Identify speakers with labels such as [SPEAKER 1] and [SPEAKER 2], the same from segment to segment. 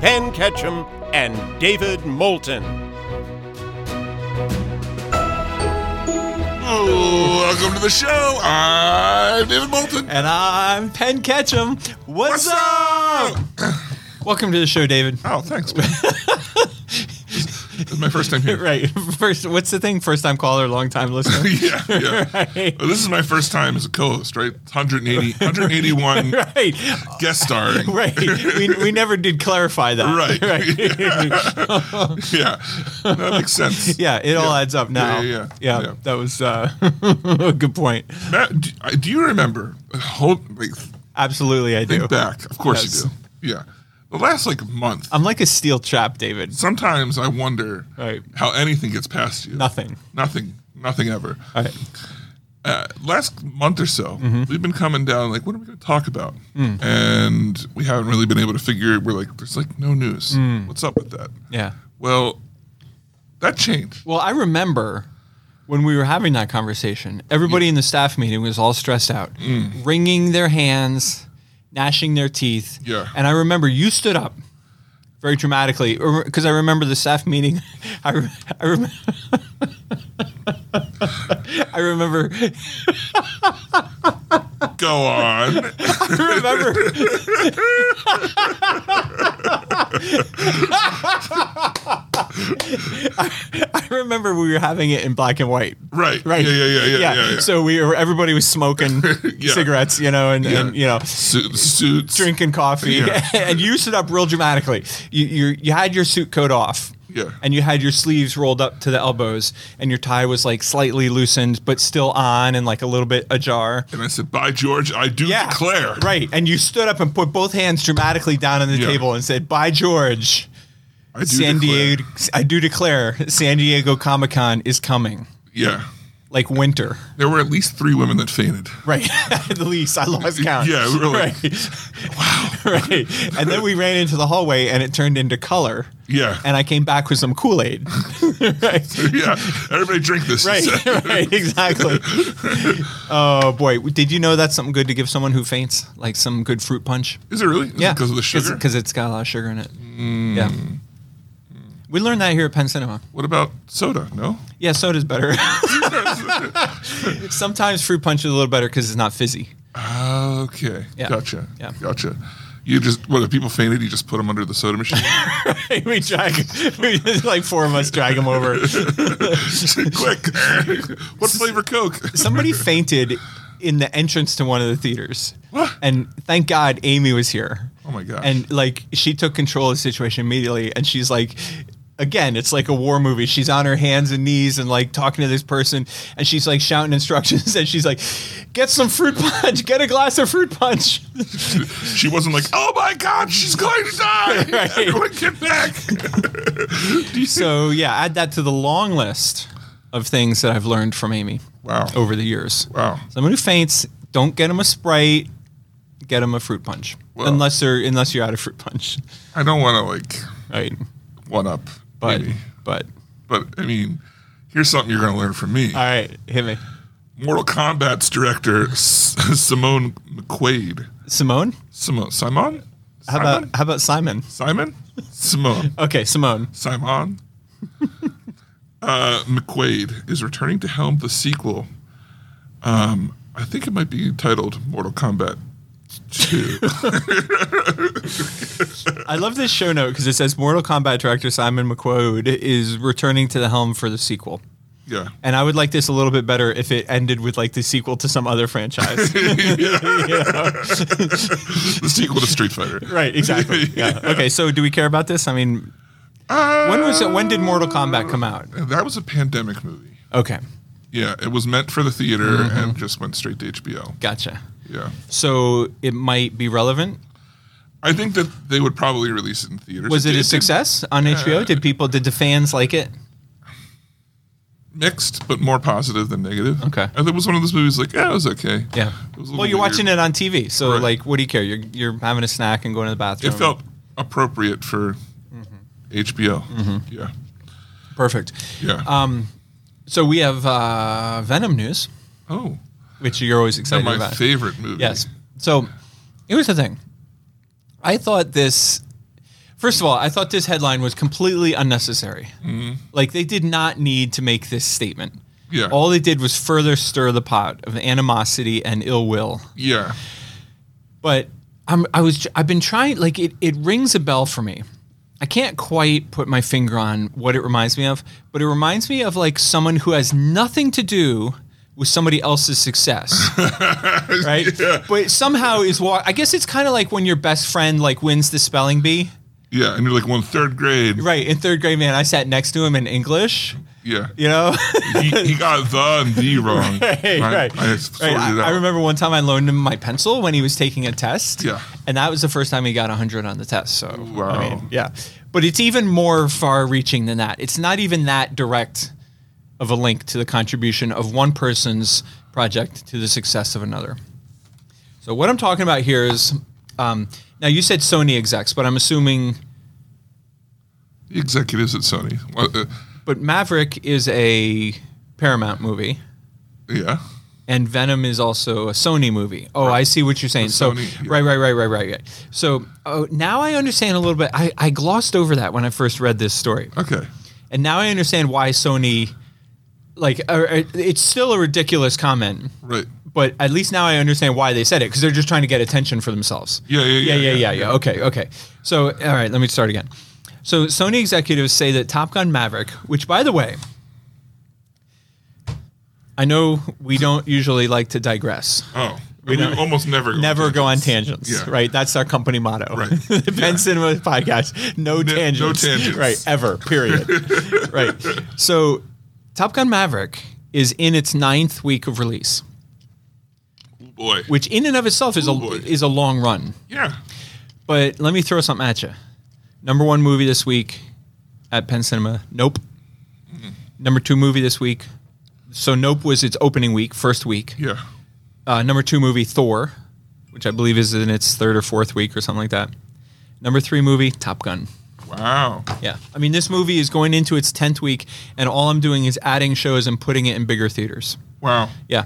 [SPEAKER 1] Penn Ketchum and David Moulton.
[SPEAKER 2] Welcome to the show. I'm David Moulton.
[SPEAKER 3] And I'm Penn Ketchum. What's,
[SPEAKER 2] What's
[SPEAKER 3] up?
[SPEAKER 2] up?
[SPEAKER 3] Welcome to the show, David.
[SPEAKER 2] Oh, thanks. Man. this is my first time here.
[SPEAKER 3] Right. First, what's the thing? First time caller, long time listener.
[SPEAKER 2] Yeah, yeah.
[SPEAKER 3] right.
[SPEAKER 2] Well, This is my first time as a co-host, right? 180, 181
[SPEAKER 3] Right.
[SPEAKER 2] guest starring.
[SPEAKER 3] Right. We, we never did clarify that.
[SPEAKER 2] Right.
[SPEAKER 3] Right.
[SPEAKER 2] Yeah, that makes sense.
[SPEAKER 3] yeah. It all adds up now.
[SPEAKER 2] Yeah, yeah, yeah. Yeah.
[SPEAKER 3] That was uh, a good point.
[SPEAKER 2] Matt, do, I- do you remember? Hold, like,
[SPEAKER 3] Absolutely, I
[SPEAKER 2] think
[SPEAKER 3] do.
[SPEAKER 2] back. Of course
[SPEAKER 3] Yes.
[SPEAKER 2] you do. Yeah. The last like month,
[SPEAKER 3] I'm like a steel trap, David.
[SPEAKER 2] sometimes I wonder
[SPEAKER 3] Right.
[SPEAKER 2] how anything gets past you.
[SPEAKER 3] Nothing.
[SPEAKER 2] Nothing. Nothing ever.
[SPEAKER 3] All right.
[SPEAKER 2] uh, last month or so,
[SPEAKER 3] Mm-hmm.
[SPEAKER 2] we've been coming down like, what are we going to talk about?
[SPEAKER 3] Mm.
[SPEAKER 2] And we haven't really been able to figure. We're like, there's like no news.
[SPEAKER 3] Mm.
[SPEAKER 2] What's up with that?
[SPEAKER 3] Yeah.
[SPEAKER 2] Well, that changed.
[SPEAKER 3] Well, I remember when we were having that conversation, everybody in the staff meeting was all stressed out, wringing their hands, gnashing their teeth.
[SPEAKER 2] Yeah.
[SPEAKER 3] And I remember you stood up very dramatically because I remember the staff meeting. I, re- I, rem- I remember.
[SPEAKER 2] Go on.
[SPEAKER 3] I remember. I remember we were having it in black and white.
[SPEAKER 2] right.
[SPEAKER 3] Right.
[SPEAKER 2] Yeah. Yeah. Yeah. Yeah. Yeah. yeah,
[SPEAKER 3] So we were, everybody was smoking
[SPEAKER 2] Yeah.
[SPEAKER 3] cigarettes, you know, and, and you know,
[SPEAKER 2] Su- suits.
[SPEAKER 3] drinking coffee.
[SPEAKER 2] Yeah.
[SPEAKER 3] and you stood up real dramatically. You, you you had your suit coat off.
[SPEAKER 2] Yeah.
[SPEAKER 3] And you had your sleeves rolled up to the elbows, and your tie was like slightly loosened, but still on and like a little bit ajar.
[SPEAKER 2] And I said, by George, I do
[SPEAKER 3] Yeah.
[SPEAKER 2] declare.
[SPEAKER 3] Right. And you stood up and put both hands dramatically down on the
[SPEAKER 2] Yeah.
[SPEAKER 3] table and said, By George,
[SPEAKER 2] I do
[SPEAKER 3] San
[SPEAKER 2] declare."
[SPEAKER 3] Diego, I do declare San Diego Comic Con is coming
[SPEAKER 2] Yeah.
[SPEAKER 3] like winter.
[SPEAKER 2] There were at least three women that fainted.
[SPEAKER 3] Right. At least I lost count.
[SPEAKER 2] Yeah, we were like,
[SPEAKER 3] right. Wow. right. And then we ran into the hallway and it turned into color.
[SPEAKER 2] Yeah.
[SPEAKER 3] And I came back with some Kool Aid. right.
[SPEAKER 2] yeah. Everybody drink this. she
[SPEAKER 3] Right.
[SPEAKER 2] said.
[SPEAKER 3] right. Exactly. Oh, boy. Did you know that's something good to give someone who faints? Like some good fruit punch?
[SPEAKER 2] Is it really? Is
[SPEAKER 3] Yeah.
[SPEAKER 2] Because of the sugar. Mm.
[SPEAKER 3] Because it's got a lot of sugar in it. Yeah. We learned that here at Penn Cinema.
[SPEAKER 2] what about soda? No.
[SPEAKER 3] Yeah, soda's better. Sometimes fruit punch is a little better because it's not fizzy.
[SPEAKER 2] Okay.
[SPEAKER 3] Yeah.
[SPEAKER 2] Gotcha.
[SPEAKER 3] Yeah.
[SPEAKER 2] Gotcha. You just, what, if people fainted, you just put them under the soda machine?
[SPEAKER 3] we drag, we, like four of us drag him over.
[SPEAKER 2] Quick. what flavor Coke?
[SPEAKER 3] Somebody fainted in the entrance to one of the theaters.
[SPEAKER 2] What?
[SPEAKER 3] And thank God Amy was here.
[SPEAKER 2] Oh my gosh.
[SPEAKER 3] And like she took control of the situation immediately and she's like again, it's like a war movie. She's on her hands and knees and like talking to this person and she's like shouting instructions and she's like get some fruit punch, get a glass of fruit punch.
[SPEAKER 2] she wasn't like, oh my God, she's going to die.
[SPEAKER 3] Right.
[SPEAKER 2] Everyone get back. Do you-
[SPEAKER 3] so, yeah, add that to the long list of things that I've learned from Amy
[SPEAKER 2] wow.
[SPEAKER 3] over the years.
[SPEAKER 2] Wow.
[SPEAKER 3] Someone who faints, don't get them a Sprite, get them a fruit punch.
[SPEAKER 2] Well-
[SPEAKER 3] unless they're unless you're out of fruit punch.
[SPEAKER 2] I don't want to like
[SPEAKER 3] Right.
[SPEAKER 2] one up.
[SPEAKER 3] But
[SPEAKER 2] Amy.
[SPEAKER 3] but
[SPEAKER 2] But I mean, here's something you're going to learn from me.
[SPEAKER 3] all right, hit me.
[SPEAKER 2] Mortal Kombat's director, S- Simone McQuaid.
[SPEAKER 3] Simone?
[SPEAKER 2] Simone? Simon?
[SPEAKER 3] How
[SPEAKER 2] Simon?
[SPEAKER 3] about how about Simon?
[SPEAKER 2] Simon? Simone.
[SPEAKER 3] Okay, Simone.
[SPEAKER 2] Simon uh, McQuaid is returning to helm the sequel. Um, I think it might be titled Mortal Kombat 2.
[SPEAKER 3] I love this show note because it says Mortal Kombat director Simon McQuode is returning to the helm for the sequel.
[SPEAKER 2] yeah.
[SPEAKER 3] And I would like this a little bit better if it ended with like the sequel to some other franchise.
[SPEAKER 2] The sequel to Street Fighter.
[SPEAKER 3] right, exactly. Yeah. Okay, so do we care about this? I mean, when was it, when did Mortal Kombat come out?
[SPEAKER 2] That was a pandemic movie.
[SPEAKER 3] Okay,
[SPEAKER 2] Yeah, it was meant for the theater
[SPEAKER 3] Mm-hmm.
[SPEAKER 2] and just went straight to HBO.
[SPEAKER 3] gotcha.
[SPEAKER 2] Yeah.
[SPEAKER 3] So it might be relevant.
[SPEAKER 2] I think that they would probably release it in theaters.
[SPEAKER 3] Was it
[SPEAKER 2] did-
[SPEAKER 3] a success on HBO? Did people did the fans like it?
[SPEAKER 2] Mixed, but more positive than negative.
[SPEAKER 3] Okay.
[SPEAKER 2] And it was one of those movies like, yeah, it was okay.
[SPEAKER 3] Yeah.
[SPEAKER 2] It was a little
[SPEAKER 3] Well, you're
[SPEAKER 2] weird.
[SPEAKER 3] watching it on TV, so
[SPEAKER 2] Right.
[SPEAKER 3] like, what do you care? You're you're having a snack and going to the
[SPEAKER 2] It
[SPEAKER 3] bathroom.
[SPEAKER 2] felt appropriate for
[SPEAKER 3] Mm-hmm.
[SPEAKER 2] HBO. Yeah.
[SPEAKER 3] perfect.
[SPEAKER 2] Yeah.
[SPEAKER 3] Um, So we have uh, Venom news,
[SPEAKER 2] oh,
[SPEAKER 3] which you're always
[SPEAKER 2] they're
[SPEAKER 3] excited
[SPEAKER 2] my
[SPEAKER 3] about.
[SPEAKER 2] favorite movie.
[SPEAKER 3] Yes. So here's the thing. I thought this. First of all, I thought this headline was completely unnecessary. Like they did not need to make this statement.
[SPEAKER 2] Mm-hmm. Yeah.
[SPEAKER 3] All they did was further stir the pot of animosity and ill will
[SPEAKER 2] yeah.
[SPEAKER 3] but I'm, I was I've been trying like it it rings a bell for me. I can't quite put my finger on what it reminds me of, but it reminds me of like someone who has nothing to do with somebody else's success. right? But somehow is wa- I guess it's kind of like when your best friend like wins the spelling bee.
[SPEAKER 2] Yeah. And you're like, well, in third grade.
[SPEAKER 3] Right, in 3rd grade man, I sat next to him in English,
[SPEAKER 2] Yeah.
[SPEAKER 3] you know?
[SPEAKER 2] he, he got the and the wrong.
[SPEAKER 3] Hey,
[SPEAKER 2] I,
[SPEAKER 3] right.
[SPEAKER 2] I sorted
[SPEAKER 3] Right,
[SPEAKER 2] it
[SPEAKER 3] I,
[SPEAKER 2] out.
[SPEAKER 3] I remember one time I loaned him my pencil when he was taking a test.
[SPEAKER 2] Yeah.
[SPEAKER 3] And that was the first time he got 100 on the test. So,
[SPEAKER 2] Wow.
[SPEAKER 3] I mean, yeah. But it's even more far reaching than that. It's not even that direct of a link to the contribution of one person's project to the success of another. So, what I'm talking about here is um, now you said Sony execs, but I'm assuming,
[SPEAKER 2] The executives at Sony. Well, uh,
[SPEAKER 3] but Maverick is a Paramount movie.
[SPEAKER 2] yeah.
[SPEAKER 3] and Venom is also a Sony movie. Oh, I see what you're saying. So,
[SPEAKER 2] Sony, yeah.
[SPEAKER 3] right, right, right, right, right, right. So, oh, now I understand a little bit. I, I glossed over that when I first read this story,
[SPEAKER 2] Okay.
[SPEAKER 3] and now I understand why Sony, like, uh, uh, it's still a ridiculous comment,
[SPEAKER 2] Right.
[SPEAKER 3] but at least now I understand why they said it because they're just trying to get attention for themselves.
[SPEAKER 2] Yeah, yeah, yeah,
[SPEAKER 3] yeah, yeah,
[SPEAKER 2] yeah,
[SPEAKER 3] yeah, yeah. Okay, okay. So, all right, let me start again. So, Sony executives say that Top Gun Maverick, which, by the way, I know we don't usually like to digress.
[SPEAKER 2] Oh. We,
[SPEAKER 3] don't-
[SPEAKER 2] almost never go
[SPEAKER 3] Never
[SPEAKER 2] on
[SPEAKER 3] go on
[SPEAKER 2] tangents.
[SPEAKER 3] tangents,
[SPEAKER 2] Yeah.
[SPEAKER 3] right? That's our company motto.
[SPEAKER 2] Right.
[SPEAKER 3] the Penn Cinema podcast,
[SPEAKER 2] no
[SPEAKER 3] no tangents.
[SPEAKER 2] tangents.
[SPEAKER 3] Right, ever, period. right. So, Top Gun Maverick is in its ninth week of release,
[SPEAKER 2] Oh, Boy.
[SPEAKER 3] which in and of itself is,
[SPEAKER 2] Ooh,
[SPEAKER 3] a,
[SPEAKER 2] boy.
[SPEAKER 3] is a long run.
[SPEAKER 2] yeah.
[SPEAKER 3] But let me throw something at you. Number one movie this week at Penn Cinema, Nope.
[SPEAKER 2] Mm-hmm.
[SPEAKER 3] Number two movie this week. So Nope was its opening week, first week.
[SPEAKER 2] Yeah.
[SPEAKER 3] Uh, number two movie, Thor, which I believe is in its third or fourth week or something like that. Number three movie, Top Gun.
[SPEAKER 2] Wow.
[SPEAKER 3] Yeah. I mean, this movie is going into its 10th week, and all I'm doing is adding shows and putting it in bigger theaters.
[SPEAKER 2] Wow.
[SPEAKER 3] Yeah.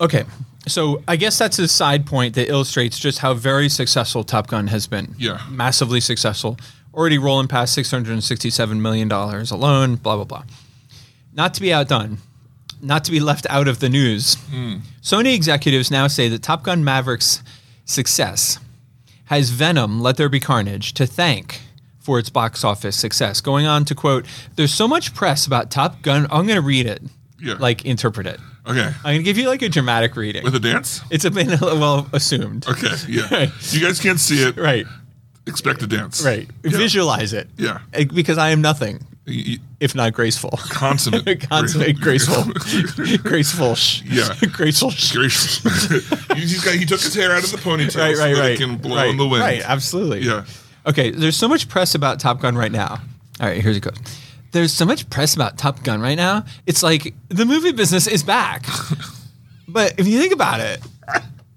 [SPEAKER 3] Okay. So I guess that's a side point that illustrates just how very successful Top Gun has been.
[SPEAKER 2] Yeah.
[SPEAKER 3] Massively successful. Already rolling past $667 million alone, blah, blah, blah. Not to be outdone, not to be left out of the news,
[SPEAKER 2] Hmm.
[SPEAKER 3] Sony executives now say that Top Gun Maverick's success has Venom, Let There Be Carnage, to thank for its box office success. Going on to quote, there's so much press about Top Gun. I'm going to read it,
[SPEAKER 2] Yeah.
[SPEAKER 3] like interpret it.
[SPEAKER 2] Okay.
[SPEAKER 3] I'm going to give you like a dramatic reading.
[SPEAKER 2] With a dance?
[SPEAKER 3] it's a been well assumed.
[SPEAKER 2] Okay. Yeah. you guys can't see it.
[SPEAKER 3] Right.
[SPEAKER 2] Expect a dance.
[SPEAKER 3] Right.
[SPEAKER 2] Yeah.
[SPEAKER 3] Visualize it.
[SPEAKER 2] Yeah.
[SPEAKER 3] Eh, Because I am nothing
[SPEAKER 2] Y- y-
[SPEAKER 3] if not graceful.
[SPEAKER 2] Consummate.
[SPEAKER 3] Consummate graceful. graceful. sh-
[SPEAKER 2] Yeah.
[SPEAKER 3] graceful. sh-
[SPEAKER 2] Gracious. He's got, he took his hair out of the ponytail
[SPEAKER 3] Right,
[SPEAKER 2] so
[SPEAKER 3] right,
[SPEAKER 2] that
[SPEAKER 3] right.
[SPEAKER 2] it can blow
[SPEAKER 3] right,
[SPEAKER 2] in the wind.
[SPEAKER 3] Right, absolutely.
[SPEAKER 2] Yeah.
[SPEAKER 3] Okay, there's so much press about Top Gun right now. All right, here's it goes. There's so much press about Top Gun right now. It's like the movie business is back. but if you think about it,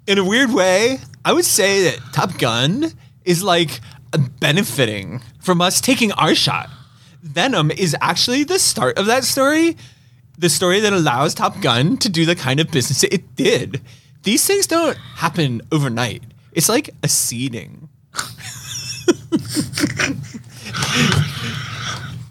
[SPEAKER 3] in a weird way, I would say that Top Gun is like benefiting from us taking our shot. Venom is actually the start of that story, the story that allows Top Gun to do the kind of business it did. These things don't happen overnight. It's like a seeding.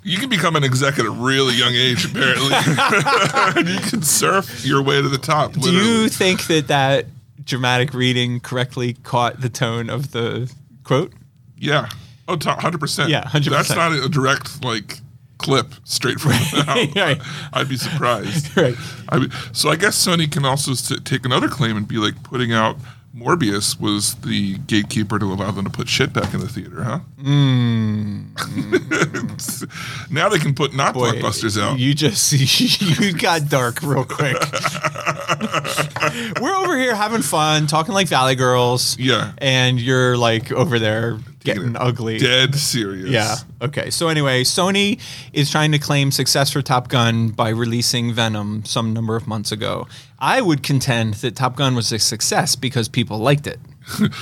[SPEAKER 2] You can become an exec at a really young age, apparently. And you can surf your way to the top.
[SPEAKER 3] Do
[SPEAKER 2] literally.
[SPEAKER 3] you think that that dramatic reading correctly caught the tone of the quote?
[SPEAKER 2] Yeah. Oh, top, 100%.
[SPEAKER 3] Yeah, 100%.
[SPEAKER 2] That's not a direct, like, clip straight from the mouth.
[SPEAKER 3] Right.
[SPEAKER 2] I'd be surprised.
[SPEAKER 3] Right.
[SPEAKER 2] I mean, so I guess Sony can also s- take another claim and be like putting out Morbius was the gatekeeper to allow them to put shit back in the theater, huh? Mm. now they can put not
[SPEAKER 3] Hmm. Boy,
[SPEAKER 2] blockbusters out.
[SPEAKER 3] You just you got dark real quick. We're over here having fun, talking like Valley Girls.
[SPEAKER 2] Yeah.
[SPEAKER 3] and you're like over there getting
[SPEAKER 2] it
[SPEAKER 3] ugly.
[SPEAKER 2] Dead serious.
[SPEAKER 3] Yeah. Okay. So anyway, Sony is trying to claim success for Top Gun by releasing Venom some number of months ago. I would contend that Top Gun was a success because people liked it.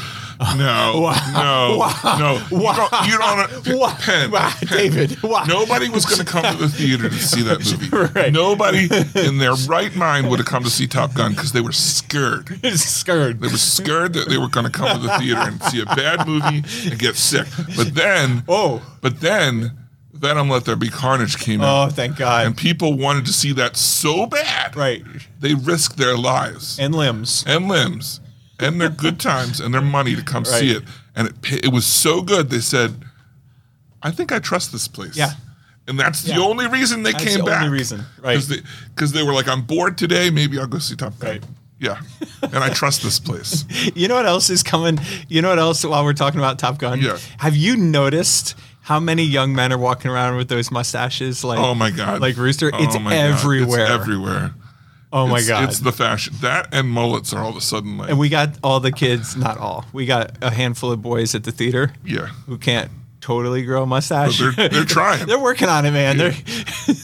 [SPEAKER 2] No. No. No. You don't. You don't
[SPEAKER 3] Why-
[SPEAKER 2] Pen,
[SPEAKER 3] why,
[SPEAKER 2] Pen.
[SPEAKER 3] David? Why?
[SPEAKER 2] Nobody was going to come to the theater to see that movie.
[SPEAKER 3] Right.
[SPEAKER 2] Nobody in their right mind would have come to see Top Gun because they were scared.
[SPEAKER 3] It's scared.
[SPEAKER 2] They were scared that they were going to come to the theater and see a bad movie and get sick. But then,
[SPEAKER 3] Oh.
[SPEAKER 2] but then, Venom: Let There Be Carnage came out,
[SPEAKER 3] Oh, thank God.
[SPEAKER 2] and people wanted to see that so bad,
[SPEAKER 3] Right.
[SPEAKER 2] They risked their lives
[SPEAKER 3] and limbs.
[SPEAKER 2] and limbs and their good times and their money to come see
[SPEAKER 3] Right.
[SPEAKER 2] it. And it, pa- it was so good, they said, I think I trust this place.
[SPEAKER 3] Yeah.
[SPEAKER 2] And that's
[SPEAKER 3] Yeah.
[SPEAKER 2] the only reason they
[SPEAKER 3] That's
[SPEAKER 2] came
[SPEAKER 3] the
[SPEAKER 2] back.
[SPEAKER 3] only reason. Right.
[SPEAKER 2] Because they, 'cause they were like, I'm bored today. Maybe I'll go see Top Gun.
[SPEAKER 3] Right.
[SPEAKER 2] Yeah. And I trust this place.
[SPEAKER 3] You know what else is coming? You know what else while we're talking about Top Gun?
[SPEAKER 2] Yeah.
[SPEAKER 3] Have you noticed how many young men are walking around with those mustaches? Like,
[SPEAKER 2] Oh my God.
[SPEAKER 3] Like Rooster,
[SPEAKER 2] Oh
[SPEAKER 3] it's
[SPEAKER 2] my God.
[SPEAKER 3] everywhere.
[SPEAKER 2] It's everywhere.
[SPEAKER 3] Oh my
[SPEAKER 2] It's-
[SPEAKER 3] God.
[SPEAKER 2] It's the fashion. That and mullets are all of a sudden like,
[SPEAKER 3] and we got all the kids, not all, we got a handful of boys at the theater
[SPEAKER 2] yeah.
[SPEAKER 3] who can't totally grow a mustache.
[SPEAKER 2] They're, they're trying.
[SPEAKER 3] They're working on it, man. They're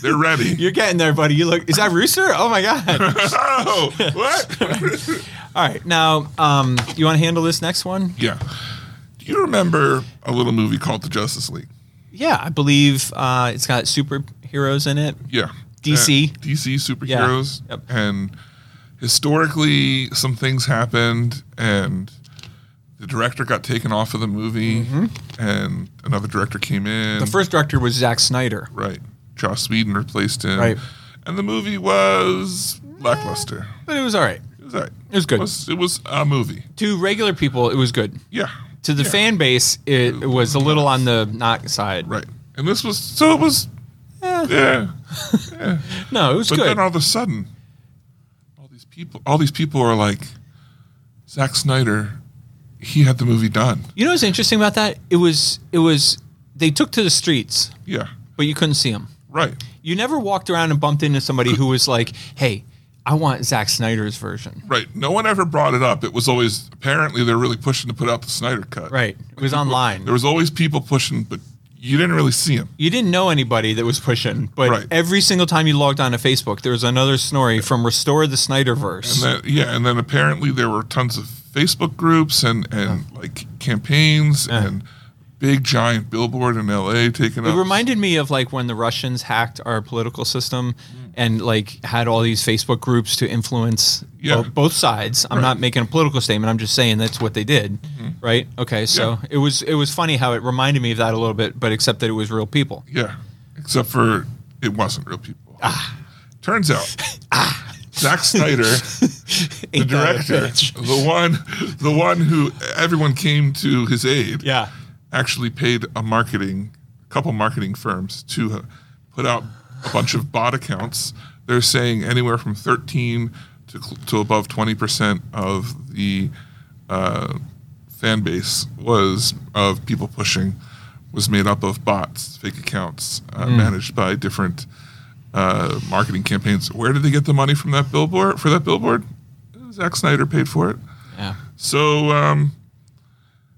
[SPEAKER 2] They're ready.
[SPEAKER 3] you're getting there, buddy. You look is that Rooster? Oh my god.
[SPEAKER 2] oh, what?
[SPEAKER 3] All right. Now, um, you wanna handle this next one?
[SPEAKER 2] Yeah. Do you remember a little movie called The Justice League?
[SPEAKER 3] Yeah, I believe uh, it's got superheroes in it.
[SPEAKER 2] Yeah.
[SPEAKER 3] DC.
[SPEAKER 2] Uh, DC superheroes.
[SPEAKER 3] Yeah. Yep.
[SPEAKER 2] And historically, some things happened, and the director got taken off of the movie, and another director came in.
[SPEAKER 3] Mm-hmm. The first director was Zack Snyder.
[SPEAKER 2] Right. Joss Whedon replaced him.
[SPEAKER 3] Right.
[SPEAKER 2] And the movie was lackluster.
[SPEAKER 3] But it was all right.
[SPEAKER 2] It was, all right.
[SPEAKER 3] It was good.
[SPEAKER 2] It was, it was a movie.
[SPEAKER 3] To regular people, it was good.
[SPEAKER 2] Yeah.
[SPEAKER 3] To the
[SPEAKER 2] Yeah.
[SPEAKER 3] fan base, it was a little on the knock side.
[SPEAKER 2] Right. And this was, so it was, yeah.
[SPEAKER 3] No, it was
[SPEAKER 2] But
[SPEAKER 3] good.
[SPEAKER 2] then all of a sudden, all these people, all these people are like, Zack Snyder, he had the movie done.
[SPEAKER 3] you know what's interesting about that? It was it was they took to the streets,
[SPEAKER 2] Yeah,
[SPEAKER 3] but you couldn't see them.
[SPEAKER 2] right.
[SPEAKER 3] You never walked around and bumped into somebody who was like, "Hey, I want Zack Snyder's version."
[SPEAKER 2] Right. No one ever brought it up. It was always apparently they're really pushing to put out the Snyder cut.
[SPEAKER 3] Right. It was online.
[SPEAKER 2] There was always people pushing, but you didn't really see him.
[SPEAKER 3] you didn't know anybody that was pushing, but
[SPEAKER 2] Right.
[SPEAKER 3] every single time you logged on to Facebook, there was another story from Restore the Snyderverse.
[SPEAKER 2] And then, yeah, and then apparently there were tons of Facebook groups and and like campaigns and big giant billboard in L.A. taking up.
[SPEAKER 3] It reminded me of like when the Russians hacked our political system and like had all these Facebook groups to influence
[SPEAKER 2] Yeah.
[SPEAKER 3] bo- both sides. I'm not making a political statement. I'm just saying that's what they did,
[SPEAKER 2] Mm-hmm.
[SPEAKER 3] right? Okay, so it was it was funny how it reminded me of that a little bit, but except that it was real people.
[SPEAKER 2] Yeah, except for it wasn't real people.
[SPEAKER 3] Ah.
[SPEAKER 2] Turns out, Zack Snyder, the
[SPEAKER 3] Ain't that a
[SPEAKER 2] director,
[SPEAKER 3] bitch?
[SPEAKER 2] the one, the one who everyone came to his aid,
[SPEAKER 3] Yeah.
[SPEAKER 2] actually paid a marketing, a couple marketing firms to uh, put out a bunch of bot accounts. They're saying anywhere from thirteen to cl- to above twenty percent of the uh, fan base was of people pushing was made up of bots, fake accounts uh, managed by different uh, marketing campaigns. Where did they get the money from that billboard? For that billboard, Zack Snyder paid for it.
[SPEAKER 3] Yeah.
[SPEAKER 2] So um,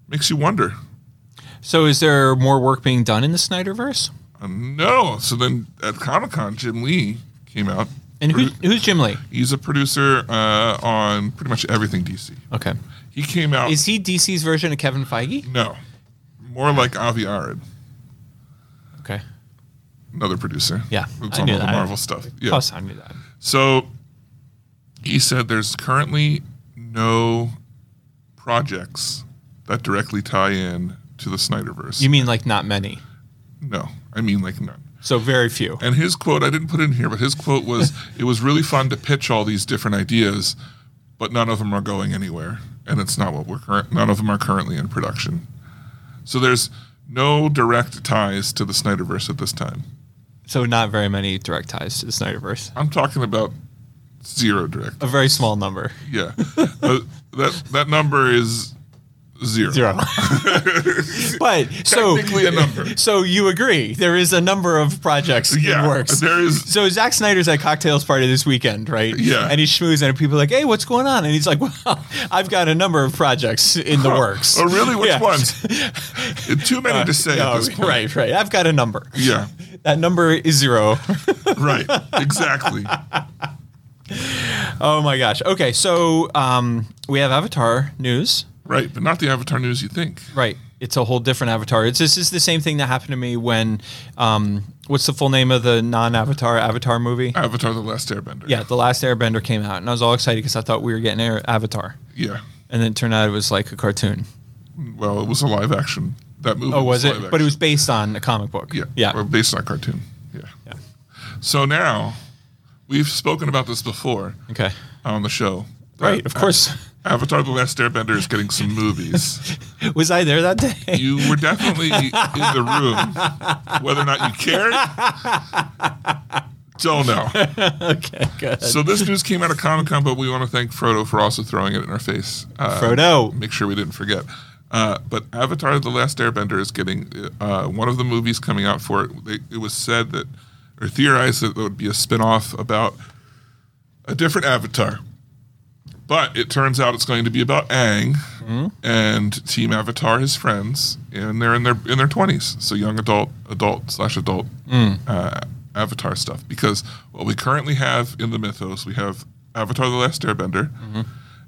[SPEAKER 2] makes you wonder.
[SPEAKER 3] So is there more work being done in the Snyderverse?
[SPEAKER 2] Um, no. So then at Comic Con, Jim Lee came out.
[SPEAKER 3] And who, who's Jim Lee?
[SPEAKER 2] He's a producer uh, on pretty much everything DC.
[SPEAKER 3] Okay.
[SPEAKER 2] He came out.
[SPEAKER 3] Is he DC's version of Kevin Feige?
[SPEAKER 2] no, more like Avi Arad,
[SPEAKER 3] Okay.
[SPEAKER 2] another producer.
[SPEAKER 3] Yeah,
[SPEAKER 2] who's
[SPEAKER 3] I
[SPEAKER 2] on
[SPEAKER 3] knew
[SPEAKER 2] all the
[SPEAKER 3] that.
[SPEAKER 2] Marvel stuff. Yeah.
[SPEAKER 3] Plus, I knew that.
[SPEAKER 2] So he said there's currently no projects that directly tie in to the Snyderverse.
[SPEAKER 3] You mean like not many?
[SPEAKER 2] no, I mean like none.
[SPEAKER 3] So very few.
[SPEAKER 2] And his quote, I didn't put it in here, but his quote was, "It was really fun to pitch all these different ideas, but none of them are going anywhere, and it's not what we're current. None of them are currently in production. So there's no direct ties to the Snyderverse at this time.
[SPEAKER 3] So not very many direct ties to the Snyderverse.
[SPEAKER 2] I'm talking about zero direct.
[SPEAKER 3] a very small number.
[SPEAKER 2] Yeah, Uh, that that number is zero.
[SPEAKER 3] Zero. but so
[SPEAKER 2] Technically a number.
[SPEAKER 3] so you agree there is a number of projects
[SPEAKER 2] Yeah,
[SPEAKER 3] in works.
[SPEAKER 2] there is-
[SPEAKER 3] So Zack Snyder's at cocktails party this weekend, right?
[SPEAKER 2] Yeah.
[SPEAKER 3] And he's schmoozing, and people are like, "Hey, what's going on?" And he's like, "Well, I've got a number of projects in the works."
[SPEAKER 2] Oh, really? Which
[SPEAKER 3] Yeah. Uh,
[SPEAKER 2] ones? Too many to say
[SPEAKER 3] No,
[SPEAKER 2] at this point.
[SPEAKER 3] right, right. I've got a number.
[SPEAKER 2] Yeah.
[SPEAKER 3] That number is zero.
[SPEAKER 2] Right. Exactly.
[SPEAKER 3] oh my gosh. Okay, so um, we have Avatar news.
[SPEAKER 2] Right, but not the Avatar news you think.
[SPEAKER 3] Right. It's a whole different avatar. It's this is the same thing that happened to me when um what's the full name of the non-avatar avatar movie?
[SPEAKER 2] Avatar: The Last Airbender.
[SPEAKER 3] yeah, The Last Airbender came out and I was all excited cuz I thought we were getting Air- Avatar.
[SPEAKER 2] Yeah.
[SPEAKER 3] And then it turned out it was like a cartoon.
[SPEAKER 2] Well, it was a live action. That movie.
[SPEAKER 3] Oh, was it?
[SPEAKER 2] live
[SPEAKER 3] But it was
[SPEAKER 2] action.
[SPEAKER 3] based on a comic book.
[SPEAKER 2] Yeah.
[SPEAKER 3] Yeah.
[SPEAKER 2] Well, based on a cartoon. Yeah. Yeah. So now, we've spoken about this before
[SPEAKER 3] Okay.
[SPEAKER 2] on the show. that
[SPEAKER 3] Right, of course.
[SPEAKER 2] Avatar: The Last Airbender is getting some movies.
[SPEAKER 3] Was I there that day?
[SPEAKER 2] you were definitely in the room, whether or not you cared. Don't know.
[SPEAKER 3] okay, good.
[SPEAKER 2] So this news came out of Comic Con, but we want to thank Frodo for also throwing it in our face. Uh,
[SPEAKER 3] Frodo.
[SPEAKER 2] make sure we didn't forget. Uh, but Avatar: The Last Airbender is getting uh, one of the movies coming out for it. They, it was said that, or theorized that there would be a spin-off about a different Avatar. But it turns out it's going to be about Aang and Team Avatar, his friends, and they're in their in their twenties, so young adult, adult slash adult uh, Avatar stuff. Because what we currently have in the mythos, we have Avatar: The Last Airbender,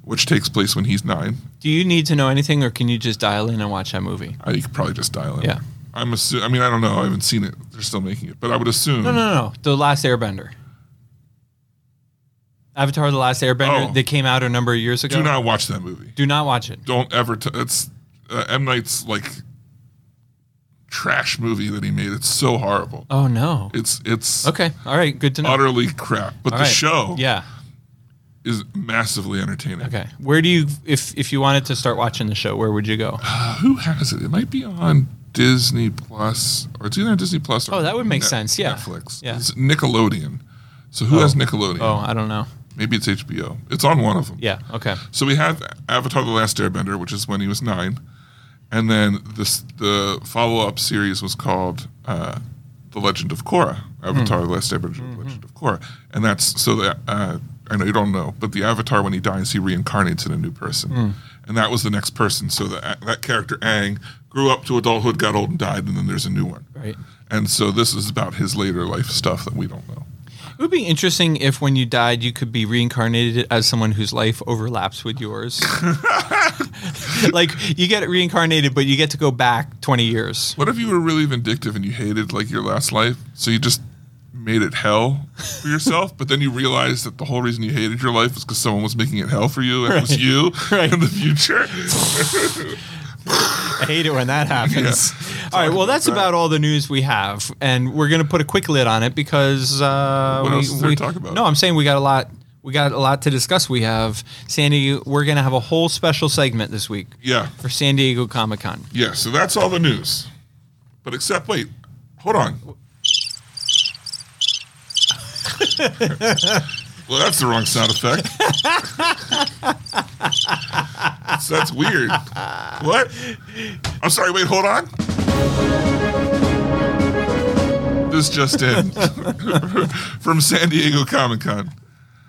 [SPEAKER 2] which takes place when he's nine.
[SPEAKER 3] Do you need to know anything or can you just dial in and watch that movie?
[SPEAKER 2] I, Uh, you could probably just dial in.
[SPEAKER 3] Yeah.
[SPEAKER 2] I'm assu- I mean, I don't know. I haven't seen it. They're still making it, but I would assume.
[SPEAKER 3] No, no, no. The Last Airbender. Avatar: The Last Airbender
[SPEAKER 2] Oh.
[SPEAKER 3] that came out a number of years ago.
[SPEAKER 2] Do not watch that movie.
[SPEAKER 3] Do not watch it.
[SPEAKER 2] Don't ever. T- it's uh, M Night's like trash movie that he made. It's so horrible.
[SPEAKER 3] Oh no.
[SPEAKER 2] It's it's
[SPEAKER 3] Okay. All right. Good to know.
[SPEAKER 2] utterly crap. But
[SPEAKER 3] All
[SPEAKER 2] the
[SPEAKER 3] right.
[SPEAKER 2] show
[SPEAKER 3] Yeah.
[SPEAKER 2] is massively entertaining.
[SPEAKER 3] Okay. Where do you if if you wanted to start watching the show, where would you go?
[SPEAKER 2] Uh, who has it? It might be on Disney Plus, or it's either on Disney Plus. Or
[SPEAKER 3] Oh, that would make sense, yeah.
[SPEAKER 2] Netflix.
[SPEAKER 3] Yeah.
[SPEAKER 2] It's Nickelodeon. So who has Nickelodeon?
[SPEAKER 3] Oh, I don't know.
[SPEAKER 2] Maybe it's HBO. It's on one of them.
[SPEAKER 3] Yeah. Okay.
[SPEAKER 2] So we have Avatar: The Last Airbender, which is when he was nine, and then this the follow-up series was called uh, The Legend of Korra. Avatar: The Last Airbender, The Legend of Korra, and that's so that uh, I know you don't know, but the Avatar when he dies, he reincarnates in a new person, and that was the next person. So that that character Aang grew up to adulthood, got old, and died, and then there's a new one.
[SPEAKER 3] Right.
[SPEAKER 2] And so this is about his later life stuff that we don't know.
[SPEAKER 3] It would be interesting if when you died, you could be reincarnated as someone whose life overlaps with yours. like you get reincarnated, but you get to go back twenty years.
[SPEAKER 2] What if you were really vindictive and you hated like your last life, so you just made it hell for yourself, but then you realized that the whole reason you hated your life was because someone was making it hell for you and it was you
[SPEAKER 3] Right.
[SPEAKER 2] in the future.
[SPEAKER 3] I hate it when that happens. All right. Well, that's
[SPEAKER 2] about
[SPEAKER 3] about all the news we have, and we're gonna put a quick lid on it because uh,
[SPEAKER 2] What
[SPEAKER 3] we,
[SPEAKER 2] else is there
[SPEAKER 3] we-
[SPEAKER 2] to talk about?
[SPEAKER 3] No, I'm saying we got a lot. We got a lot to discuss. We have Sandy. We're gonna have a whole special segment this week
[SPEAKER 2] yeah.
[SPEAKER 3] for San Diego Comic Con.
[SPEAKER 2] Yeah, so that's all the news. But except wait, hold on. well, that's the wrong sound effect. So that's weird. What? I'm sorry, wait, hold on. This just in from San Diego Comic Con,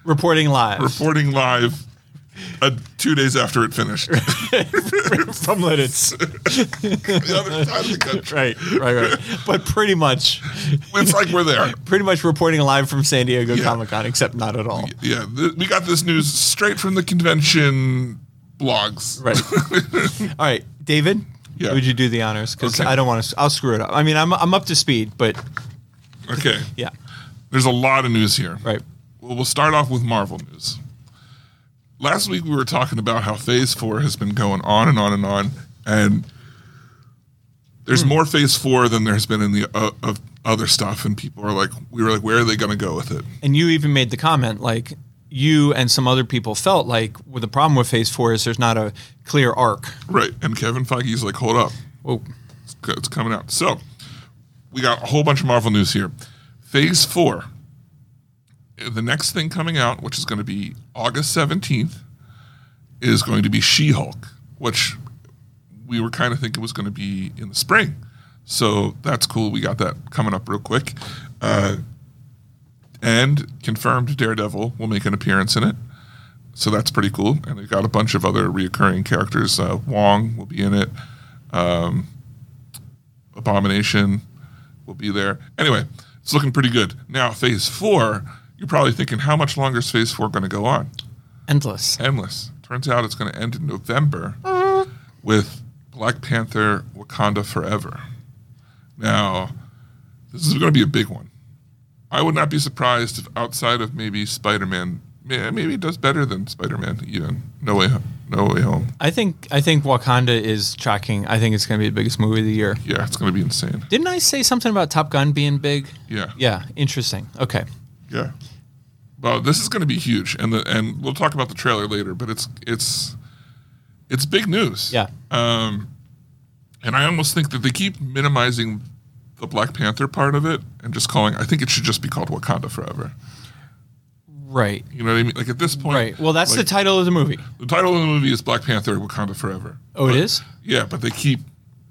[SPEAKER 3] Reporting live
[SPEAKER 2] reporting live uh, two days after it finished.
[SPEAKER 3] from Lidditz.
[SPEAKER 2] the other side of the country.
[SPEAKER 3] right, right, right. But pretty much,
[SPEAKER 2] It's like we're there.
[SPEAKER 3] pretty much reporting live from San Diego
[SPEAKER 2] Yeah.
[SPEAKER 3] Comic Con, except not at all.
[SPEAKER 2] Yeah, th- we got this news straight from the convention blogs.
[SPEAKER 3] Right. All right, David.
[SPEAKER 2] Yeah.
[SPEAKER 3] Would you do the honors? Because
[SPEAKER 2] Okay.
[SPEAKER 3] I don't want to. I'll screw it up. I mean, I'm I'm up to speed, but
[SPEAKER 2] Okay.
[SPEAKER 3] yeah,
[SPEAKER 2] There's a lot of news here.
[SPEAKER 3] right.
[SPEAKER 2] Well, we'll start off with Marvel news. Last week we were talking about how Phase Four has been going on and on and on, and there's
[SPEAKER 3] Hmm.
[SPEAKER 2] more Phase Four than there's been in the uh, of other stuff, and people are like, we were like, where are they going to go with it?
[SPEAKER 3] And you even made the comment like you and some other people felt like well, the problem with Phase Four is there's not a clear arc.
[SPEAKER 2] Right. And Kevin Feige's like, hold up,
[SPEAKER 3] Whoa.
[SPEAKER 2] It's co- it's coming out. So we got a whole bunch of Marvel news here. Phase four the next thing coming out, which is going to be August 17th, is going to be She Hulk, which we were kind of thinking was going to be in the spring. So that's cool. We got that coming up real quick. Uh, and confirmed Daredevil will make an appearance in it. So that's pretty cool. And they've got a bunch of other reoccurring characters. Uh, Wong will be in it. Um, Abomination will be there. Anyway, it's looking pretty good. Now, phase four, you're probably thinking, how much longer is phase four going to go on?
[SPEAKER 3] Endless.
[SPEAKER 2] Endless. Turns out it's going to end in November with Black Panther Wakanda Forever. Now, this is going to be a big one. I would not be surprised if outside of maybe Spider Man, maybe it does better than Spider Man, even. No way, no way home.
[SPEAKER 3] I think I think Wakanda is tracking. I think it's going to be the biggest movie of the year.
[SPEAKER 2] Yeah, it's going to be insane.
[SPEAKER 3] Didn't I say something about Top Gun being big?
[SPEAKER 2] Yeah.
[SPEAKER 3] Yeah, interesting. Okay.
[SPEAKER 2] Yeah. Well, this is going to be huge, and the and we'll talk about the trailer later. But it's it's it's big news.
[SPEAKER 3] Yeah.
[SPEAKER 2] Um, and I almost think that they keep minimizing the Black Panther part of it and just calling. I think it should just be called Wakanda Forever.
[SPEAKER 3] Right.
[SPEAKER 2] You know what I mean? Like at this point,
[SPEAKER 3] Right. Well, that's
[SPEAKER 2] like,
[SPEAKER 3] the title of the movie.
[SPEAKER 2] the title of the movie is Black Panther Wakanda Forever.
[SPEAKER 3] Oh, it is?
[SPEAKER 2] Yeah, but they keep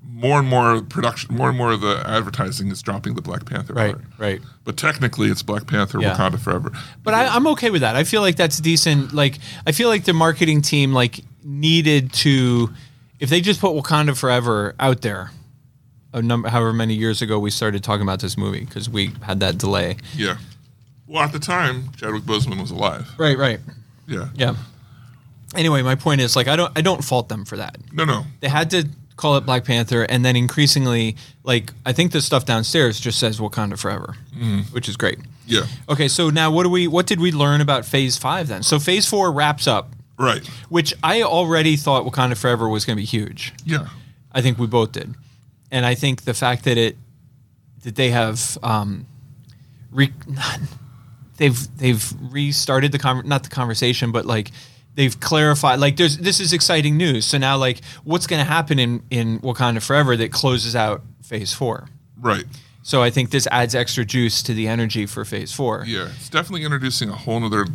[SPEAKER 2] more and more production, more and more of the advertising is dropping the Black Panther
[SPEAKER 3] Right.
[SPEAKER 2] part.
[SPEAKER 3] Right.
[SPEAKER 2] But technically, it's Black Panther
[SPEAKER 3] Yeah.
[SPEAKER 2] Wakanda Forever.
[SPEAKER 3] But I, I'm okay with that. I feel like that's decent. Like I feel like the marketing team like needed to, if they just put Wakanda Forever out there, a number however many years ago we started talking about this movie because we had that delay.
[SPEAKER 2] Yeah. Well, at the time, Chadwick Boseman was alive.
[SPEAKER 3] Right. Right.
[SPEAKER 2] Yeah.
[SPEAKER 3] Yeah. Anyway, my point is like I don't I don't fault them for that.
[SPEAKER 2] No, no.
[SPEAKER 3] They had to call it Black Panther, and then increasingly, like I think the stuff downstairs just says Wakanda Forever, which is great.
[SPEAKER 2] Yeah.
[SPEAKER 3] Okay, so now what do we what did we learn about Phase Five then? So Phase Four wraps up,
[SPEAKER 2] Right.
[SPEAKER 3] which I already thought Wakanda Forever was going to be huge.
[SPEAKER 2] Yeah.
[SPEAKER 3] I think we both did, and I think the fact that it that they have um, re- they've they've restarted the con- not the conversation, but like they've clarified like there's this is exciting news. So now like what's going to happen in in Wakanda Forever that closes out Phase Four.
[SPEAKER 2] Right.
[SPEAKER 3] So I think this adds extra juice to the energy for Phase Four,
[SPEAKER 2] Yeah. It's definitely introducing a whole nother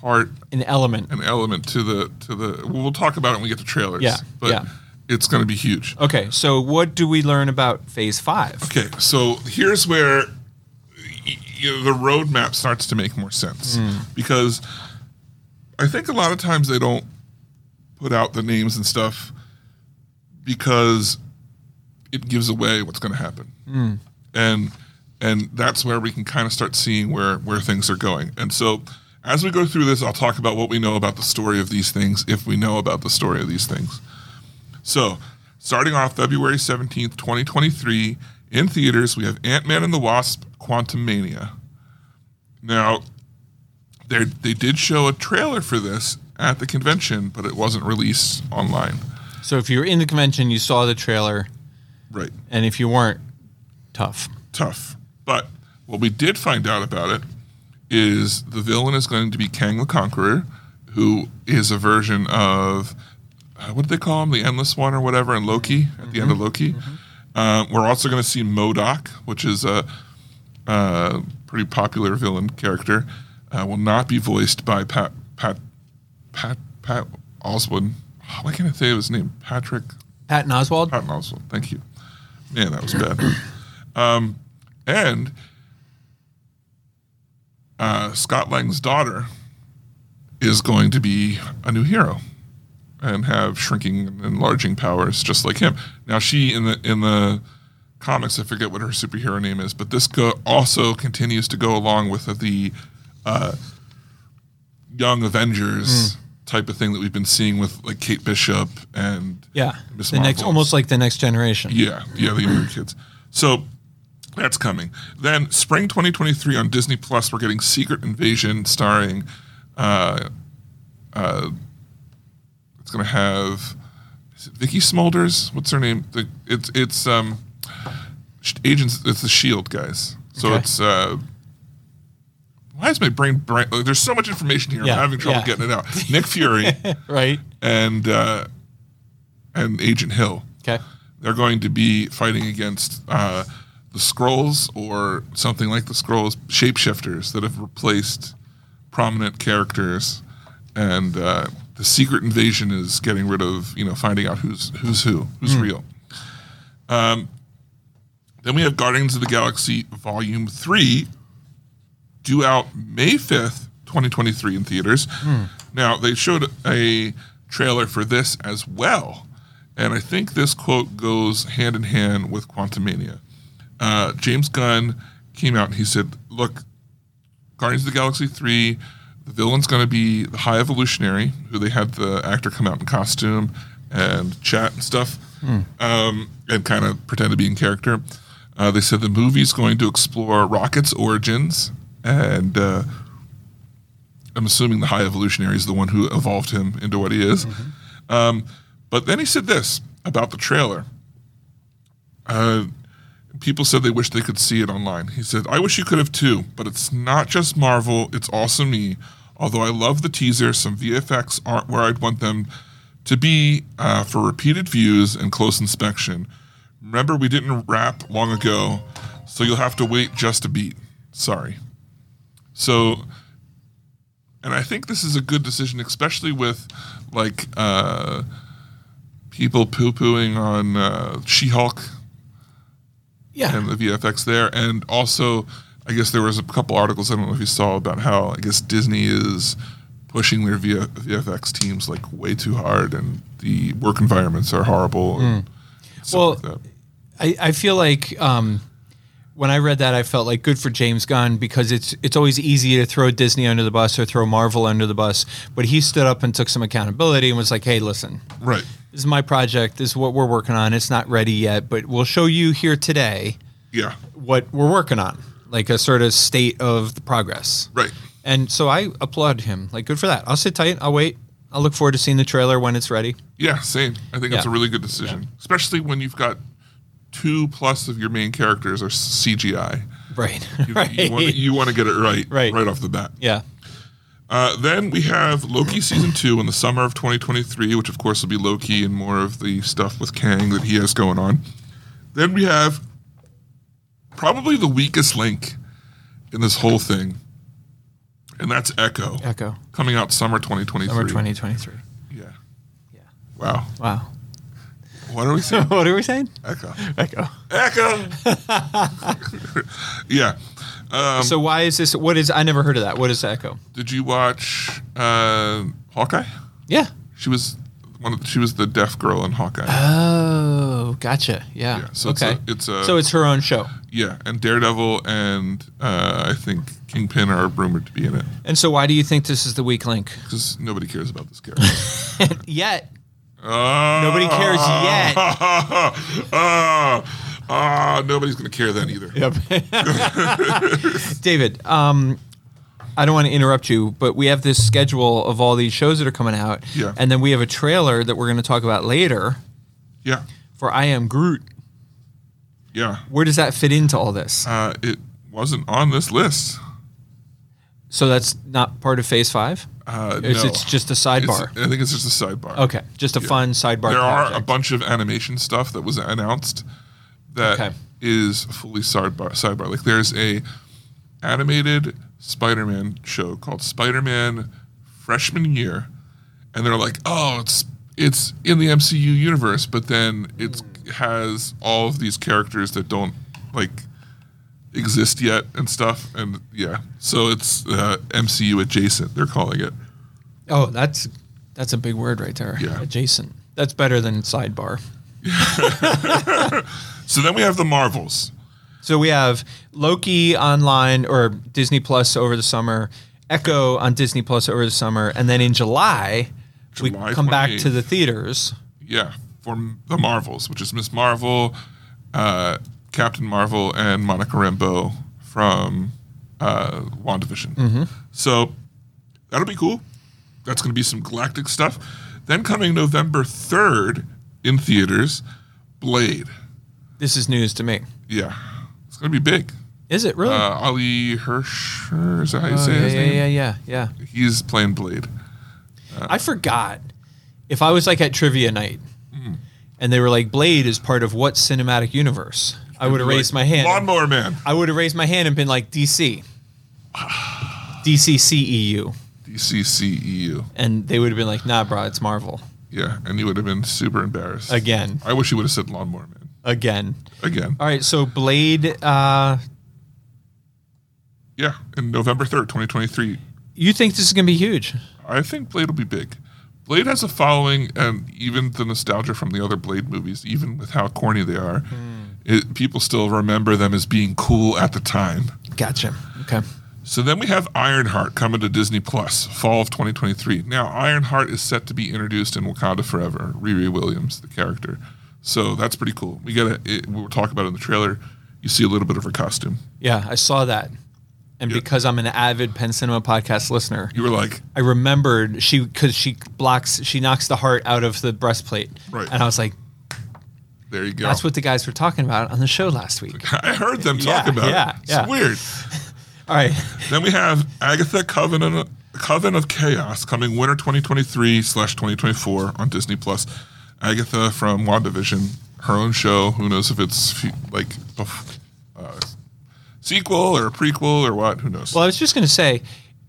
[SPEAKER 2] part
[SPEAKER 3] an element.
[SPEAKER 2] and element to the to the. We'll talk about it when we get to trailers.
[SPEAKER 3] Yeah,
[SPEAKER 2] But
[SPEAKER 3] yeah.
[SPEAKER 2] it's going to be huge.
[SPEAKER 3] Okay, so what do we learn about Phase Five?
[SPEAKER 2] Okay, so here's where y- you know, the roadmap starts to make more sense because I think a lot of times they don't put out the names and stuff because it gives away what's going to happen, and and that's where we can kind of start seeing where where things are going. And so as we go through this, I'll talk about what we know about the story of these things, if we know about the story of these things. So, starting off February 17th, 2023, in theaters, we have Ant Man and the Wasp Quantum Mania. Now, they they did show a trailer for this at the convention, but it wasn't released online.
[SPEAKER 3] So if you were in the convention, you saw the trailer,
[SPEAKER 2] Right.
[SPEAKER 3] and if you weren't, tough.
[SPEAKER 2] Tough. But what we did find out about it is the villain is going to be Kang the Conqueror, who is a version of. uh, What did they call him? The Endless One or whatever, and Loki at the end of Loki. Uh, we're also going to see Modoc, which is a uh, pretty popular villain character, uh, will not be voiced by Pat Pat Pat Pat Oswald. Why can't I think of his name? Patrick
[SPEAKER 3] Patton Oswald.
[SPEAKER 2] Patton Oswalt. Thank you. Man, that was bad. um, and uh, Scott Lang's daughter is going to be a new hero and have shrinking and enlarging powers just like him. Now she in the in the comics, I forget what her superhero name is, but this go- also continues to go along with the uh, young Avengers type of thing that we've been seeing with like Kate Bishop and
[SPEAKER 3] Yeah,
[SPEAKER 2] Miss
[SPEAKER 3] the next
[SPEAKER 2] Marvel.
[SPEAKER 3] almost like the next generation.
[SPEAKER 2] Yeah, yeah, the younger kids. So that's coming. Then spring 2023 on Disney Plus, we're getting Secret Invasion starring. Uh, uh, it's gonna have is it Vicky Smolders. What's her name? The, it's it's um, sh- agents. It's the Shield E guys. So
[SPEAKER 3] Okay.
[SPEAKER 2] it's. Uh, why is my brain bright? Like, there's so much information here.
[SPEAKER 3] Yeah,
[SPEAKER 2] I'm having trouble
[SPEAKER 3] yeah.
[SPEAKER 2] getting it out. Nick Fury
[SPEAKER 3] Right.
[SPEAKER 2] and uh, and Agent Hill
[SPEAKER 3] Okay.
[SPEAKER 2] they're going to be fighting against uh, the scrolls or something like the scrolls shapeshifters that have replaced prominent characters and uh, the secret invasion is getting rid of you know finding out who's who's who who's real um, then we have guardians of the galaxy volume 3 due out may 5th 2023 in theaters now they showed a trailer for this as well and i think this quote goes hand in hand with quantumania uh, James Gunn came out and he said, "Look, Guardians of the Galaxy three, the villain's going to be the High Evolutionary, who they had the actor come out in costume and chat and stuff, um, and kind of pretend to be in character." Uh, they said the movie's going to explore Rocket's origins, and uh, I'm assuming the High Evolutionary is the one who evolved him into what he is. Um, but then he said this about the trailer people said they wish they could see it online. He said, I wish you could have too, but it's not just Marvel, it's also me. Although I love the teaser, some VFX aren't where I'd want them to be uh, for repeated views and close inspection. Remember, we didn't wrap long ago, so you'll have to wait just a beat. Sorry. So, and I think this is a good decision, especially with like uh, people poo pooing on uh, She Hulk
[SPEAKER 3] Yeah.
[SPEAKER 2] and the VFX there. And also, I guess there was a couple articles I don't know if you saw about how I guess Disney is pushing their v- VFX teams like way too hard, and the work environments are horrible. And stuff
[SPEAKER 3] Hmm. Well,
[SPEAKER 2] like that.
[SPEAKER 3] I, I feel like um, when I read that, I felt like good for James Gunn because it's it's always easy to throw Disney under the bus or throw Marvel under the bus, but he stood up and took some accountability and was like, "Hey, listen,
[SPEAKER 2] right?
[SPEAKER 3] this is my project. This is what we're working on. It's not ready yet, but we'll show you here today
[SPEAKER 2] Yeah,
[SPEAKER 3] what we're working on, like a sort of state of the progress."
[SPEAKER 2] right.
[SPEAKER 3] And so I applaud him. Like, good for that. I'll sit tight. I'll wait. I'll look forward to seeing the trailer when it's ready.
[SPEAKER 2] Yeah, same. I think it's a
[SPEAKER 3] Yeah.
[SPEAKER 2] really good decision, especially when you've got two plus of your main characters are CGI.
[SPEAKER 3] Right.
[SPEAKER 2] You,
[SPEAKER 3] right.
[SPEAKER 2] you want you want to get it right,
[SPEAKER 3] Right.
[SPEAKER 2] right off the bat.
[SPEAKER 3] yeah.
[SPEAKER 2] Uh, then we have Loki season two in the summer of 2023, which of course will be Loki and more of the stuff with Kang that he has going on. Then we have probably the weakest link in this whole thing, and that's Echo
[SPEAKER 3] Echo.
[SPEAKER 2] coming out summer 2023.
[SPEAKER 3] Summer 2023.
[SPEAKER 2] Yeah. Wow.
[SPEAKER 3] Wow.
[SPEAKER 2] What are we saying?
[SPEAKER 3] what are we saying?
[SPEAKER 2] Echo.
[SPEAKER 3] Echo.
[SPEAKER 2] Echo. yeah. Um,
[SPEAKER 3] so why is this? What is? I never heard of that. What is Echo?
[SPEAKER 2] Did you watch uh, Hawkeye?
[SPEAKER 3] Yeah.
[SPEAKER 2] She was one. Of the, she was the deaf girl in Hawkeye.
[SPEAKER 3] Oh, gotcha. Yeah.
[SPEAKER 2] Yeah, so it's
[SPEAKER 3] okay.
[SPEAKER 2] a- it's a-
[SPEAKER 3] so it's her own show.
[SPEAKER 2] Yeah, and Daredevil and uh, I think Kingpin are rumored to be in it
[SPEAKER 3] And so why do you think this is the weak link?
[SPEAKER 2] because nobody cares about this character.
[SPEAKER 3] Yet.
[SPEAKER 2] Ah,
[SPEAKER 3] Nobody cares yet.
[SPEAKER 2] ah, ah, nobody's gonna care then either.
[SPEAKER 3] Yep. David, um, I don't want to interrupt you, but we have this schedule of all these shows that are coming out,
[SPEAKER 2] Yeah.
[SPEAKER 3] and then we have a trailer that we're going to talk about later
[SPEAKER 2] Yeah,
[SPEAKER 3] for I Am Groot.
[SPEAKER 2] yeah.
[SPEAKER 3] Where does that fit into all this?
[SPEAKER 2] Uh, it wasn't on this list.
[SPEAKER 3] So that's not part of Phase Five.
[SPEAKER 2] Uh,
[SPEAKER 3] It's,
[SPEAKER 2] no.
[SPEAKER 3] it's just a
[SPEAKER 2] It's-
[SPEAKER 3] sidebar. Oh,
[SPEAKER 2] I think it's just a sidebar.
[SPEAKER 3] okay, just a fun sidebar.
[SPEAKER 2] There are a
[SPEAKER 3] project.
[SPEAKER 2] bunch of animation stuff that was announced that is
[SPEAKER 3] Okay.
[SPEAKER 2] fully sidebar, sidebar. Like there's a animated Spider-Man show called Spider-Man Freshman Year, and they're like, oh, it's it's in the MCU universe, but then it's has all of these characters that don't like exist yet and stuff, and yeah, so it's uh, MCU adjacent. They're calling it.
[SPEAKER 3] Oh, that's that's a big word right there.
[SPEAKER 2] Yeah.
[SPEAKER 3] Adjacent. That's better than sidebar.
[SPEAKER 2] So then we have the Marvels.
[SPEAKER 3] So we have Loki online or Disney Plus over the summer, Echo on Disney Plus over the summer, and then in July,
[SPEAKER 2] July
[SPEAKER 3] we come back
[SPEAKER 2] 28th.
[SPEAKER 3] to the theaters.
[SPEAKER 2] yeah, for m- the Marvels, which is Miss Marvel, uh, Captain Marvel, and Monica Rambeau from uh, WandaVision.
[SPEAKER 3] Mm-hmm.
[SPEAKER 2] So that'll be cool. That's going to be some galactic stuff. Then coming November 3rd in theaters, Blade.
[SPEAKER 3] This is news to me.
[SPEAKER 2] Yeah, it's going to be big.
[SPEAKER 3] Is it really?
[SPEAKER 2] Uh, Ali Hersher, is that how you
[SPEAKER 3] Oh,
[SPEAKER 2] say
[SPEAKER 3] Hmm. yeah,
[SPEAKER 2] his
[SPEAKER 3] yeah,
[SPEAKER 2] name? Uh,
[SPEAKER 3] yeah, yeah, yeah.
[SPEAKER 2] He's playing Blade.
[SPEAKER 3] I forgot if
[SPEAKER 2] Hmm.
[SPEAKER 3] I was like at trivia night and they were like Blade is part of what cinematic universe? I would have raised my hand.
[SPEAKER 2] Lawnmower Man.
[SPEAKER 3] I would have raised my hand and been like DC, DCCEU,
[SPEAKER 2] DCCEU.
[SPEAKER 3] E and they would have been like, Nah, bro, it's Marvel
[SPEAKER 2] E Yeah, and you would have been super embarrassed.
[SPEAKER 3] Again.
[SPEAKER 2] I wish you would have said Lawnmower Man.
[SPEAKER 3] again.
[SPEAKER 2] Again.
[SPEAKER 3] All right, so Blade. Uh,
[SPEAKER 2] Yeah, in November 3rd, 2023.
[SPEAKER 3] you think this is gonna be huge?
[SPEAKER 2] I think Blade will be big. Blade has a following, and even the nostalgia from the other Blade movies, even with how corny they are, it, people still remember them as being cool at the time.
[SPEAKER 3] Gotcha. Okay.
[SPEAKER 2] So then we have Ironheart coming to Disney Plus, fall of 2023. Now, Ironheart is set to be introduced in Wakanda Forever, Riri Williams, the character. So that's pretty cool. We get it, we'll talk about it in the trailer. You see a little bit of her costume.
[SPEAKER 3] Yeah, I saw that, and
[SPEAKER 2] Yeah.
[SPEAKER 3] because I'm an avid Penn Cinema podcast listener,
[SPEAKER 2] You were like,
[SPEAKER 3] I remembered she because she blocks, she knocks the heart out of the breastplate,
[SPEAKER 2] Right.
[SPEAKER 3] And I was like,
[SPEAKER 2] there you go.
[SPEAKER 3] That's what the guys were talking about on the show last week.
[SPEAKER 2] I heard them talk
[SPEAKER 3] Yeah,
[SPEAKER 2] about
[SPEAKER 3] yeah,
[SPEAKER 2] it. It's
[SPEAKER 3] yeah.
[SPEAKER 2] weird.
[SPEAKER 3] All right.
[SPEAKER 2] Then we have Agatha Coven Coven of Chaos coming winter 2023 slash 2024 on Disney Plus. Agatha from WandaVision, her own show. Who knows if it's fe- like a f- uh, sequel or a prequel or what? Who knows?
[SPEAKER 3] Well, I was just going to say,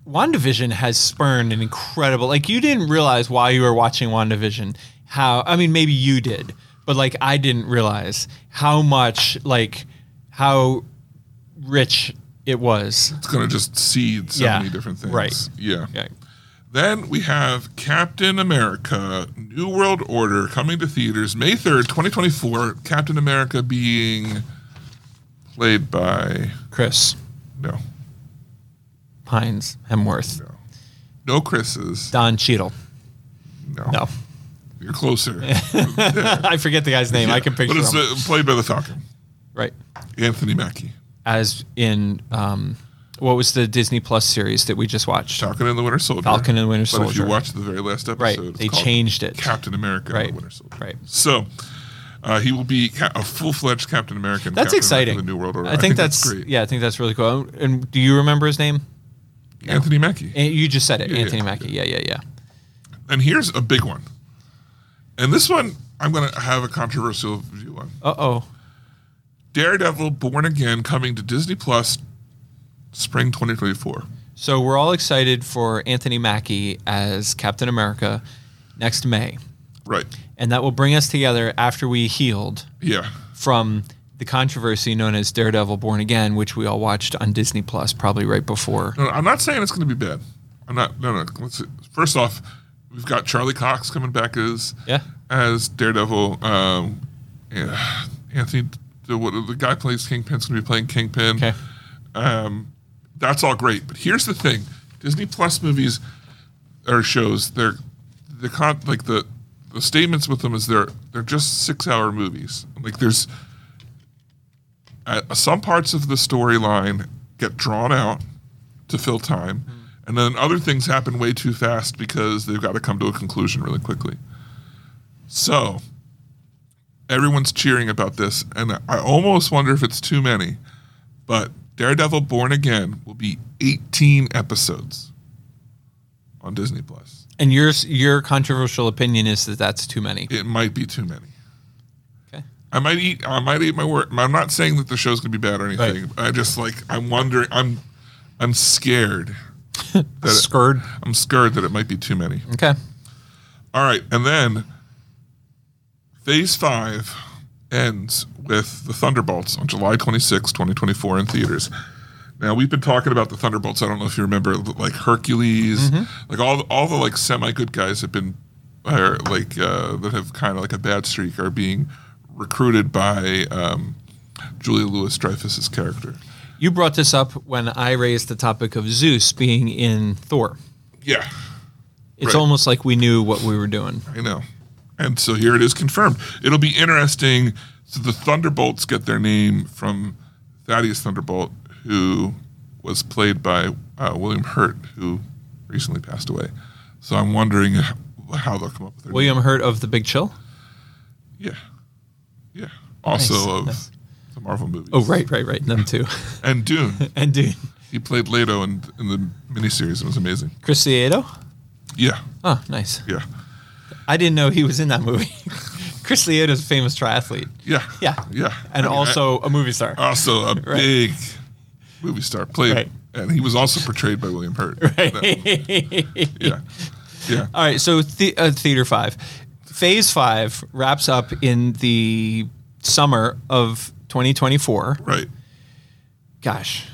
[SPEAKER 3] WandaVision has spurned an incredible. Like, you didn't realize while you were watching WandaVision how. I mean, maybe you did, but like, I didn't realize how much, like, how rich it was.
[SPEAKER 2] it's gonna just seed so
[SPEAKER 3] Yeah,
[SPEAKER 2] many different things.
[SPEAKER 3] right.
[SPEAKER 2] Yeah.
[SPEAKER 3] Yeah.
[SPEAKER 2] Then we have Captain America: New World Order coming to theaters May 3rd, 2024. Captain America being played by
[SPEAKER 3] Chris
[SPEAKER 2] no,
[SPEAKER 3] Pines Hemworth,
[SPEAKER 2] no Chris's.
[SPEAKER 3] Don Cheadle. No,
[SPEAKER 2] You're closer.
[SPEAKER 3] I forget the guy's name. I can picture
[SPEAKER 2] But it's
[SPEAKER 3] him.
[SPEAKER 2] uh, played by the Falcon,
[SPEAKER 3] right.
[SPEAKER 2] Anthony Mackie.
[SPEAKER 3] As in, um, what was the Disney Plus series that we just watched?
[SPEAKER 2] Falcon and the Winter Soldier.
[SPEAKER 3] Falcon and the Winter
[SPEAKER 2] But if you
[SPEAKER 3] Soldier.
[SPEAKER 2] watch the very last episode,
[SPEAKER 3] Right,
[SPEAKER 2] it's
[SPEAKER 3] they
[SPEAKER 2] called
[SPEAKER 3] changed it.
[SPEAKER 2] Captain America and
[SPEAKER 3] Right,
[SPEAKER 2] the Winter Soldier.
[SPEAKER 3] right.
[SPEAKER 2] So uh, he will be ca- a full fledged Captain America. in
[SPEAKER 3] That's
[SPEAKER 2] Captain
[SPEAKER 3] exciting.
[SPEAKER 2] America, the New World Order.
[SPEAKER 3] I, think that's, yeah. I think that's really cool. And do you remember his name?
[SPEAKER 2] Anthony Mackie.
[SPEAKER 3] And you just said it,
[SPEAKER 2] Yeah,
[SPEAKER 3] Anthony
[SPEAKER 2] yeah.
[SPEAKER 3] Mackie. Yeah, yeah, yeah.
[SPEAKER 2] And here's a big one. And this one I'm going to have a controversial view on.
[SPEAKER 3] Uh oh.
[SPEAKER 2] Daredevil Born Again coming to Disney Plus spring 2024.
[SPEAKER 3] So we're all excited for Anthony Mackie as Captain America next May,
[SPEAKER 2] Right.
[SPEAKER 3] and that will bring us together after we healed
[SPEAKER 2] Yeah.
[SPEAKER 3] from the controversy known as Daredevil: Born Again, which we all watched on Disney Plus probably right before.
[SPEAKER 2] No, no, I'm not saying it's going to be bad. I'm not. No, no. Let's, first off, we've got Charlie Cox coming back as
[SPEAKER 3] Yeah.
[SPEAKER 2] as Daredevil. Um, yeah, Anthony, the, what, the guy plays Kingpin's going to be playing Kingpin.
[SPEAKER 3] Okay.
[SPEAKER 2] Um, that's all great, but here's the thing: Disney Plus movies or shows, they're the con like the the statements with them is they're they're just six hour movies. Like there's uh, some parts of the storyline get drawn out to fill time, and then other things happen way too fast because they've got to come to a conclusion really quickly. So everyone's cheering about this, and I almost wonder if it's too many, but Daredevil Born Again will be 18 episodes on Disney Plus.
[SPEAKER 3] And your your controversial opinion is that that's too many.
[SPEAKER 2] It might be too many.
[SPEAKER 3] Okay.
[SPEAKER 2] I might eat. I might eat my word. I'm not saying that the show's gonna be bad or anything. I just like I'm wondering. I'm I'm scared. that it-
[SPEAKER 3] Scurred.
[SPEAKER 2] I'm scared that it might be too many.
[SPEAKER 3] Okay.
[SPEAKER 2] All right, and then Phase Five ends with the Thunderbolts on July 26, 2024, in theaters. Now we've been talking about the Thunderbolts. I don't know if you remember, like Hercules, like all the, all the like semi good guys have been, or like uh, that have kind of like a bad streak are being recruited by um, Julia Louis Dreyfus's character.
[SPEAKER 3] You brought this up when I raised the topic of Zeus being in Thor.
[SPEAKER 2] Yeah,
[SPEAKER 3] It's
[SPEAKER 2] Right.
[SPEAKER 3] almost like we knew what we were doing.
[SPEAKER 2] I know. And so here it is confirmed. It'll be interesting. So the Thunderbolts get their name from Thaddeus Thunderbolt, who was played by uh, William Hurt, who recently passed away. So I'm wondering how they'll come up with their
[SPEAKER 3] William Hurt of The Big Chill?
[SPEAKER 2] name. Yeah. Yeah. Also
[SPEAKER 3] Nice,
[SPEAKER 2] of
[SPEAKER 3] nice.
[SPEAKER 2] the Marvel movies.
[SPEAKER 3] Oh, right, right, right. Them too.
[SPEAKER 2] And Dune.
[SPEAKER 3] and dude,
[SPEAKER 2] he played Leto in, in the miniseries. It was amazing.
[SPEAKER 3] Chris Cieto?
[SPEAKER 2] Yeah.
[SPEAKER 3] Oh, nice.
[SPEAKER 2] Yeah.
[SPEAKER 3] I didn't know he was in that movie. Chris Lea is a famous triathlete
[SPEAKER 2] Yeah.
[SPEAKER 3] Yeah.
[SPEAKER 2] Yeah.
[SPEAKER 3] and
[SPEAKER 2] I Uh, mean,
[SPEAKER 3] also a movie star.
[SPEAKER 2] I- also a big movie star. Played,
[SPEAKER 3] Right.
[SPEAKER 2] and he was also portrayed by William Hurt. Yeah. Yeah.
[SPEAKER 3] All right, so the, uh, theater five, phase five wraps up in the summer of 2024.
[SPEAKER 2] Right.
[SPEAKER 3] Gosh,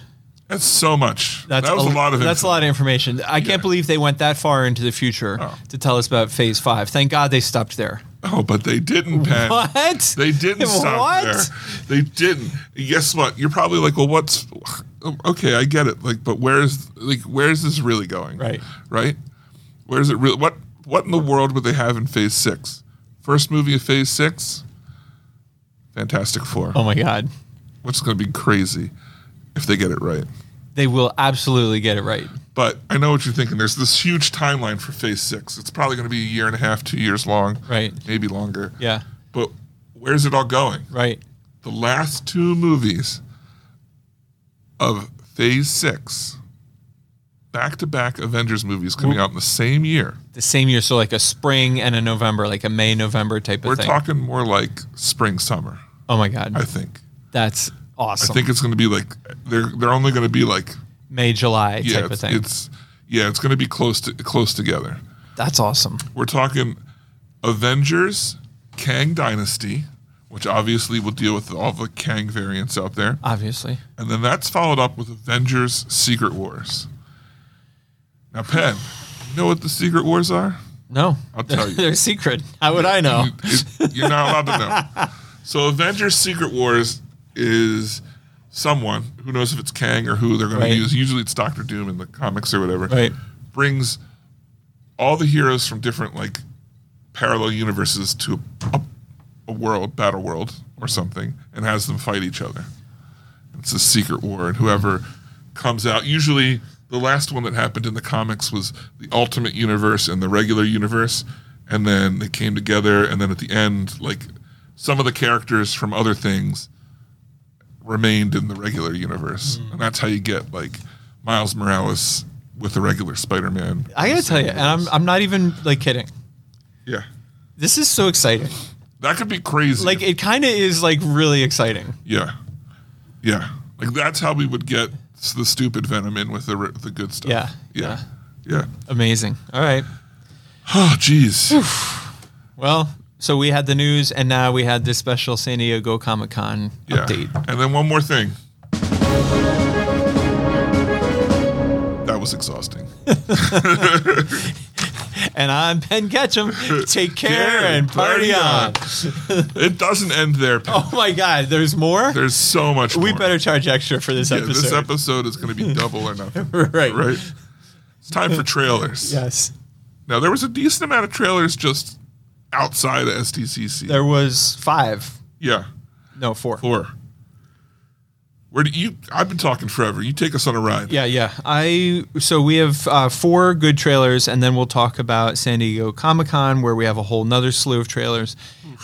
[SPEAKER 2] That's so much. that was a, lot of.
[SPEAKER 3] that's a
[SPEAKER 2] info.
[SPEAKER 3] lot of information. I can't believe they went that far into the future
[SPEAKER 2] Oh.
[SPEAKER 3] to tell us about phase five. Thank God they stopped there.
[SPEAKER 2] Oh, but they didn't, Pat.
[SPEAKER 3] What?
[SPEAKER 2] They didn't stop
[SPEAKER 3] What?
[SPEAKER 2] there. They didn't. And guess what? You're probably like, well, what's okay? I get it. Like, but where's like where's this really going?
[SPEAKER 3] Right.
[SPEAKER 2] Right. Where's it really? What What in the world would they have in Phase Six? First movie of Phase Six. Fantastic Four.
[SPEAKER 3] Oh my God,
[SPEAKER 2] Which is going to be crazy if they get it right.
[SPEAKER 3] they will absolutely get it right.
[SPEAKER 2] But I know what you're thinking. There's this huge timeline for Phase Six. It's probably going to be a year and a half, two years long.
[SPEAKER 3] Right.
[SPEAKER 2] Maybe longer.
[SPEAKER 3] Yeah,
[SPEAKER 2] But where's it all going?
[SPEAKER 3] right.
[SPEAKER 2] the last two movies of Phase Six, back to back Avengers movies coming out in the same year.
[SPEAKER 3] The same year, so like a spring and a November, like a May November type of
[SPEAKER 2] We're
[SPEAKER 3] thing.
[SPEAKER 2] talking more like spring summer,
[SPEAKER 3] oh my God,
[SPEAKER 2] I think.
[SPEAKER 3] that's awesome.
[SPEAKER 2] I think it's going to be like they're they're only going to be like
[SPEAKER 3] May July
[SPEAKER 2] yeah
[SPEAKER 3] type of
[SPEAKER 2] it's,
[SPEAKER 3] thing.
[SPEAKER 2] it's yeah it's going to be close to close together.
[SPEAKER 3] that's awesome.
[SPEAKER 2] We're talking Avengers, Kang Dynasty, which obviously will deal with all the Kang variants out there.
[SPEAKER 3] Obviously,
[SPEAKER 2] And then that's followed up with Avengers Secret Wars. Now, Penn, you know what the Secret Wars are?
[SPEAKER 3] no,
[SPEAKER 2] I'll tell you.
[SPEAKER 3] they're secret. How would I know?
[SPEAKER 2] It- you're not allowed to know. So, Avengers Secret Wars is someone who knows if it's Kang or who they're going
[SPEAKER 3] Right.
[SPEAKER 2] to use. Usually it's Doctor Doom in the comics or whatever.
[SPEAKER 3] Right.
[SPEAKER 2] Brings all the heroes from different, like, parallel universes to a, a world, battle world or something, and has them fight each other. It's a secret war, and whoever comes out. Usually, the last one that happened in the comics was the Ultimate Universe and the regular universe, and then they came together. And then at the end, like some of the characters from other things remained in the regular universe, and that's how you get like Miles Morales with the regular Spider-Man.
[SPEAKER 3] I gotta tell you, and I'm I'm not even like kidding.
[SPEAKER 2] yeah,
[SPEAKER 3] This is so exciting.
[SPEAKER 2] that could be crazy.
[SPEAKER 3] Like it kind of is like really exciting.
[SPEAKER 2] yeah, yeah, like that's how we would get the stupid Venom in with the re- the good stuff.
[SPEAKER 3] Yeah.
[SPEAKER 2] yeah, yeah.
[SPEAKER 3] Amazing. All right.
[SPEAKER 2] Oh, jeez.
[SPEAKER 3] Well, so we had the news, and now we had this special San Diego Comic Con
[SPEAKER 2] Yeah.
[SPEAKER 3] update.
[SPEAKER 2] And then one more thing. That was exhausting.
[SPEAKER 3] And I'm Ben Ketchum. Take care and party on.
[SPEAKER 2] it doesn't end there. Pat.
[SPEAKER 3] Oh my God, there's more.
[SPEAKER 2] There's so much
[SPEAKER 3] we
[SPEAKER 2] more.
[SPEAKER 3] better charge extra for this
[SPEAKER 2] Yeah,
[SPEAKER 3] episode.
[SPEAKER 2] this episode is going to be double or nothing,
[SPEAKER 3] right.
[SPEAKER 2] right? It's time for trailers.
[SPEAKER 3] Yes.
[SPEAKER 2] Now there was a decent amount of trailers just outside of STCC.
[SPEAKER 3] There was five.
[SPEAKER 2] Yeah,
[SPEAKER 3] No, four.
[SPEAKER 2] four. Where do you? I've been talking forever. You take us on a ride.
[SPEAKER 3] Yeah, yeah. I so we have uh, four good trailers, and then we'll talk about San Diego Comic Con, where we have a whole nother slew of trailers.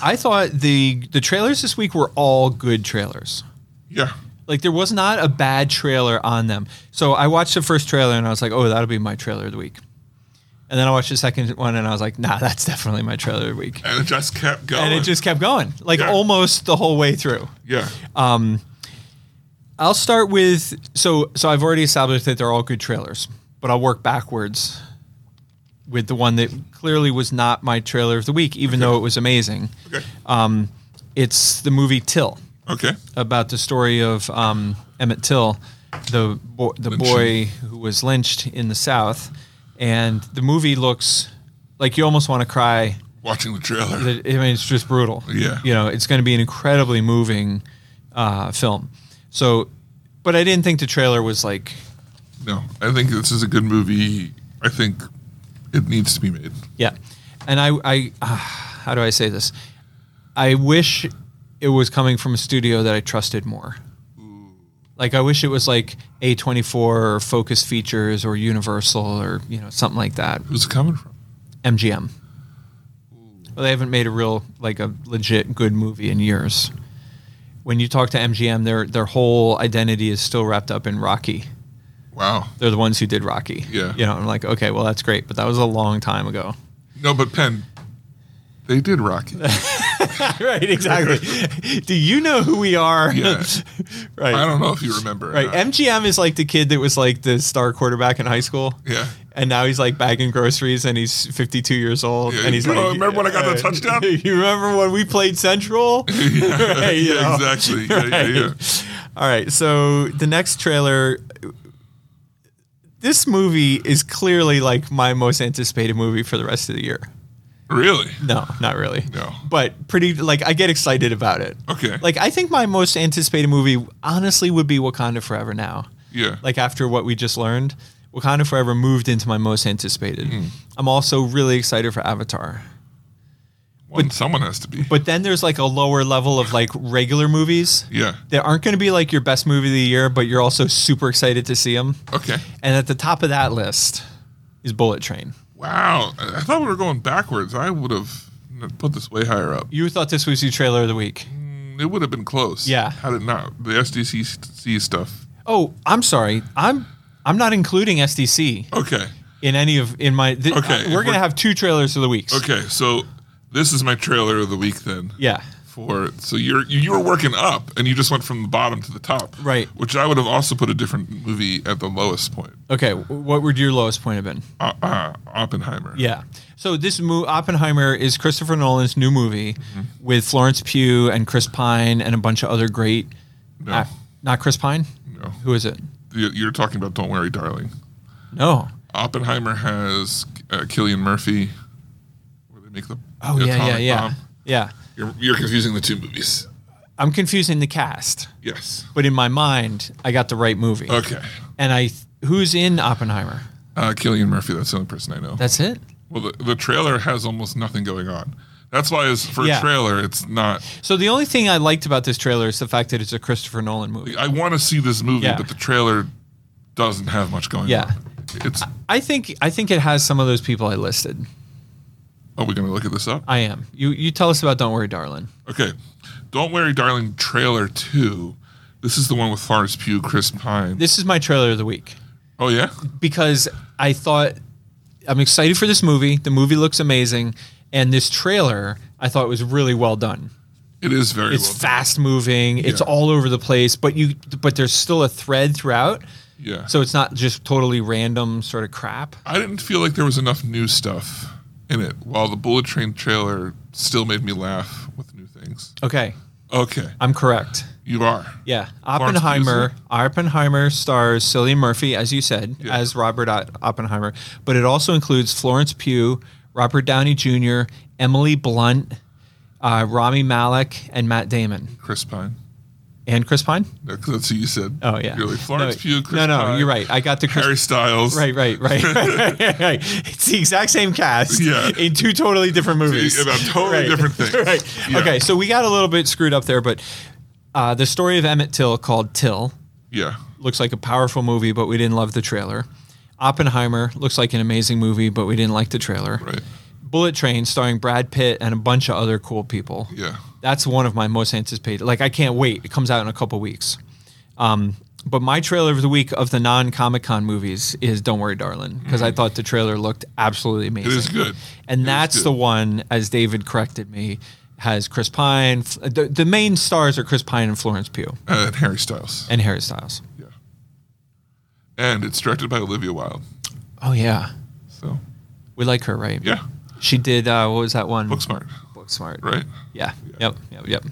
[SPEAKER 3] I thought the the trailers this week were all good trailers.
[SPEAKER 2] Yeah.
[SPEAKER 3] Like there was not a bad trailer on them. So I watched the first trailer and I was like, oh, that'll be my trailer of the week. And then I watched the second one and I was like, nah, that's definitely my trailer of the week.
[SPEAKER 2] And it just kept going.
[SPEAKER 3] And it just kept going, like
[SPEAKER 2] Yeah.
[SPEAKER 3] almost the whole way through.
[SPEAKER 2] yeah.
[SPEAKER 3] Uh, I'll start with so so I've already established that they're all good trailers, but I'll work backwards with the one that clearly was not my trailer of the week, even though it was amazing.
[SPEAKER 2] okay.
[SPEAKER 3] uh, It's the movie Till
[SPEAKER 2] okay.
[SPEAKER 3] about the story of um, Emmett Till, the bo- the boy
[SPEAKER 2] Lynching.
[SPEAKER 3] who was lynched in the South, and the movie looks like you almost want to cry.
[SPEAKER 2] Watching the trailer.
[SPEAKER 3] I mean, it's just brutal.
[SPEAKER 2] Yeah.
[SPEAKER 3] you know, it's going to be an incredibly moving uh, film. So, but I didn't think the trailer was like
[SPEAKER 2] No, I think this is a good movie. I think it needs to be made.
[SPEAKER 3] Yeah, and I, I ah, how do I say this? I wish it was coming from a studio that I trusted more. Like I wish it was like A twenty four or Focus Features or Universal or you know something like that.
[SPEAKER 2] Who's it coming from?
[SPEAKER 3] MGM. Well, they haven't made a real like a legit good movie in years. When you talk to MGM, their their whole identity is still wrapped up in Rocky.
[SPEAKER 2] Wow.
[SPEAKER 3] They're the ones who did Rocky.
[SPEAKER 2] Yeah.
[SPEAKER 3] You know, I'm like, okay, well that's great, but that was a long time ago.
[SPEAKER 2] No, but Penn, they did Rocky.
[SPEAKER 3] right, exactly. Do you know who we are?
[SPEAKER 2] Yeah.
[SPEAKER 3] right.
[SPEAKER 2] I don't know if you remember. or
[SPEAKER 3] Right.
[SPEAKER 2] not.
[SPEAKER 3] MGM is like the kid that was like the star quarterback in high school.
[SPEAKER 2] Yeah.
[SPEAKER 3] And now he's like bagging groceries and he's 52 years old.
[SPEAKER 2] Yeah,
[SPEAKER 3] and he's
[SPEAKER 2] you
[SPEAKER 3] like,
[SPEAKER 2] know, remember when I got the
[SPEAKER 3] Right.
[SPEAKER 2] touchdown?
[SPEAKER 3] you remember when we played Central?
[SPEAKER 2] yeah,
[SPEAKER 3] Right, you know.
[SPEAKER 2] exactly. Yeah, yeah, yeah.
[SPEAKER 3] Right. All right. So the next trailer. This movie is clearly like my most anticipated movie for the rest of the year.
[SPEAKER 2] Really?
[SPEAKER 3] No, not really.
[SPEAKER 2] No.
[SPEAKER 3] But pretty like I get excited about it.
[SPEAKER 2] Okay.
[SPEAKER 3] Like I think my most anticipated movie honestly would be Wakanda Forever now.
[SPEAKER 2] Yeah.
[SPEAKER 3] Like after what we just learned, Wakanda Forever moved into my most anticipated.
[SPEAKER 2] Hmm.
[SPEAKER 3] I'm also really excited for Avatar.
[SPEAKER 2] One, someone has to be.
[SPEAKER 3] But then there's like a lower level of like regular movies
[SPEAKER 2] yeah.
[SPEAKER 3] that aren't going to be like your best movie of the year, but you're also super excited to see them.
[SPEAKER 2] Okay.
[SPEAKER 3] And at the top of that list is Bullet Train.
[SPEAKER 2] Wow. I I thought we were going backwards. I would have put this way higher up.
[SPEAKER 3] You thought this was your trailer of the week.
[SPEAKER 2] It would have been close.
[SPEAKER 3] Yeah.
[SPEAKER 2] Had it not. The SDCC stuff.
[SPEAKER 3] Oh, I'm sorry. I'm I'm not including SDC
[SPEAKER 2] Okay.
[SPEAKER 3] in any of in my. Th-
[SPEAKER 2] Okay,
[SPEAKER 3] uh, we're
[SPEAKER 2] if
[SPEAKER 3] gonna
[SPEAKER 2] we're-
[SPEAKER 3] have two trailers of the weeks.
[SPEAKER 2] Okay. So this is my trailer of the week then.
[SPEAKER 3] Yeah.
[SPEAKER 2] For so you're you, you were working up and you just went from the bottom to the top.
[SPEAKER 3] Right.
[SPEAKER 2] Which I would have also put a different movie at the lowest point.
[SPEAKER 3] Okay. wh- What would your lowest point have been?
[SPEAKER 2] Uh, uh, Oppenheimer.
[SPEAKER 3] Yeah. So this mo- Oppenheimer is Christopher Nolan's new movie with Florence Pugh and Chris Pine and a bunch of other great.
[SPEAKER 2] No.
[SPEAKER 3] Ah, not Chris Pine.
[SPEAKER 2] no.
[SPEAKER 3] Who is it?
[SPEAKER 2] You- You're talking about Don't Worry, Darling.
[SPEAKER 3] No.
[SPEAKER 2] Oppenheimer has uh, Killian Murphy, where they make the
[SPEAKER 3] Oh yeah, yeah,
[SPEAKER 2] atomic
[SPEAKER 3] yeah,
[SPEAKER 2] bomb.
[SPEAKER 3] yeah.
[SPEAKER 2] You're, you're confusing the two movies.
[SPEAKER 3] I'm confusing the cast,
[SPEAKER 2] Yes.
[SPEAKER 3] but in my mind, I got the right movie.
[SPEAKER 2] Okay.
[SPEAKER 3] And I, who's in Oppenheimer?
[SPEAKER 2] Uh, Killian Murphy. That's the only person I know.
[SPEAKER 3] That's it.
[SPEAKER 2] well, the, the trailer has almost nothing going on. That's why, as for
[SPEAKER 3] Yeah.
[SPEAKER 2] a trailer, it's not.
[SPEAKER 3] So the only thing I liked about this trailer is the fact that it's a Christopher Nolan movie.
[SPEAKER 2] I want to see this movie,
[SPEAKER 3] Yeah.
[SPEAKER 2] but the trailer doesn't have much going
[SPEAKER 3] Yeah.
[SPEAKER 2] on. It's.
[SPEAKER 3] I think I think it has some of those people I listed.
[SPEAKER 2] Are we going to look at this up?
[SPEAKER 3] I am. You you tell us about Don't Worry, Darling.
[SPEAKER 2] Okay. Don't Worry, Darling trailer two. This is the one with Forrest Pugh, Chris Pine.
[SPEAKER 3] This is my trailer of the week
[SPEAKER 2] oh, yeah?
[SPEAKER 3] because I thought I'm excited for this movie. The movie looks amazing, and this trailer I thought was really well done.
[SPEAKER 2] It is very
[SPEAKER 3] It's
[SPEAKER 2] well done.
[SPEAKER 3] fast moving. It's
[SPEAKER 2] Yeah.
[SPEAKER 3] all over the place, but you but there's still a thread throughout.
[SPEAKER 2] Yeah.
[SPEAKER 3] So it's not just totally random sort of crap.
[SPEAKER 2] I didn't feel like there was enough new stuff in it, while the Bullet Train trailer still made me laugh with new things.
[SPEAKER 3] Okay,
[SPEAKER 2] Okay,
[SPEAKER 3] I'm correct.
[SPEAKER 2] you are.
[SPEAKER 3] Yeah,
[SPEAKER 2] Florence Pugh is
[SPEAKER 3] Oppenheimer. Oppenheimer stars Cillian Murphy, as you said,
[SPEAKER 2] Yeah.
[SPEAKER 3] as Robert O- Oppenheimer, but it also includes Florence Pugh, Robert Downey Jr., Emily Blunt, uh, Rami Malek, and Matt Damon,
[SPEAKER 2] Chris Pine.
[SPEAKER 3] and Chris Pine.
[SPEAKER 2] No, 'cause that's who you said.
[SPEAKER 3] Oh yeah,
[SPEAKER 2] You're like Florence
[SPEAKER 3] no,
[SPEAKER 2] Pugh, Chris
[SPEAKER 3] No, no,
[SPEAKER 2] Pine,
[SPEAKER 3] you're right. I got the Chris.
[SPEAKER 2] Harry Styles.
[SPEAKER 3] Right, right, right, right, right, right. It's the exact same cast
[SPEAKER 2] Yeah.
[SPEAKER 3] in two totally different movies.
[SPEAKER 2] about totally
[SPEAKER 3] Right.
[SPEAKER 2] different things.
[SPEAKER 3] right.
[SPEAKER 2] Yeah.
[SPEAKER 3] Okay, so we got a little bit screwed up there, but uh, the story of Emmett Till called Till
[SPEAKER 2] Yeah.
[SPEAKER 3] looks like a powerful movie, but we didn't love the trailer. Oppenheimer looks like an amazing movie, but we didn't like the trailer.
[SPEAKER 2] Right.
[SPEAKER 3] Bullet Train starring Brad Pitt and a bunch of other cool people.
[SPEAKER 2] Yeah.
[SPEAKER 3] That's one of my most anticipated. Like I can't wait. It comes out in a couple weeks. Um, but my trailer of the week of the non Comic Con movies is Don't Worry, Darling, because I thought the trailer looked absolutely amazing.
[SPEAKER 2] Mm. It is good.
[SPEAKER 3] And
[SPEAKER 2] It is
[SPEAKER 3] that's
[SPEAKER 2] good.
[SPEAKER 3] the one, as David corrected me, has Chris Pine. F- The, the main stars are Chris Pine and Florence Pugh
[SPEAKER 2] Uh, and Harry Styles.
[SPEAKER 3] and Harry Styles.
[SPEAKER 2] yeah. And it's directed by Olivia Wilde.
[SPEAKER 3] Oh, yeah.
[SPEAKER 2] So,
[SPEAKER 3] We like her, right?
[SPEAKER 2] yeah.
[SPEAKER 3] She did, uh, what was that one?
[SPEAKER 2] Book smart.
[SPEAKER 3] Smart.
[SPEAKER 2] Right?
[SPEAKER 3] Yeah. Yep. Yep. Yep.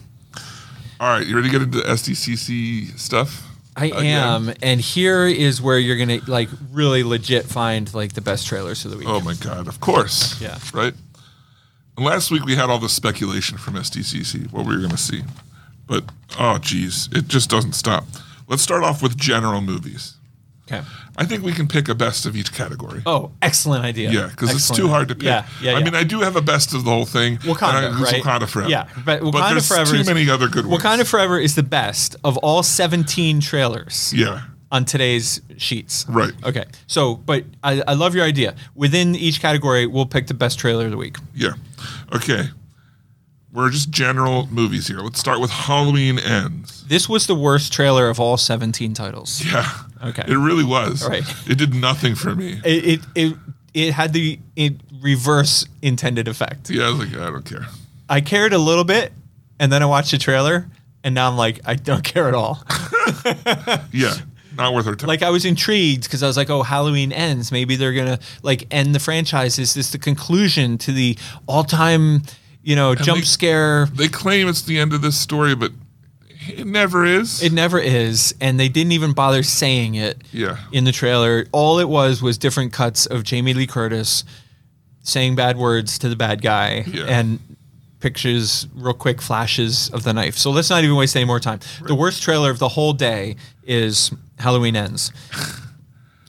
[SPEAKER 2] All right. You ready to get into SDCC stuff?
[SPEAKER 3] I
[SPEAKER 2] Uh, yeah.
[SPEAKER 3] am, and here is where you're gonna like really legit find like the best trailers of the week.
[SPEAKER 2] Oh my God! Of course.
[SPEAKER 3] Yeah.
[SPEAKER 2] Right. And last week we had all the speculation from SDCC what we were going to see, but oh geez, it just doesn't stop. Let's start off with general movies.
[SPEAKER 3] Okay.
[SPEAKER 2] I think we can pick a best of each category.
[SPEAKER 3] Oh, excellent idea.
[SPEAKER 2] Yeah, because it's
[SPEAKER 3] Excellent
[SPEAKER 2] too
[SPEAKER 3] idea.
[SPEAKER 2] hard to pick.
[SPEAKER 3] Yeah, yeah.
[SPEAKER 2] I
[SPEAKER 3] yeah.
[SPEAKER 2] mean, I do have a best of the whole thing. and I-
[SPEAKER 3] Wakanda,
[SPEAKER 2] it's
[SPEAKER 3] right?
[SPEAKER 2] Wakanda Forever.
[SPEAKER 3] Yeah, but Wakanda
[SPEAKER 2] there's
[SPEAKER 3] Forever
[SPEAKER 2] Too
[SPEAKER 3] is-
[SPEAKER 2] many other good ones.
[SPEAKER 3] Wakanda Forever is the best of all 17 trailers
[SPEAKER 2] Yeah.
[SPEAKER 3] on today's sheets.
[SPEAKER 2] Right.
[SPEAKER 3] Okay. So, but I, I love your idea. Within each category, we'll pick the best trailer of the week.
[SPEAKER 2] Yeah. Okay. We're just general movies here. Let's start with Halloween Ends.
[SPEAKER 3] This was the worst trailer of all 17 titles.
[SPEAKER 2] Yeah.
[SPEAKER 3] Okay.
[SPEAKER 2] It really was.
[SPEAKER 3] All right.
[SPEAKER 2] It did nothing for me.
[SPEAKER 3] It it it, it had the it reverse intended effect.
[SPEAKER 2] Yeah, I was like, I don't care.
[SPEAKER 3] I cared a little bit, and then I watched the trailer, and now I'm like, I don't care at all.
[SPEAKER 2] Yeah, not worth our time.
[SPEAKER 3] like I was intrigued because I was like, oh, Halloween ends. Maybe they're gonna like end the franchise. Is this the conclusion to the all-time, you know, jump
[SPEAKER 2] they-
[SPEAKER 3] scare?
[SPEAKER 2] they claim it's the end of this story, but it never is.
[SPEAKER 3] It never is, and they didn't even bother saying it.
[SPEAKER 2] Yeah.
[SPEAKER 3] In the trailer, all it was was different cuts of Jamie Lee Curtis saying bad words to the bad guy,
[SPEAKER 2] Yeah.
[SPEAKER 3] and pictures, real quick flashes of the knife. So let's not even waste any more time. The worst trailer of the whole day is Halloween ends.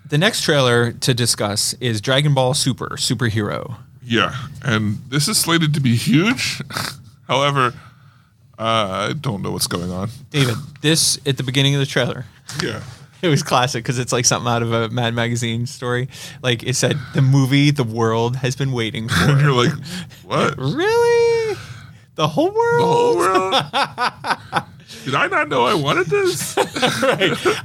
[SPEAKER 3] the next trailer to discuss is Dragon Ball Super Superhero.
[SPEAKER 2] yeah, and this is slated to be huge. However, uh, I don't know what's going on.
[SPEAKER 3] David, this at the beginning of the trailer.
[SPEAKER 2] Yeah.
[SPEAKER 3] It was classic because it's like something out of a Mad Magazine story. Like it said, the movie the world has been waiting
[SPEAKER 2] And
[SPEAKER 3] for.
[SPEAKER 2] you're like, what? The
[SPEAKER 3] really? The whole world?
[SPEAKER 2] whole world? Did I not know I wanted this?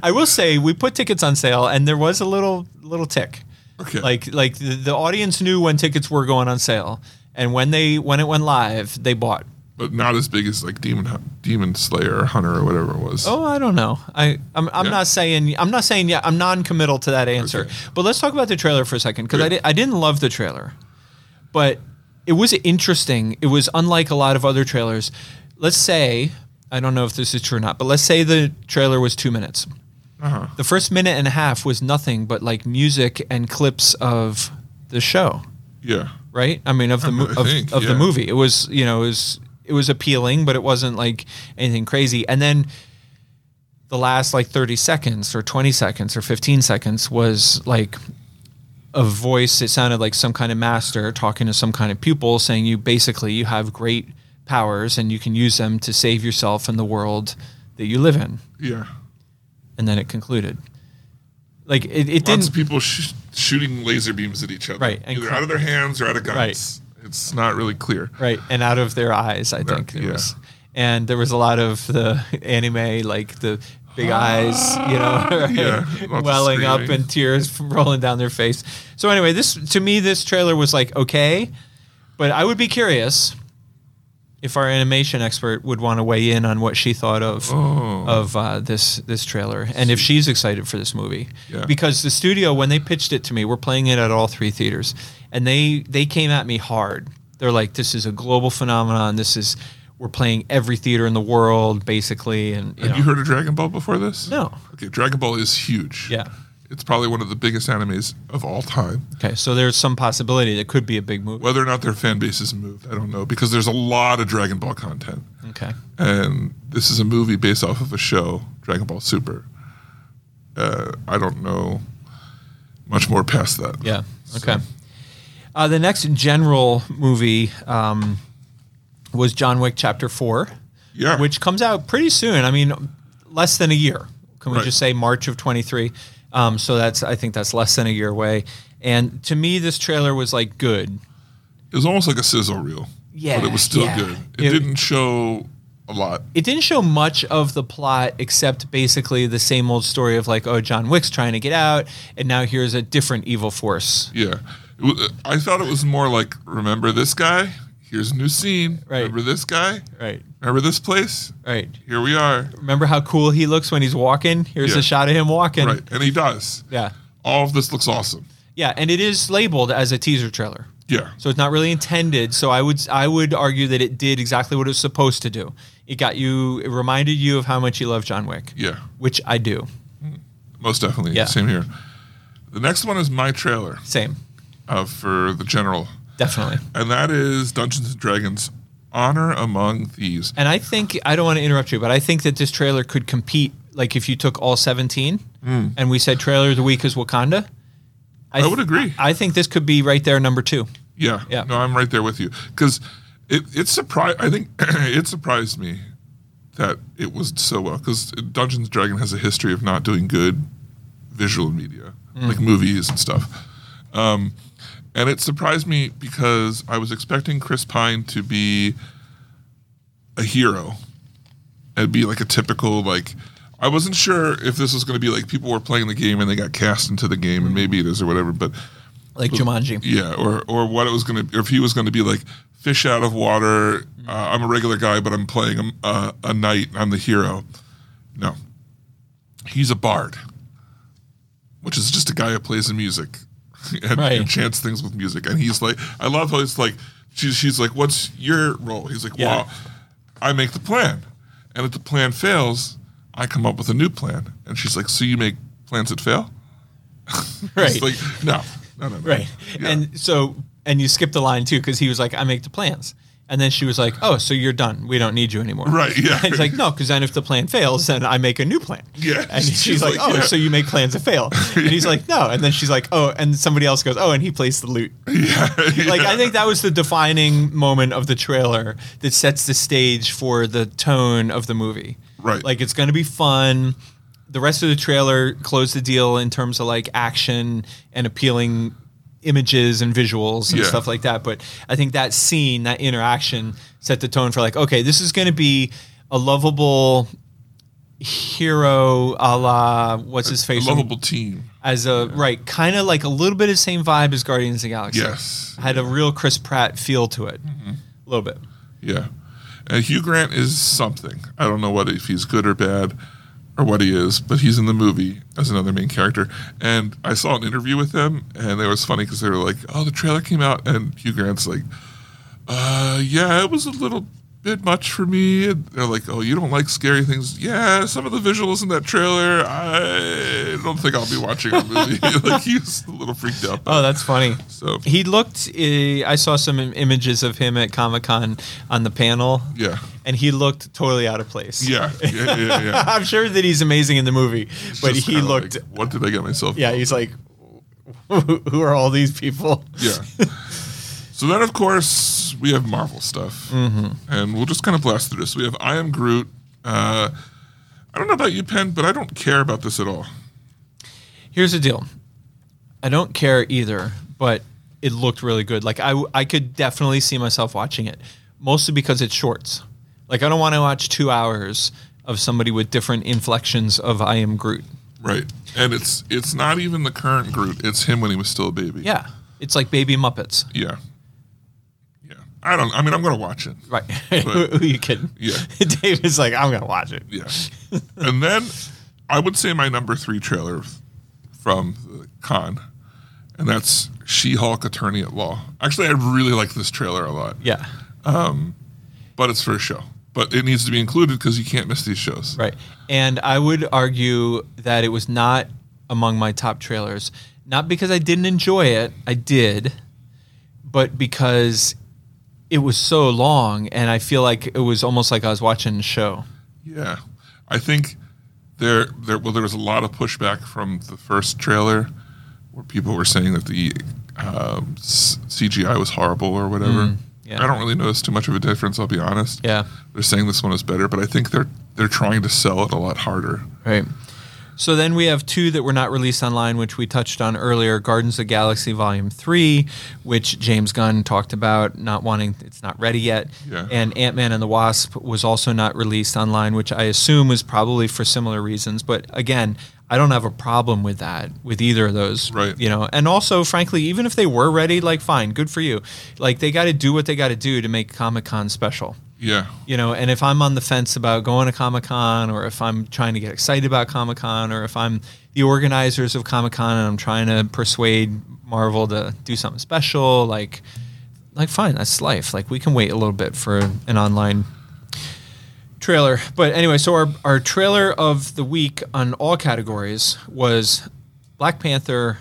[SPEAKER 3] I will say we put tickets on sale, and there was a little little tick.
[SPEAKER 2] Okay.
[SPEAKER 3] Like like the, the audience knew when tickets were going on sale, and when they when it went live, they bought.
[SPEAKER 2] but not as big as like Demon Hu- Demon Slayer or Hunter or whatever it was.
[SPEAKER 3] Oh, I don't know. I I'm, I'm
[SPEAKER 2] Yeah.
[SPEAKER 3] not saying I'm not saying yeah. I'm non-committal to that answer.
[SPEAKER 2] Okay.
[SPEAKER 3] But let's talk about the trailer for a second because I
[SPEAKER 2] Yeah.
[SPEAKER 3] di- I didn't love the trailer, but it was interesting. It was unlike a lot of other trailers. Let's say I don't know if this is true or not, but let's say the trailer was two minutes.
[SPEAKER 2] Uh-huh.
[SPEAKER 3] The first minute and a half was nothing but like music and clips of the show
[SPEAKER 2] Yeah.
[SPEAKER 3] right? I mean, of the mo-
[SPEAKER 2] I
[SPEAKER 3] of,
[SPEAKER 2] think,
[SPEAKER 3] of the
[SPEAKER 2] yeah.
[SPEAKER 3] movie, it was you know it was it was appealing, but it wasn't like anything crazy. And then the last like thirty seconds or twenty seconds or fifteen seconds was like a voice. It sounded like some kind of master talking to some kind of pupil, saying you basically you have great powers and you can use them to save yourself and the world that you live in.
[SPEAKER 2] Yeah.
[SPEAKER 3] And then it concluded. Like it, it
[SPEAKER 2] Lots
[SPEAKER 3] didn't
[SPEAKER 2] of people sh- shooting laser beams at each other.
[SPEAKER 3] Right, and
[SPEAKER 2] Either
[SPEAKER 3] cr-
[SPEAKER 2] out of their hands or out of guns. It's not really clear.
[SPEAKER 3] right and out of their eyes i think there
[SPEAKER 2] yeah.
[SPEAKER 3] was and there was a lot of the anime like the big eyes you know right?
[SPEAKER 2] Yeah, lots of
[SPEAKER 3] welling up
[SPEAKER 2] screaming.
[SPEAKER 3] and tears rolling down their face so anyway this to me this trailer was like okay but i would be curious if our animation expert would want to weigh in on what she thought of
[SPEAKER 2] Oh.
[SPEAKER 3] of uh, this this trailer and if she's excited for this movie
[SPEAKER 2] Yeah.
[SPEAKER 3] because the studio when they pitched it to me we're playing it at all three theaters and they they came at me hard they're like this is a global phenomenon this is we're playing every theater in the world basically and you
[SPEAKER 2] Have
[SPEAKER 3] know,
[SPEAKER 2] you heard of Dragon Ball before this?
[SPEAKER 3] No.
[SPEAKER 2] Okay, Dragon Ball is huge.
[SPEAKER 3] yeah
[SPEAKER 2] It's probably one of the biggest animes of all time.
[SPEAKER 3] okay so there's some possibility that could be a big movie
[SPEAKER 2] Whether or not their fan base has moved, I don't know, because there's a lot of Dragon Ball content.
[SPEAKER 3] okay
[SPEAKER 2] And this is a movie based off of a show, Dragon Ball Super. Uh, I don't know much more past that.
[SPEAKER 3] Yeah. Okay. Uh, the next general movie um, was John Wick Chapter Four,
[SPEAKER 2] Yeah.
[SPEAKER 3] which comes out pretty soon. I mean, less than a year. Can we
[SPEAKER 2] Right.
[SPEAKER 3] just say March of twenty three? Um, so that's I think that's less than a year away. And to me, this trailer was like good.
[SPEAKER 2] it was almost like a sizzle reel.
[SPEAKER 3] Yeah,
[SPEAKER 2] But it was still
[SPEAKER 3] yeah.
[SPEAKER 2] good. It,
[SPEAKER 3] It-
[SPEAKER 2] didn't show a lot.
[SPEAKER 3] It didn't show much of the plot except basically the same old story of like, oh, John Wick's trying to get out, and now here's a different evil force.
[SPEAKER 2] Yeah. It wa- I thought it was more like, remember this guy? Here's a new scene.
[SPEAKER 3] Right.
[SPEAKER 2] Remember this guy?
[SPEAKER 3] Right.
[SPEAKER 2] Remember this place?
[SPEAKER 3] Right.
[SPEAKER 2] Here we are.
[SPEAKER 3] Remember how cool he looks when he's walking? Here's
[SPEAKER 2] Yeah.
[SPEAKER 3] a shot of him walking.
[SPEAKER 2] right. And he does.
[SPEAKER 3] Yeah.
[SPEAKER 2] All of this looks awesome.
[SPEAKER 3] Yeah, and it is labeled as a teaser trailer.
[SPEAKER 2] Yeah.
[SPEAKER 3] So it's not really intended. So I would I would argue that it did exactly what it was supposed to do. It got you it reminded you of how much you love John Wick.
[SPEAKER 2] Yeah.
[SPEAKER 3] Which I do.
[SPEAKER 2] Most definitely.
[SPEAKER 3] Yeah.
[SPEAKER 2] Same here. The next one is my trailer
[SPEAKER 3] Same.
[SPEAKER 2] uh, for the general,
[SPEAKER 3] Definitely.
[SPEAKER 2] and that is Dungeons and Dragons: Honor Among Thieves.
[SPEAKER 3] And I think I don't want to interrupt you, but I think that this trailer could compete like if you took all 17 and we said trailer of the week is Wakanda.
[SPEAKER 2] Hmm. I
[SPEAKER 3] th-
[SPEAKER 2] would agree.
[SPEAKER 3] I think this could be right there number 2.
[SPEAKER 2] Yeah.
[SPEAKER 3] Yeah.
[SPEAKER 2] No, I'm right there with you because it it surprised. I think it surprised me that it was so well because Dungeons and Dragon has a history of not doing good visual media like movies and stuff. Um, and it surprised me because I was expecting Chris Pine to be a hero and be like a typical like. I wasn't sure if this was going to be like people were playing the game and they got cast into the game and maybe it is or whatever, but
[SPEAKER 3] Like Jumanji.
[SPEAKER 2] yeah, or or what it was going to, or if he was going to be like fish out of water. Uh, I'm a regular guy, but I'm playing a, a, a knight. I'm the hero. No, he's a bard, which is just a guy who plays the music and,
[SPEAKER 3] Right.
[SPEAKER 2] and chants things with music. And he's like, I love how it's like, she's, she's like, what's your role? He's like,
[SPEAKER 3] Yeah.
[SPEAKER 2] well, I make the plan. And if the plan fails, I come up with a new plan. And she's like, so you make plans that fail?
[SPEAKER 3] right,
[SPEAKER 2] It's like, no, no, no, no.
[SPEAKER 3] right.
[SPEAKER 2] Yeah.
[SPEAKER 3] And so, and you skipped the line too because he was like, "I make the plans," and then she was like, "Oh, so you're done? We don't need you anymore."
[SPEAKER 2] Right, yeah.
[SPEAKER 3] And he's like, "No, because then if the plan fails, then I make a new plan."
[SPEAKER 2] Yeah.
[SPEAKER 3] And she's,
[SPEAKER 2] She's
[SPEAKER 3] like,
[SPEAKER 2] like,
[SPEAKER 3] "Oh,
[SPEAKER 2] yeah."
[SPEAKER 3] so you make plans that fail?" And he's like, "No," and then she's like, "Oh," and somebody else goes, "Oh," and he plays the lute.
[SPEAKER 2] yeah,
[SPEAKER 3] like
[SPEAKER 2] yeah.
[SPEAKER 3] I think that was the defining moment of the trailer that sets the stage for the tone of the movie.
[SPEAKER 2] Right.
[SPEAKER 3] Like it's going to be fun. The rest of the trailer closed the deal in terms of like action and appealing images and visuals and
[SPEAKER 2] Yeah.
[SPEAKER 3] stuff like that, but I think that scene, that interaction set the tone for like okay, this is going to be a lovable hero a la what's his
[SPEAKER 2] a
[SPEAKER 3] face
[SPEAKER 2] lovable team.
[SPEAKER 3] as a right kind of like a little bit of the same vibe as guardians of the galaxy
[SPEAKER 2] Yes. Mm-hmm.
[SPEAKER 3] had a real chris pratt feel to it a little bit
[SPEAKER 2] Yeah. And Hugh Grant is something. I don't know what if he's good or bad or what he is, but he's in the movie as another main character. And I saw an interview with him, and it was funny because they were like, "Oh, the trailer came out," and Hugh Grant's like, "Uh, yeah, it was a little bit much for me." And they're like, "Oh, you don't like scary things?" Yeah, some of the visuals in that trailer, I don't think I'll be watching the movie. like he's a little freaked out. by
[SPEAKER 3] oh
[SPEAKER 2] it.
[SPEAKER 3] that's funny
[SPEAKER 2] so
[SPEAKER 3] he looked eh, i saw some im- images of him at comic-con on the panel
[SPEAKER 2] yeah,
[SPEAKER 3] and he looked totally out of place
[SPEAKER 2] yeah, yeah, yeah, yeah.
[SPEAKER 3] i'm sure that he's amazing in the movie but
[SPEAKER 2] Just
[SPEAKER 3] he
[SPEAKER 2] kinda
[SPEAKER 3] looked
[SPEAKER 2] like, what did I get myself?
[SPEAKER 3] yeah he's like who who are all these people
[SPEAKER 2] Yeah. so then, of course, we have Marvel stuff, mm-hmm. and we'll just kind of blast through this. We have I Am Groot. Uh, I don't know about you, Penn, but I don't care about this at all.
[SPEAKER 3] Here's the deal. I don't care either, but it looked really good. Like I, I could definitely see myself watching it, mostly because it's shorts. Like I don't want to watch two hours of somebody with different inflections of "I am Groot."
[SPEAKER 2] Right. And it's it's not even the current Groot. It's him when he was still a baby.
[SPEAKER 3] Yeah, it's like Baby Muppets,
[SPEAKER 2] Yeah. Yeah. I don't. I mean, I'm gonna watch it.
[SPEAKER 3] right? who, who are you kidding?
[SPEAKER 2] Yeah.
[SPEAKER 3] Dave is like, I'm gonna watch it.
[SPEAKER 2] Yeah. and then I would say my number three trailer f- from the con, and that's She-Hulk: Attorney at Law. Actually, I really like this trailer a lot.
[SPEAKER 3] Yeah,
[SPEAKER 2] but it's for a show. But it needs to be included because you can't miss these shows.
[SPEAKER 3] right. And I would argue that it was not among my top trailers, not because I didn't enjoy it. I did. but because it was so long and I feel like it was almost like I was watching a show.
[SPEAKER 2] Yeah, I think there, there. Well, there was a lot of pushback from the first trailer, where people were saying that the um, s- CGI was horrible or whatever.
[SPEAKER 3] Mm, yeah.
[SPEAKER 2] I don't really notice too much of a difference. I'll be honest.
[SPEAKER 3] Yeah.
[SPEAKER 2] they're saying this one is better, but I think they're they're trying to sell it a lot harder.
[SPEAKER 3] Right. So then we have two that were not released online, which we touched on earlier Gardens of the Galaxy Volume 3, which James Gunn talked about not wanting, it's not ready yet.
[SPEAKER 2] Yeah.
[SPEAKER 3] And Ant Man and the Wasp was also not released online, which I assume was probably for similar reasons. But again, I don't have a problem with that, with either of those.
[SPEAKER 2] Right.
[SPEAKER 3] You know, and also, frankly, even if they were ready, like, fine, good for you. Like, they got to do what they got to do to make Comic Con special
[SPEAKER 2] Yeah,
[SPEAKER 3] you know and if i'm on the fence about going to comic-con or if i'm trying to get excited about comic-con or if i'm the organizers of comic-con and i'm trying to persuade marvel to do something special like like fine that's life like we can wait a little bit for an online trailer but anyway so our, our trailer of the week on all categories was black panther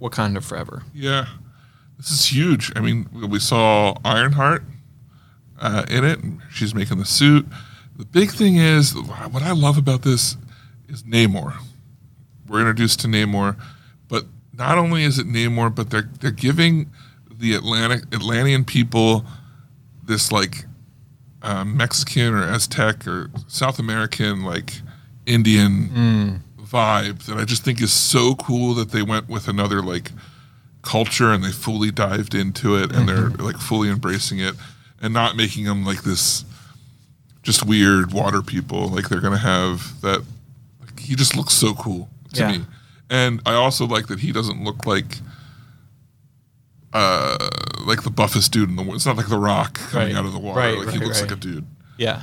[SPEAKER 3] wakanda forever
[SPEAKER 2] yeah. This is huge. I mean, we saw Ironheart. uh, in it. and She's making the suit. The big thing is what I love about this is Namor. We're introduced to Namor, but not only is it Namor, but they're they're giving the Atlantic Atlantean people this like uh, Mexican or Aztec or South American like Indian
[SPEAKER 3] Mm.
[SPEAKER 2] vibe that I just think is so cool that they went with another like culture and they fully dived into it and they're
[SPEAKER 3] Mm-hmm.
[SPEAKER 2] like fully embracing it and not making them like this just weird water people like they're gonna have that like, he just looks so cool to
[SPEAKER 3] Yeah.
[SPEAKER 2] me and i also like that he doesn't look like uh like the buffest dude in the world. It's not like The Rock coming
[SPEAKER 3] Right.
[SPEAKER 2] out of the water.
[SPEAKER 3] Right,
[SPEAKER 2] like he
[SPEAKER 3] right,
[SPEAKER 2] looks
[SPEAKER 3] right.
[SPEAKER 2] like a dude.
[SPEAKER 3] Yeah.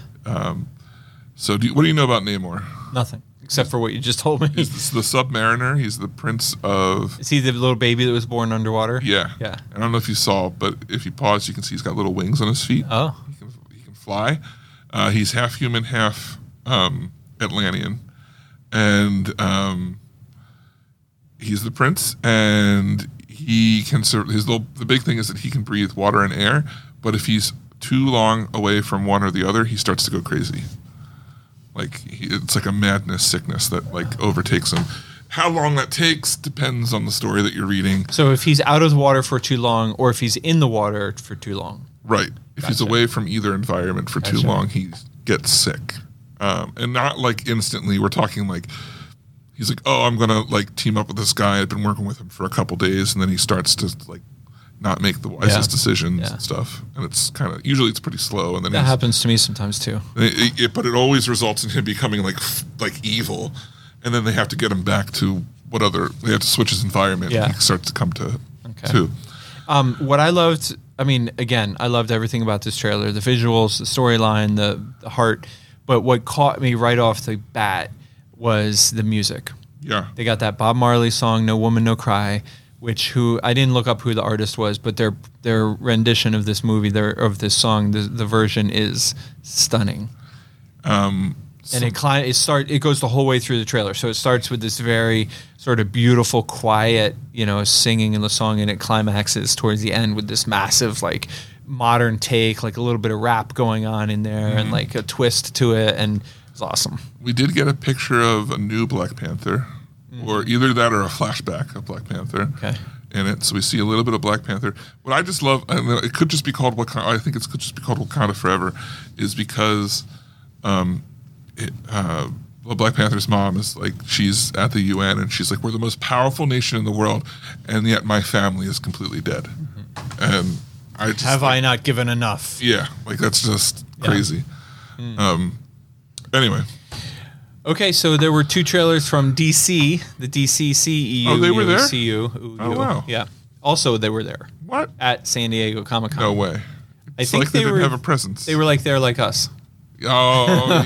[SPEAKER 2] So, do you, what do you know about Namor?
[SPEAKER 3] Nothing except for what you just told me.
[SPEAKER 2] He's the, the Submariner. He's the prince of
[SPEAKER 3] Is he the little baby that was born underwater?
[SPEAKER 2] yeah.
[SPEAKER 3] Yeah.
[SPEAKER 2] I don't know if you saw, but if you pause, you can see he's got little wings on his feet.
[SPEAKER 3] Oh.
[SPEAKER 2] He can, he can fly. Uh, he's half human, half um, Atlantean, and um, he's the prince. And he can sur- his little. The big thing is that he can breathe water and air. But if he's too long away from one or the other, he starts to go crazy. Like he, it's like a madness sickness that like overtakes him. How long that takes depends on the story that you're reading.
[SPEAKER 3] So if he's out of the water for too long, or if he's in the water for too long.
[SPEAKER 2] Right. If he's away from either environment for too
[SPEAKER 3] Gotcha.
[SPEAKER 2] long, he gets sick. Um, and not like instantly. We're talking like he's like, oh, I'm gonna like team up with this guy. I've been working with him for a couple days, and then he starts to like not make the wisest decisions
[SPEAKER 3] Yeah.
[SPEAKER 2] and stuff. And it's kind of usually it's pretty slow. And then
[SPEAKER 3] That
[SPEAKER 2] he's,
[SPEAKER 3] happens to me sometimes too.
[SPEAKER 2] it, it- but it always results in him becoming like f- like evil, and then they have to get him back to what other they have to switch his environment.
[SPEAKER 3] Yeah.
[SPEAKER 2] He starts to come to
[SPEAKER 3] Okay.
[SPEAKER 2] to
[SPEAKER 3] Um, what I loved, I mean, again, I loved everything about this trailer the visuals, the storyline, the, the heart. But what caught me right off the bat was the music.
[SPEAKER 2] yeah.
[SPEAKER 3] They got that Bob Marley song, No Woman, No Cry, which who I didn't look up who the artist was, but their their rendition of this movie, their of this song, the, the version is stunning. and it cli- it start it goes the whole way through the trailer. So it starts with this very sort of beautiful, quiet, you know, singing in the song, and it climaxes towards the end with this massive like modern take, like a little bit of rap going on in there, and like a twist to it, and it's awesome.
[SPEAKER 2] We did get a picture of a new Black Panther, or either that or a flashback of Black Panther
[SPEAKER 3] Mm-hmm. Okay.
[SPEAKER 2] in it. So we see a little bit of Black Panther. What I just love, and it could just be called Wakanda. I think it could just be called Wakanda Forever, is because um, it, uh, well, Black Panther's mom is like she's at the UN and she's like, "We're the most powerful nation in the world, and yet my family is completely dead." And I just
[SPEAKER 3] Mm-hmm. Have
[SPEAKER 2] like-
[SPEAKER 3] I not given enough?
[SPEAKER 2] Yeah, like that's just crazy.
[SPEAKER 3] Hmm.
[SPEAKER 2] Um, anyway.
[SPEAKER 3] Okay, so there were two trailers from DC, the DCCEU.
[SPEAKER 2] Oh, they were there?
[SPEAKER 3] CU,
[SPEAKER 2] Oh, wow.
[SPEAKER 3] E Yeah. Also, they were there
[SPEAKER 2] What?
[SPEAKER 3] at San Diego Comic Con.
[SPEAKER 2] No way.
[SPEAKER 3] I
[SPEAKER 2] It's
[SPEAKER 3] think
[SPEAKER 2] like they,
[SPEAKER 3] they
[SPEAKER 2] didn't
[SPEAKER 3] were-
[SPEAKER 2] have a presence.
[SPEAKER 3] They were like there like us.
[SPEAKER 2] Oh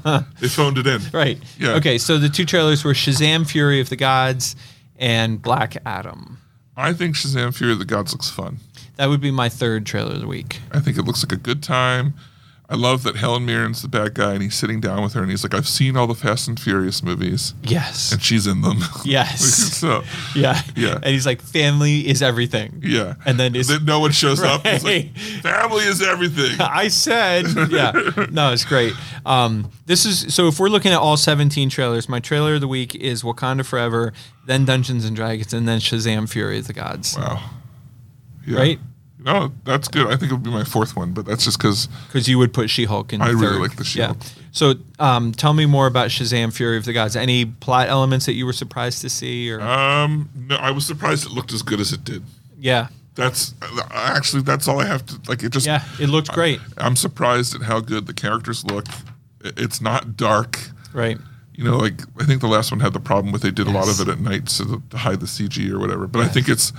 [SPEAKER 2] yeah, they phoned it in.
[SPEAKER 3] Right.
[SPEAKER 2] Yeah.
[SPEAKER 3] Okay, so the two trailers were Shazam Fury of the Gods and Black Adam.
[SPEAKER 2] I think Shazam: Fury of the Gods looks fun.
[SPEAKER 3] That would be my third trailer of the week.
[SPEAKER 2] I think it looks like a good time. I love that Helen Mirren's the bad guy, and he's sitting down with her, and he's like, "I've seen all the Fast and Furious movies,
[SPEAKER 3] Yes.
[SPEAKER 2] and she's in them."
[SPEAKER 3] Yes.
[SPEAKER 2] so,
[SPEAKER 3] Yeah.
[SPEAKER 2] Yeah.
[SPEAKER 3] And he's like, family is everything.
[SPEAKER 2] yeah.
[SPEAKER 3] And then it's-
[SPEAKER 2] no one shows up. He's like,
[SPEAKER 3] Right.
[SPEAKER 2] "Family is everything."
[SPEAKER 3] I said, yeah, no, it's great. Um, this is so if we're looking at all 17 trailers, my trailer of the week is Wakanda Forever, then Dungeons and Dragons, and then Shazam Fury of the Gods,
[SPEAKER 2] Wow. Yeah.
[SPEAKER 3] right?
[SPEAKER 2] No, that's good. I think it would be my fourth one, but that's just because
[SPEAKER 3] Because you would put She Hulk in.
[SPEAKER 2] I really
[SPEAKER 3] third.
[SPEAKER 2] like the She-Hulk.
[SPEAKER 3] Yeah. So um, tell me more about Shazam Fury of the Gods. Any plot elements that you were surprised to see? Or
[SPEAKER 2] um, no, I was surprised it looked as good as it did.
[SPEAKER 3] yeah,
[SPEAKER 2] That's actually that's all I have to like. It just
[SPEAKER 3] yeah, it looked great,
[SPEAKER 2] I'm surprised at how good the characters look. I- It's not dark.
[SPEAKER 3] right?
[SPEAKER 2] You know, like I think the last one had the problem with they did a lot
[SPEAKER 3] Yes.
[SPEAKER 2] of it at night so that, to hide the CG or whatever. But I think it's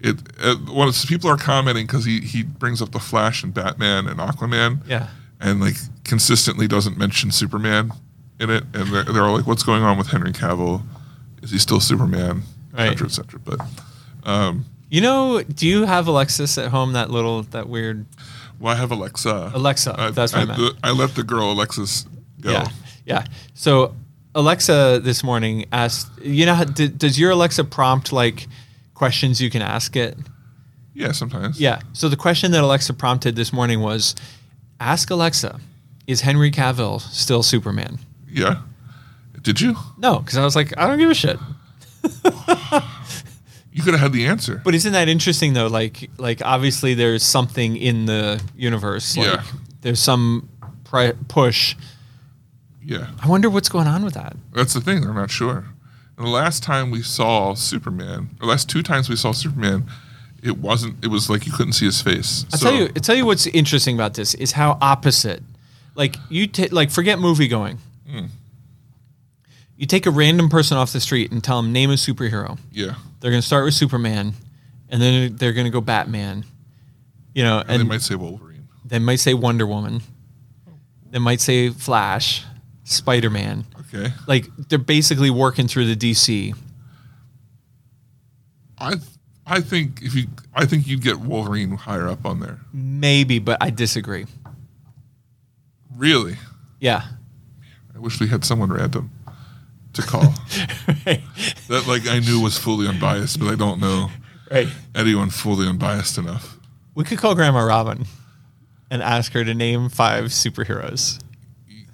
[SPEAKER 2] it. Uh, well, it's, people are commenting because he he brings up the Flash and Batman and Aquaman.
[SPEAKER 3] Yeah.
[SPEAKER 2] and like consistently doesn't mention Superman in it, and they're, they're all like, "What's going on with Henry Cavill? Is he still Superman?"
[SPEAKER 3] Right.
[SPEAKER 2] Et cetera, et cetera. But
[SPEAKER 3] You know, do you have Alexis at home? That little, that weird
[SPEAKER 2] well, I have Alexa.
[SPEAKER 3] Alexa,
[SPEAKER 2] I,
[SPEAKER 3] that's what I
[SPEAKER 2] I,
[SPEAKER 3] meant.
[SPEAKER 2] I let the girl Alexis go.
[SPEAKER 3] Yeah, yeah. So Alexa this morning asked, you know, how- d- does your Alexa prompt like questions you can ask it?
[SPEAKER 2] Yeah, sometimes.
[SPEAKER 3] Yeah. So the question that Alexa prompted this morning was, ask Alexa, is Henry Cavill still Superman?
[SPEAKER 2] Yeah. Did you?
[SPEAKER 3] No, because I was like, I don't give a shit.
[SPEAKER 2] You could have had the answer.
[SPEAKER 3] But isn't that interesting though? Like, like obviously there's something in the universe. Like,
[SPEAKER 2] Yeah.
[SPEAKER 3] There's some pri- push.
[SPEAKER 2] yeah.
[SPEAKER 3] I wonder what's going on with that.
[SPEAKER 2] That's the thing. They're not sure. And the last time we saw Superman, or last two times we saw Superman, it wasn't, it was like you couldn't see his face.
[SPEAKER 3] I'll tell you. I'll tell you what's interesting about this is how opposite. Like you, ta- like forget movie going.
[SPEAKER 2] Hmm.
[SPEAKER 3] You take a random person off the street and tell them name a superhero.
[SPEAKER 2] Yeah.
[SPEAKER 3] They're going to start with Superman, and then they're going to go Batman, You know,
[SPEAKER 2] And
[SPEAKER 3] and
[SPEAKER 2] they might say Wolverine.
[SPEAKER 3] They might say Wonder Woman. They might say Flash, Spider Man.
[SPEAKER 2] Okay.
[SPEAKER 3] Like they're basically working through the DC.
[SPEAKER 2] I I think if you I think you'd get Wolverine higher up on there.
[SPEAKER 3] Maybe, but I disagree.
[SPEAKER 2] Really?
[SPEAKER 3] Yeah.
[SPEAKER 2] I wish we had someone random to call
[SPEAKER 3] right.
[SPEAKER 2] that like I knew was fully unbiased, but I don't know
[SPEAKER 3] Right.
[SPEAKER 2] anyone fully unbiased enough.
[SPEAKER 3] We could call Grandma Robin and ask her to name five superheroes.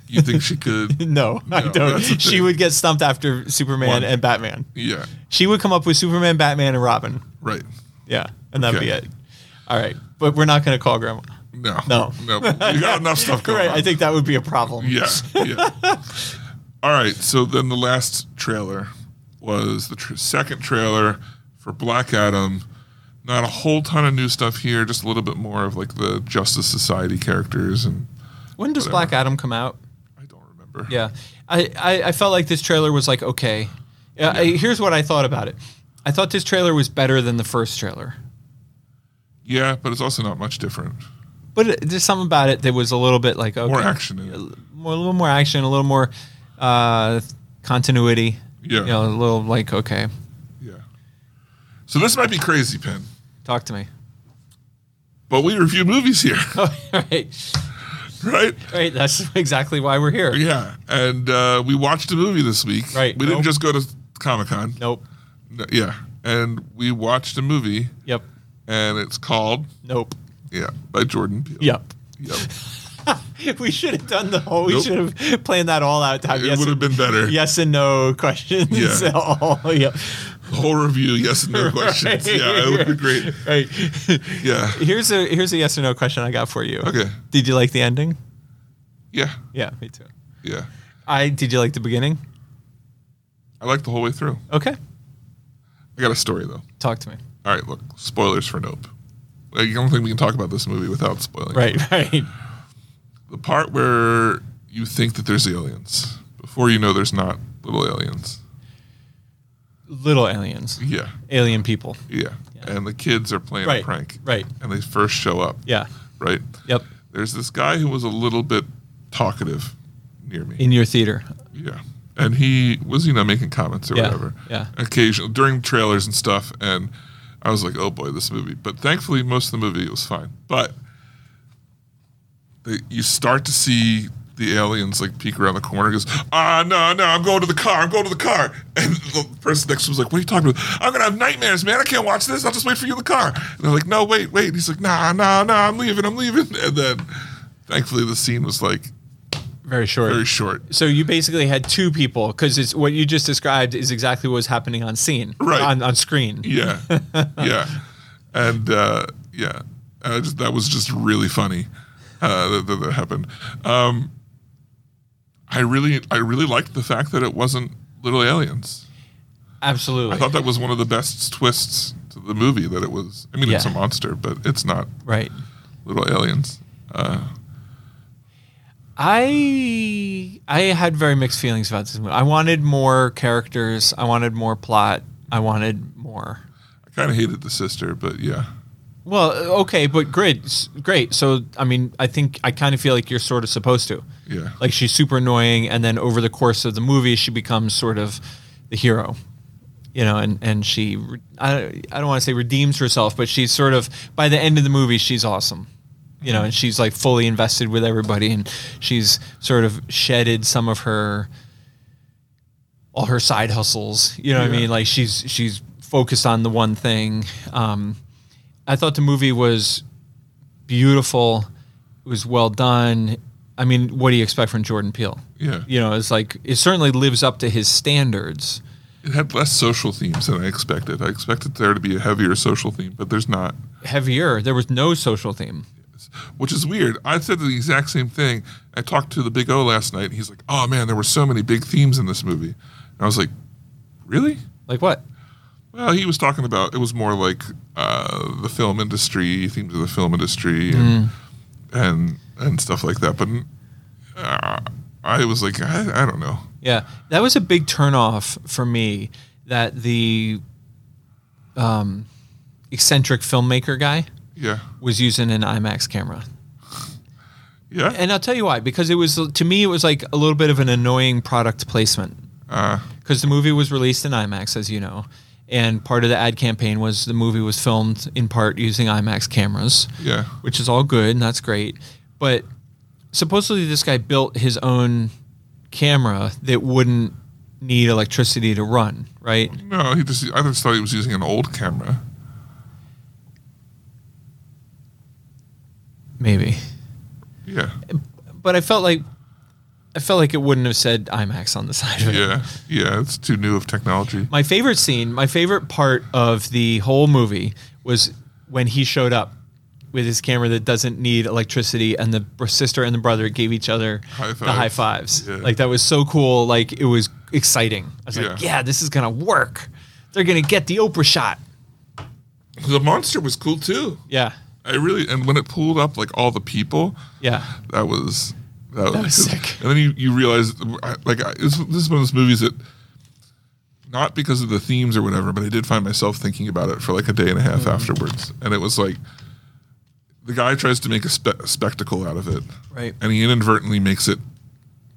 [SPEAKER 2] You think she could?
[SPEAKER 3] No, I
[SPEAKER 2] No,
[SPEAKER 3] don't.
[SPEAKER 2] that's the
[SPEAKER 3] She
[SPEAKER 2] thing.
[SPEAKER 3] would get stumped after Superman
[SPEAKER 2] One.
[SPEAKER 3] and Batman.
[SPEAKER 2] Yeah.
[SPEAKER 3] She would come up with Superman, Batman, and Robin.
[SPEAKER 2] Right.
[SPEAKER 3] Yeah. And that'd
[SPEAKER 2] Okay.
[SPEAKER 3] be it. All right. But we're not going to call Grandma.
[SPEAKER 2] No.
[SPEAKER 3] No.
[SPEAKER 2] No. You got enough stuff going.
[SPEAKER 3] Right.
[SPEAKER 2] on.
[SPEAKER 3] I think that would be a problem.
[SPEAKER 2] Yeah. Yeah. All right. So then the last trailer was the tr- second trailer for Black Adam. Not a whole ton of new stuff here, just a little bit more of like the Justice Society characters and
[SPEAKER 3] When does
[SPEAKER 2] Whatever.
[SPEAKER 3] Black Adam come out?
[SPEAKER 2] I don't remember.
[SPEAKER 3] Yeah, I, I, I felt like this trailer was like okay. Yeah, I, here's what I thought about it. I thought this trailer was better than the first trailer,
[SPEAKER 2] Yeah, but it's also not much different.
[SPEAKER 3] but it, there's something about it that was a little bit like okay,
[SPEAKER 2] More action in it.
[SPEAKER 3] more- a little more action, a little more uh, continuity.
[SPEAKER 2] Yeah.
[SPEAKER 3] you know, a little like okay,
[SPEAKER 2] Yeah. So this might be crazy, Pin,
[SPEAKER 3] talk to me.
[SPEAKER 2] but we review movies here,
[SPEAKER 3] right,
[SPEAKER 2] right?
[SPEAKER 3] right. That's exactly why we're here.
[SPEAKER 2] Yeah. And uh, we watched a movie this week.
[SPEAKER 3] Right.
[SPEAKER 2] We didn't
[SPEAKER 3] Nope.
[SPEAKER 2] just go to Comic Con.
[SPEAKER 3] Nope.
[SPEAKER 2] Yeah. And we watched a movie,
[SPEAKER 3] Yep.
[SPEAKER 2] and it's called
[SPEAKER 3] Nope.
[SPEAKER 2] Yeah, by Jordan Peele.
[SPEAKER 3] Yep.
[SPEAKER 2] Yep.
[SPEAKER 3] We should have done the whole. We
[SPEAKER 2] Nope.
[SPEAKER 3] should have planned that all out. to have
[SPEAKER 2] It
[SPEAKER 3] yes
[SPEAKER 2] would have been
[SPEAKER 3] and-
[SPEAKER 2] better.
[SPEAKER 3] Yes and no questions.
[SPEAKER 2] Yeah.
[SPEAKER 3] all. Yep.
[SPEAKER 2] The whole review, yes and no questions. Yeah, it would be great.
[SPEAKER 3] Right.
[SPEAKER 2] Yeah.
[SPEAKER 3] Here's a here's a yes or no question I got for you.
[SPEAKER 2] Okay.
[SPEAKER 3] Did you like the ending?
[SPEAKER 2] Yeah.
[SPEAKER 3] Yeah, me too.
[SPEAKER 2] Yeah.
[SPEAKER 3] I did you like the beginning?
[SPEAKER 2] I like the whole way through.
[SPEAKER 3] Okay.
[SPEAKER 2] I got a story though.
[SPEAKER 3] Talk to me.
[SPEAKER 2] All right, look, spoilers for Nope. Like, I don't think we can talk about this movie without spoiling.
[SPEAKER 3] Right, right.
[SPEAKER 2] The part where you think that there's aliens before you know there's not little aliens.
[SPEAKER 3] Little aliens.
[SPEAKER 2] Yeah.
[SPEAKER 3] Alien people.
[SPEAKER 2] Yeah. And the kids are playing
[SPEAKER 3] Right,
[SPEAKER 2] a prank.
[SPEAKER 3] right.
[SPEAKER 2] And they first show up.
[SPEAKER 3] Yeah.
[SPEAKER 2] Right?
[SPEAKER 3] Yep.
[SPEAKER 2] There's this guy who was a little bit talkative near me.
[SPEAKER 3] In your theater.
[SPEAKER 2] Yeah. And he was, you know, making comments or
[SPEAKER 3] Yeah,
[SPEAKER 2] whatever.
[SPEAKER 3] yeah.
[SPEAKER 2] Occasional during trailers and stuff. And I was like, oh boy, this movie. But thankfully, most of the movie was fine. But they, you start to see the aliens like peek around the corner. Goes, ah, no, no, I'm going to the car. I'm going to the car. And the person next to him was like, what are you talking about? I'm gonna have nightmares, man. I can't watch this. I'll just wait for you in the car. And they're like, no, wait, wait. And he's like, nah, nah, nah. I'm leaving. I'm leaving. And then, thankfully, the scene was like
[SPEAKER 3] Very short.
[SPEAKER 2] very short.
[SPEAKER 3] so you basically had two people because it's what you just described is exactly what was happening on scene.
[SPEAKER 2] Right.
[SPEAKER 3] On on screen.
[SPEAKER 2] Yeah, yeah, and uh, yeah, I just, that was just really funny uh, that, that, that happened. Um, I really, I really liked the fact that it wasn't Little Aliens.
[SPEAKER 3] Absolutely.
[SPEAKER 2] I thought that was one of the best twists to the movie. That it was. I mean, it's a
[SPEAKER 3] Yeah.
[SPEAKER 2] monster, but it's not
[SPEAKER 3] right.
[SPEAKER 2] Little Aliens. Uh,
[SPEAKER 3] I I had very mixed feelings about this movie. I wanted more characters. I wanted more plot. I wanted more.
[SPEAKER 2] I kind of hated the sister, but yeah,
[SPEAKER 3] Well, uh, okay, but great, s- great. So I mean, I think I kind of feel like you're sort of supposed to.
[SPEAKER 2] yeah,
[SPEAKER 3] Like she's super annoying, and then over the course of the movie, she becomes sort of the hero. You know, and and she re- I I don't want to say redeems herself, but she's sort of by the end of the movie, she's awesome. You know, and she's like fully invested with everybody, and she's sort of shedded some of her all her side hustles. You know what I mean? Like she's she's focused on the one thing. Um, I thought the movie was beautiful. It was well done. I mean, what do you expect from Jordan Peele?
[SPEAKER 2] yeah.
[SPEAKER 3] You know, it's like it certainly lives up to his standards.
[SPEAKER 2] It had less social themes than I expected. I expected there to be a heavier social theme, but there's not.
[SPEAKER 3] Heavier. There was no social theme.
[SPEAKER 2] which is weird. I said the exact same thing. I talked to the Big O last night. And he's like, "Oh man, there were so many big themes in this movie," and I was like, "Really?"
[SPEAKER 3] Like what?
[SPEAKER 2] Well, he was talking about it was more like uh, the film industry themes of the film industry and
[SPEAKER 3] Mm.
[SPEAKER 2] and, and stuff like that. But uh, I was like, I, I don't know.
[SPEAKER 3] Yeah, that was a big turnoff for me. That the um, eccentric filmmaker guy.
[SPEAKER 2] Yeah.
[SPEAKER 3] was using an IMAX camera.
[SPEAKER 2] Yeah.
[SPEAKER 3] And I'll tell you why, because it was to me it was like a little bit of an annoying product placement.
[SPEAKER 2] Uh,
[SPEAKER 3] Because the movie was released in IMAX, as you know, and part of the ad campaign was the movie was filmed in part using IMAX cameras,
[SPEAKER 2] yeah.
[SPEAKER 3] which is all good and that's great. But supposedly this guy built his own camera that wouldn't need electricity to run, right?
[SPEAKER 2] No, he just I just thought he was using an old camera.
[SPEAKER 3] Maybe.
[SPEAKER 2] Yeah.
[SPEAKER 3] But I felt like I felt like it wouldn't have said IMAX on the side of it.
[SPEAKER 2] Yeah. Yeah. It's too new of technology.
[SPEAKER 3] My favorite scene, my favorite part of the whole movie was when he showed up with his camera that doesn't need electricity, and the br- sister and the brother gave each other
[SPEAKER 2] High
[SPEAKER 3] the high
[SPEAKER 2] fives.
[SPEAKER 3] fives.
[SPEAKER 2] Yeah.
[SPEAKER 3] Like that was so cool. Like it was exciting. I was like,
[SPEAKER 2] Yeah.
[SPEAKER 3] yeah, this is gonna work. They're gonna get the Oprah shot.
[SPEAKER 2] The monster was cool too.
[SPEAKER 3] Yeah,
[SPEAKER 2] I really and when it pulled up like all the people,
[SPEAKER 3] yeah.
[SPEAKER 2] that was that,
[SPEAKER 3] was sick.
[SPEAKER 2] And then you you realize like I, this, this is one of those movies that not because of the themes or whatever, but I did find myself thinking about it for like a day and a
[SPEAKER 3] Mm-hmm.
[SPEAKER 2] half afterwards, and it was like the guy tries to make a, spe- a spectacle out of it,
[SPEAKER 3] Right.
[SPEAKER 2] And he inadvertently makes it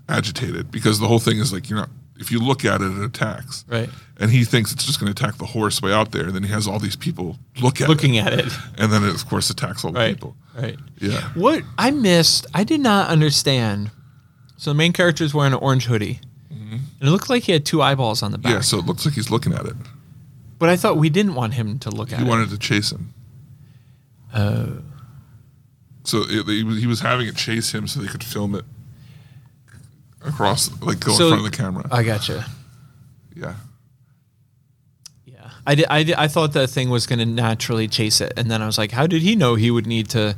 [SPEAKER 2] agitated because the whole thing is like you're not. If you look at it, it attacks.
[SPEAKER 3] Right.
[SPEAKER 2] And he thinks it's just going to attack the horse way out there. And then he has all these people look at
[SPEAKER 3] Looking at it.
[SPEAKER 2] and then it of course attacks all the people.
[SPEAKER 3] Right.
[SPEAKER 2] Yeah.
[SPEAKER 3] What I missed, I did not understand. So the main character is wearing an orange hoodie,
[SPEAKER 2] Mm-hmm.
[SPEAKER 3] and it looked like he had two eyeballs on the back.
[SPEAKER 2] Yeah, so it looks like he's looking at it.
[SPEAKER 3] But I thought we didn't want him to look at
[SPEAKER 2] He
[SPEAKER 3] it.
[SPEAKER 2] wanted to chase him. Oh. So it, he was- he was having it chase him so they could film it across, like go
[SPEAKER 3] So-
[SPEAKER 2] in front of the camera.
[SPEAKER 3] I gotcha.
[SPEAKER 2] yeah.
[SPEAKER 3] Yeah, I did, I, did, I thought that thing was going to naturally chase it, and then I was like, how did he know he would need to?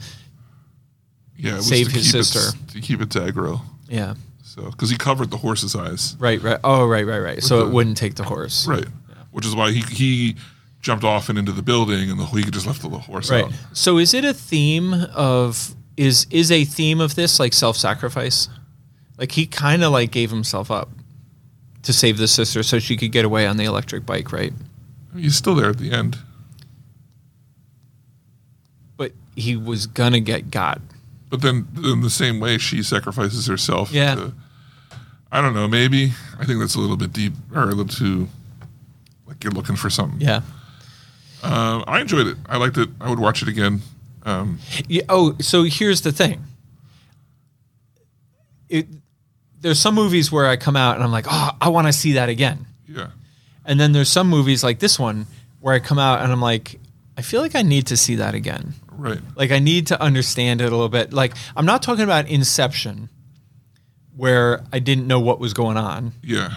[SPEAKER 2] Yeah. It was
[SPEAKER 3] Save
[SPEAKER 2] to
[SPEAKER 3] his
[SPEAKER 2] keep it-
[SPEAKER 3] sister.
[SPEAKER 2] to keep it to aggro.
[SPEAKER 3] Yeah,
[SPEAKER 2] So, because he covered the horse's eyes.
[SPEAKER 3] right, right. Oh, right, right, right. So it
[SPEAKER 2] the-
[SPEAKER 3] wouldn't take the horse.
[SPEAKER 2] Right. Which is why he, he jumped off and into the building and the, he just left the little horse
[SPEAKER 3] Right.
[SPEAKER 2] out.
[SPEAKER 3] So is it a theme of is is a theme of this like self sacrifice? Like he kind of like gave himself up to save the sister so she could get away on the electric bike, right?
[SPEAKER 2] He's still there at the end.
[SPEAKER 3] But he was gonna get got.
[SPEAKER 2] But then, in the same way, she sacrifices herself.
[SPEAKER 3] Yeah.
[SPEAKER 2] To, I don't know. Maybe I think that's a little bit deep or a little too. Like you're looking for something.
[SPEAKER 3] Yeah.
[SPEAKER 2] Um, I enjoyed it. I liked it. I would watch it again. Um,
[SPEAKER 3] Yeah, oh, so here's the thing. It, there's some movies where I come out and I'm like, oh, I want to see that again.
[SPEAKER 2] yeah.
[SPEAKER 3] And then there's some movies like this one where I come out and I'm like, I feel like I need to see that again.
[SPEAKER 2] Right.
[SPEAKER 3] Like I need to understand it a little bit. Like I'm not talking about Inception, where I didn't know what was going on.
[SPEAKER 2] Yeah.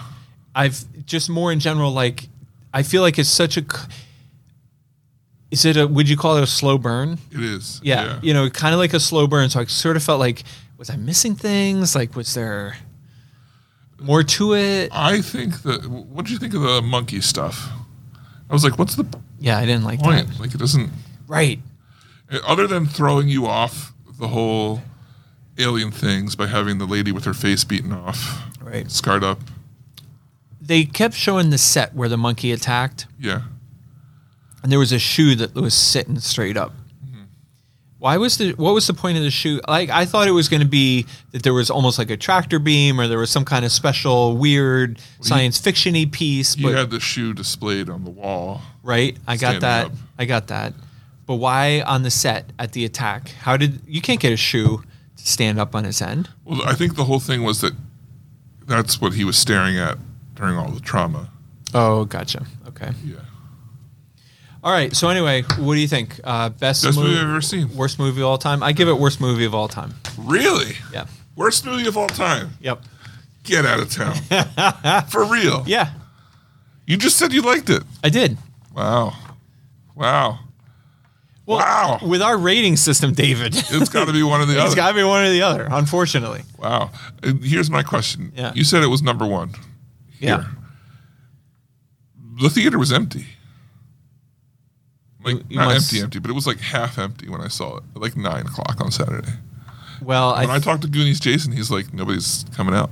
[SPEAKER 3] I've just more in general. Like I feel like it's such a. c- Is it a? Would you call it a slow burn?
[SPEAKER 2] It is.
[SPEAKER 3] Yeah, you know, kind of like a slow burn. So I sort of felt like, was I missing things? Like, was there more to it?
[SPEAKER 2] I think that. What do you think of the monkey stuff? I was like, what's the
[SPEAKER 3] Yeah, I didn't like that.
[SPEAKER 2] point? Like, it doesn't.
[SPEAKER 3] Right.
[SPEAKER 2] Other than throwing you off the whole alien things by having the lady with her face beaten off,
[SPEAKER 3] Right.
[SPEAKER 2] scarred up.
[SPEAKER 3] They kept showing the set where the monkey attacked.
[SPEAKER 2] Yeah.
[SPEAKER 3] and there was a shoe that was sitting straight up.
[SPEAKER 2] Mm-hmm.
[SPEAKER 3] Why was the what was the point of the shoe? Like I thought it was going to be that there was almost like a tractor beam or there was some kind of special weird science fictiony piece,
[SPEAKER 2] You
[SPEAKER 3] but
[SPEAKER 2] had the shoe displayed on the wall.
[SPEAKER 3] right? I got
[SPEAKER 2] Standing
[SPEAKER 3] that.
[SPEAKER 2] up.
[SPEAKER 3] I got that. But why on the set at the attack? How did you can't get a shoe to stand up on its end?
[SPEAKER 2] Well, I think the whole thing was that that's what he was staring at during all the trauma.
[SPEAKER 3] Oh, gotcha. Okay.
[SPEAKER 2] Yeah.
[SPEAKER 3] All right. So anyway, what do you think? Uh, best
[SPEAKER 2] Best movie
[SPEAKER 3] mov-
[SPEAKER 2] I've ever seen.
[SPEAKER 3] worst movie of all time? I give it worst movie of all time.
[SPEAKER 2] Really?
[SPEAKER 3] Yeah.
[SPEAKER 2] Worst movie of all time.
[SPEAKER 3] Yep.
[SPEAKER 2] Get out of town. For real.
[SPEAKER 3] Yeah,
[SPEAKER 2] You just said you liked it.
[SPEAKER 3] I did.
[SPEAKER 2] Wow. Wow.
[SPEAKER 3] Well,
[SPEAKER 2] Wow.
[SPEAKER 3] With our rating system, David, it's
[SPEAKER 2] It's got to be one or the other.
[SPEAKER 3] got to be one or the other, unfortunately.
[SPEAKER 2] wow. And Here's my question.
[SPEAKER 3] Yeah.
[SPEAKER 2] You said it was number one.
[SPEAKER 3] Yeah.
[SPEAKER 2] The theater was empty. Like
[SPEAKER 3] You- you
[SPEAKER 2] not
[SPEAKER 3] must-
[SPEAKER 2] empty, empty, but it was like half empty when I saw it, at like nine o'clock on Saturday.
[SPEAKER 3] Well, I,
[SPEAKER 2] When I
[SPEAKER 3] th-
[SPEAKER 2] talked to Goonies Jason, he's like, nobody's coming out.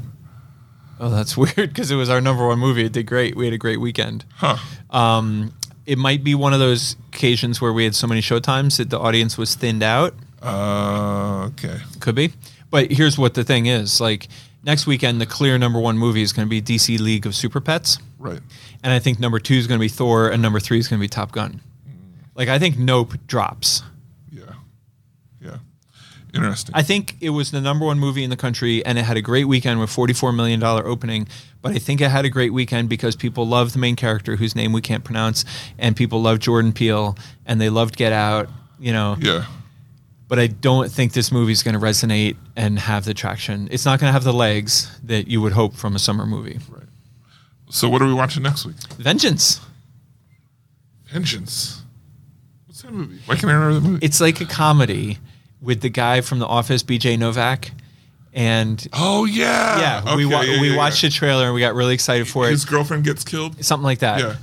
[SPEAKER 3] oh, that's weird because it was our number one movie. It did great. We had a great weekend.
[SPEAKER 2] Huh.
[SPEAKER 3] Um, it might be one of those occasions where we had so many showtimes that the audience was thinned out.
[SPEAKER 2] Uh, okay.
[SPEAKER 3] Could be. But here's what the thing is: like next weekend, the clear number one movie is going to be DC League of Super Pets,
[SPEAKER 2] Right.
[SPEAKER 3] and I think number two is going to be Thor, and number three is going to be Top Gun. Like I think Nope drops.
[SPEAKER 2] Yeah. Yeah. Interesting.
[SPEAKER 3] I think it was the number one movie in the country, and it had a great weekend with forty-four million dollar opening. But I think it had a great weekend because people loved the main character, whose name we can't pronounce, and people loved Jordan Peele, and they loved Get Out. You know,
[SPEAKER 2] yeah.
[SPEAKER 3] but I don't think this movie's going to resonate and have the traction. It's not going to have the legs that you would hope from a summer movie.
[SPEAKER 2] So what are we watching next week?
[SPEAKER 3] Vengeance.
[SPEAKER 2] Vengeance. What's that movie? Why can't I remember the movie?
[SPEAKER 3] It's like a comedy with the guy from The Office, B.J. Novak, and
[SPEAKER 2] oh yeah.
[SPEAKER 3] yeah, we
[SPEAKER 2] Okay,
[SPEAKER 3] wa-
[SPEAKER 2] yeah,
[SPEAKER 3] we
[SPEAKER 2] yeah,
[SPEAKER 3] watched
[SPEAKER 2] yeah.
[SPEAKER 3] the trailer and we got really excited for it.
[SPEAKER 2] His girlfriend gets killed.
[SPEAKER 3] Something like that.
[SPEAKER 2] Yeah.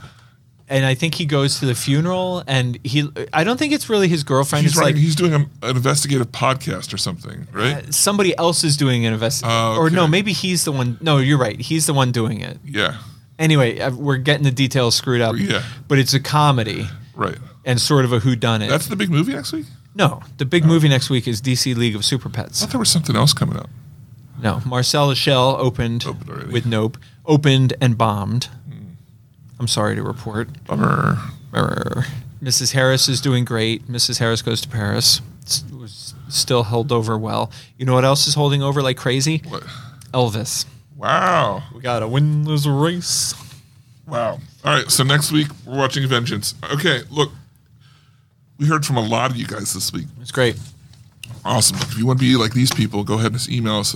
[SPEAKER 3] And I think he goes to the funeral and he I don't think it's really his girlfriend.
[SPEAKER 2] He's
[SPEAKER 3] it's
[SPEAKER 2] writing,
[SPEAKER 3] like
[SPEAKER 2] he's doing an an investigative podcast or something, right?
[SPEAKER 3] somebody else is doing an investigation.
[SPEAKER 2] Oh,
[SPEAKER 3] Or no,
[SPEAKER 2] okay.
[SPEAKER 3] maybe he's the one. No, you're right. He's the one doing it.
[SPEAKER 2] yeah.
[SPEAKER 3] anyway, uh, we're getting the details screwed up.
[SPEAKER 2] Yeah.
[SPEAKER 3] But it's a comedy
[SPEAKER 2] Right.
[SPEAKER 3] and sort of a whodunit.
[SPEAKER 2] That's Oh. the big movie next week?
[SPEAKER 3] no, the big movie next week is DC League of Super
[SPEAKER 2] I
[SPEAKER 3] Pets.
[SPEAKER 2] thought there was something else coming up.
[SPEAKER 3] No, Marcel Shell opened
[SPEAKER 2] Opened Hmm. already.
[SPEAKER 3] with Nope, opened and bombed. I'm sorry to report.
[SPEAKER 2] Bummer.
[SPEAKER 3] Err. Mrs. Harris is doing great. Mrs. Harris goes to Paris. S- was still held over well. You know what else is holding over like crazy?
[SPEAKER 2] What?
[SPEAKER 3] Elvis.
[SPEAKER 2] Wow.
[SPEAKER 3] We gotta win this race.
[SPEAKER 2] Wow. All right. So next week we're watching Vengeance. Okay. Look, we heard from a lot of you guys this week.
[SPEAKER 3] It's great.
[SPEAKER 2] Awesome. If you want to be like these people, go ahead and just email us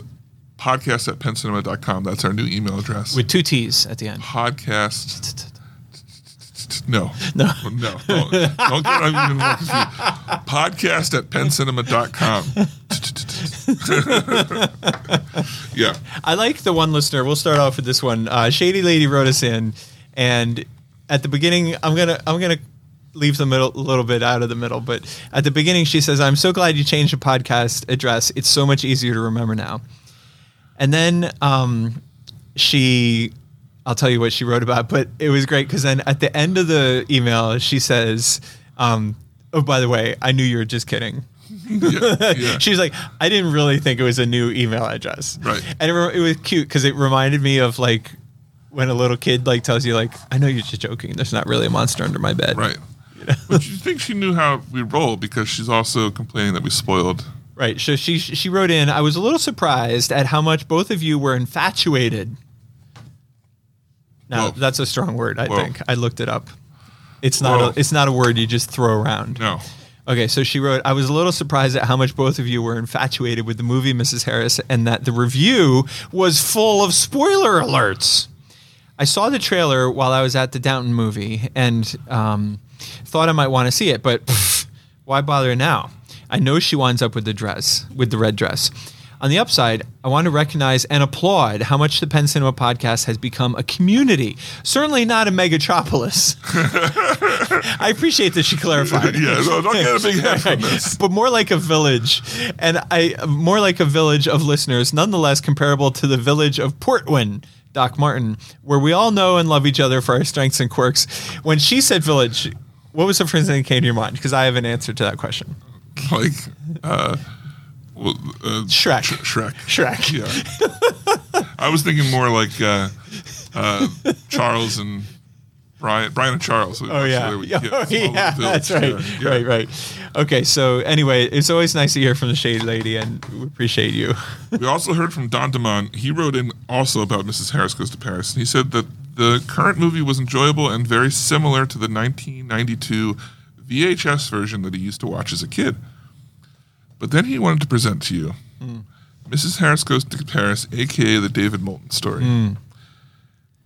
[SPEAKER 2] podcast at pencinema.com. That's our new email address.
[SPEAKER 3] With two T's at the end.
[SPEAKER 2] podcast. No. No. No. Don't, don't get even more confused. Podcast at pencinema.com. yeah.
[SPEAKER 3] I like the one listener. We'll start off with this one. Uh, Shady lady wrote us in, and at the beginning, I'm gonna I'm gonna leave the middle a little bit out of the middle, but at the beginning, she says, "I'm so glad you changed the podcast address. It's so much easier to remember now." And then um, she, I'll tell you what she wrote about, but it was great because then at the end of the email, she says, um, "Oh, by the way, I knew you were just kidding."
[SPEAKER 2] Yeah. yeah.
[SPEAKER 3] She was like, I didn't really think it was a new email address.
[SPEAKER 2] Right.
[SPEAKER 3] And it, re- it was cute because it reminded me of like when a little kid like tells you like, I know you're just joking. There's not really a monster under my bed.
[SPEAKER 2] Right. But you think she knew how we roll because she's also complaining that we spoiled.
[SPEAKER 3] Right. So she she wrote in. I was a little surprised at how much both of you were infatuated.
[SPEAKER 2] Whoa.
[SPEAKER 3] Now that's a strong word. I
[SPEAKER 2] Whoa.
[SPEAKER 3] think I looked it up. It's not
[SPEAKER 2] Whoa.
[SPEAKER 3] a, it's not a word you just throw around.
[SPEAKER 2] No.
[SPEAKER 3] Okay, so she wrote, I was a little surprised at how much both of you were infatuated with the movie, Mrs. Harris, and that the review was full of spoiler alerts. I saw the trailer while I was at the Downton movie and um, thought I might want to see it, but pff, why bother now? I know she winds up with the dress, with the red dress. On the upside, I want to recognize and applaud how much the Penn Cinema podcast has become a community, certainly not a megatropolis. I appreciate that she clarified
[SPEAKER 2] Yeah, no, don't get a big head from this.
[SPEAKER 3] but more like a village, and I more like a village of listeners, nonetheless comparable to the village of Portwin, Doc Martin, where we all know and love each other for our strengths and quirks. When she said village, what was the first thing that came to your mind? Because I have an answer to that question.
[SPEAKER 2] Like, uh, well, uh,
[SPEAKER 3] Shrek.
[SPEAKER 2] Sh- Shrek.
[SPEAKER 3] Shrek.
[SPEAKER 2] Yeah. I was thinking more like uh, uh, Charles and Brian, Brian and Charles.
[SPEAKER 3] Oh yeah, oh, yeah, that's right, right, right. Okay, so anyway, it's always nice to hear from the shade lady, and we appreciate you.
[SPEAKER 2] We also heard from Don DeMond. He wrote in also about Mrs. Harris Goes to Paris, and he said that the current movie was enjoyable and very similar to the 1992 VHS version that he used to watch as a kid. But then he wanted to present to you Mrs. Harris Goes to Paris, aka the David Moulton story.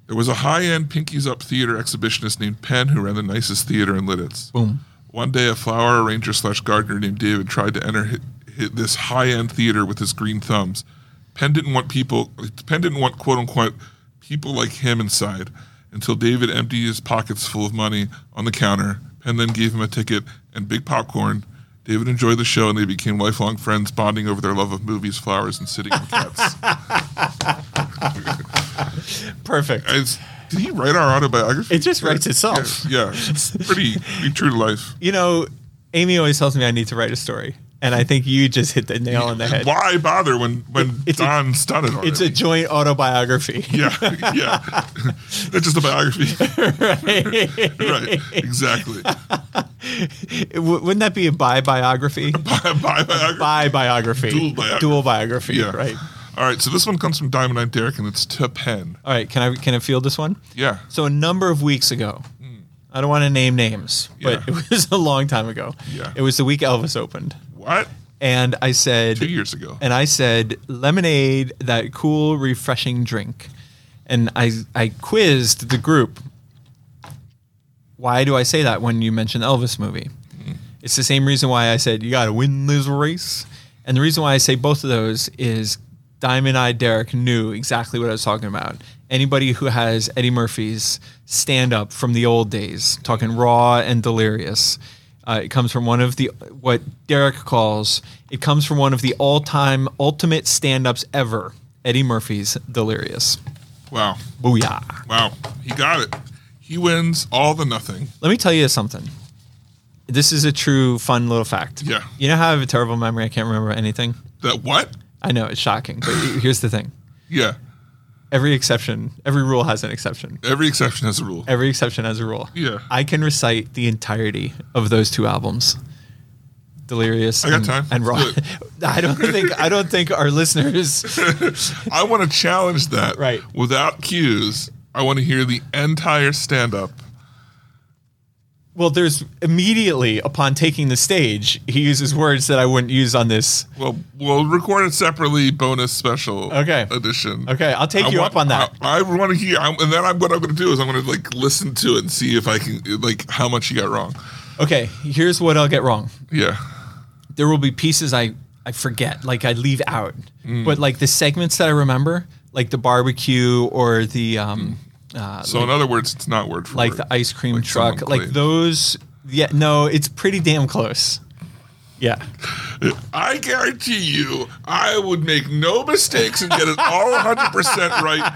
[SPEAKER 2] There was a high end Pinkies Up theater exhibitionist named Penn who ran the nicest theater in Lidditz. Boom. One day, a flower arranger slash gardener named David tried to enter hi hi this high end theater with his green thumbs. Penn didn't want people, Penn didn't want quote unquote people like him inside until David emptied his pockets full of money on the counter. Penn then gave him a ticket and big popcorn. David enjoyed the show and they became lifelong friends, bonding over their love of movies, flowers, and sitting with cats.
[SPEAKER 3] Perfect.
[SPEAKER 2] It's Did he write our autobiography?
[SPEAKER 3] It just writes itself.
[SPEAKER 2] Yeah, yeah. It's pretty, pretty true to life.
[SPEAKER 3] You know, Amy always tells me I need to write a story, and I think you just hit the nail on the head.
[SPEAKER 2] Why bother when when
[SPEAKER 3] It's a-
[SPEAKER 2] Don started on
[SPEAKER 3] It's a
[SPEAKER 2] it?
[SPEAKER 3] joint autobiography.
[SPEAKER 2] yeah, yeah. That's just a biography, right? Exactly.
[SPEAKER 3] W- Wouldn't that be a bi biography?
[SPEAKER 2] Bi- biography.
[SPEAKER 3] Bi biography.
[SPEAKER 2] Dual biography.
[SPEAKER 3] Dual biography,
[SPEAKER 2] Yeah.
[SPEAKER 3] Right.
[SPEAKER 2] All right. So this one comes from Diamond Knight Derek, and it's to pen.
[SPEAKER 3] All right. Can I can I field this one?
[SPEAKER 2] Yeah.
[SPEAKER 3] So a number of weeks ago, I don't want to name names, but
[SPEAKER 2] Hmm. Yeah.
[SPEAKER 3] it was a long time ago.
[SPEAKER 2] Yeah.
[SPEAKER 3] It was the week Elvis opened,
[SPEAKER 2] What?
[SPEAKER 3] and I said
[SPEAKER 2] Two years ago.
[SPEAKER 3] Oh. and I said lemonade, that cool, refreshing drink, and I I quizzed the group. Why do I say that when you mention Elvis movie? It's the same reason why I said you got to win this race, and the reason why I say both of those is Diamond Eye Derek knew exactly what I was talking about. Anybody who has Eddie Murphy's stand up from the old days, talking raw and delirious, uh, it comes from one of the what Derek calls it comes from one of the all time ultimate stand ups ever, Eddie Murphy's Delirious.
[SPEAKER 2] wow.
[SPEAKER 3] Booyah.
[SPEAKER 2] Wow. He got it. He wins all the nothing.
[SPEAKER 3] Let me tell you something. This is a true fun little fact.
[SPEAKER 2] Yeah.
[SPEAKER 3] You know how I have a terrible memory? I can't remember anything.
[SPEAKER 2] That what?
[SPEAKER 3] I know it's shocking, but here's the thing.
[SPEAKER 2] Yeah.
[SPEAKER 3] Every exception, every rule has an exception.
[SPEAKER 2] Every exception has a rule.
[SPEAKER 3] Every exception has a rule.
[SPEAKER 2] Yeah.
[SPEAKER 3] I can recite the entirety of those two albums. Delirious
[SPEAKER 2] I got
[SPEAKER 3] and,
[SPEAKER 2] time.
[SPEAKER 3] and Raw.
[SPEAKER 2] Let's do
[SPEAKER 3] I don't think I don't think our listeners
[SPEAKER 2] I want to challenge that.
[SPEAKER 3] Right.
[SPEAKER 2] Without cues, I want to hear the entire stand up.
[SPEAKER 3] Well, there's immediately upon taking the stage, he uses words that I wouldn't use on this.
[SPEAKER 2] Well, we'll record it separately, bonus special
[SPEAKER 3] Okay.
[SPEAKER 2] edition.
[SPEAKER 3] Okay, I'll take
[SPEAKER 2] Uh, I
[SPEAKER 3] you
[SPEAKER 2] want-
[SPEAKER 3] up on that.
[SPEAKER 2] I, I want to hear, I'm, and then I'm, what I'm going to do is I'm going to like listen to it and see if I can like how much you got wrong.
[SPEAKER 3] Okay, here's what I'll get wrong.
[SPEAKER 2] Yeah,
[SPEAKER 3] There will be pieces I I forget, like I leave out.
[SPEAKER 2] Mm.
[SPEAKER 3] But like the segments that I remember, like the barbecue or the um
[SPEAKER 2] so in other words, it's not word for
[SPEAKER 3] like
[SPEAKER 2] word.
[SPEAKER 3] the ice cream
[SPEAKER 2] Like
[SPEAKER 3] truck,
[SPEAKER 2] someone
[SPEAKER 3] like
[SPEAKER 2] claimed.
[SPEAKER 3] those yeah, no, it's pretty damn close. Yeah.
[SPEAKER 2] I guarantee you, I would make no mistakes and get it all 100 percent right,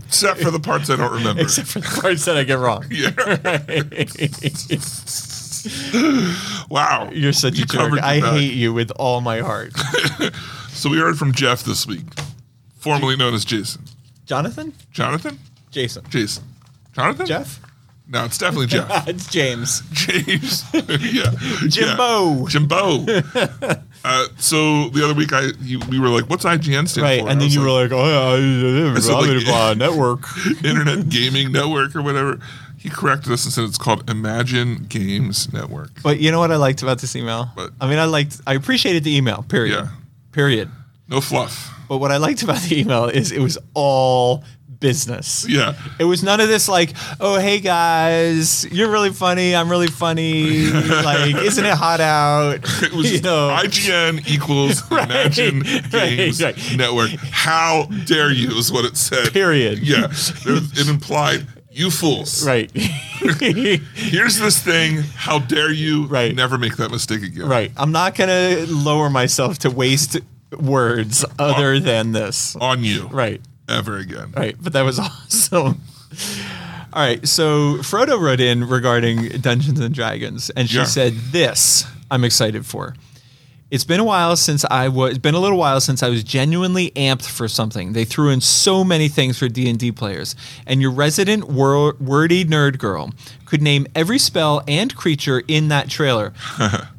[SPEAKER 2] except for the parts I don't remember.
[SPEAKER 3] Except for the parts that I get wrong.
[SPEAKER 2] yeah. wow,
[SPEAKER 3] You're such a
[SPEAKER 2] covered
[SPEAKER 3] jerk. I
[SPEAKER 2] your back.
[SPEAKER 3] hate you with all my heart.
[SPEAKER 2] So we heard from Jeff this week, formerly known as Jason.
[SPEAKER 3] Jonathan?
[SPEAKER 2] Jonathan?
[SPEAKER 3] Jason.
[SPEAKER 2] Jason. Jonathan?
[SPEAKER 3] Jeff?
[SPEAKER 2] No, it's definitely Jeff.
[SPEAKER 3] it's James.
[SPEAKER 2] James. yeah.
[SPEAKER 3] Jimbo.
[SPEAKER 2] Yeah. Jimbo. uh, so the other week, I you, we were like, "What's IGN stand
[SPEAKER 3] Right,
[SPEAKER 2] for?"
[SPEAKER 3] and
[SPEAKER 2] I
[SPEAKER 3] then
[SPEAKER 2] was
[SPEAKER 3] you were like, "Oh, yeah, I- I
[SPEAKER 2] I
[SPEAKER 3] didn't
[SPEAKER 2] said,
[SPEAKER 3] bother
[SPEAKER 2] like-
[SPEAKER 3] to buy a network."
[SPEAKER 2] Internet Gaming Network or whatever. He corrected us and said it's called Imagine Games Network.
[SPEAKER 3] But you know what I liked about this email?
[SPEAKER 2] What?
[SPEAKER 3] I mean, I liked, I appreciated the email. Period.
[SPEAKER 2] Yeah.
[SPEAKER 3] Period.
[SPEAKER 2] No fluff.
[SPEAKER 3] But what I liked about the email is it was all business.
[SPEAKER 2] Yeah.
[SPEAKER 3] It was none of this like, "Oh, hey guys, you're really funny. I'm really funny. like, isn't it hot out?"
[SPEAKER 2] It was
[SPEAKER 3] you know,
[SPEAKER 2] IGN equals Imagine
[SPEAKER 3] right,
[SPEAKER 2] Games
[SPEAKER 3] right.
[SPEAKER 2] Network. How dare you is what it said.
[SPEAKER 3] Period.
[SPEAKER 2] Yeah. There- It implied you fools.
[SPEAKER 3] right,
[SPEAKER 2] Here's this thing. How dare you?
[SPEAKER 3] Right.
[SPEAKER 2] Never make that mistake again.
[SPEAKER 3] right. I'm not gonna lower myself to waste words other than this.
[SPEAKER 2] On you.
[SPEAKER 3] Right.
[SPEAKER 2] Ever again.
[SPEAKER 3] Right, but that was awesome. All right, so Frodo wrote in regarding Dungeons and Dragons, and she
[SPEAKER 2] Yeah.
[SPEAKER 3] said, "This I'm excited for. It's been a while since I was. It's been a little while since I was genuinely amped for something. They threw in so many things for D and D players, and your resident wor- wordy nerd girl could name every spell and creature in that trailer.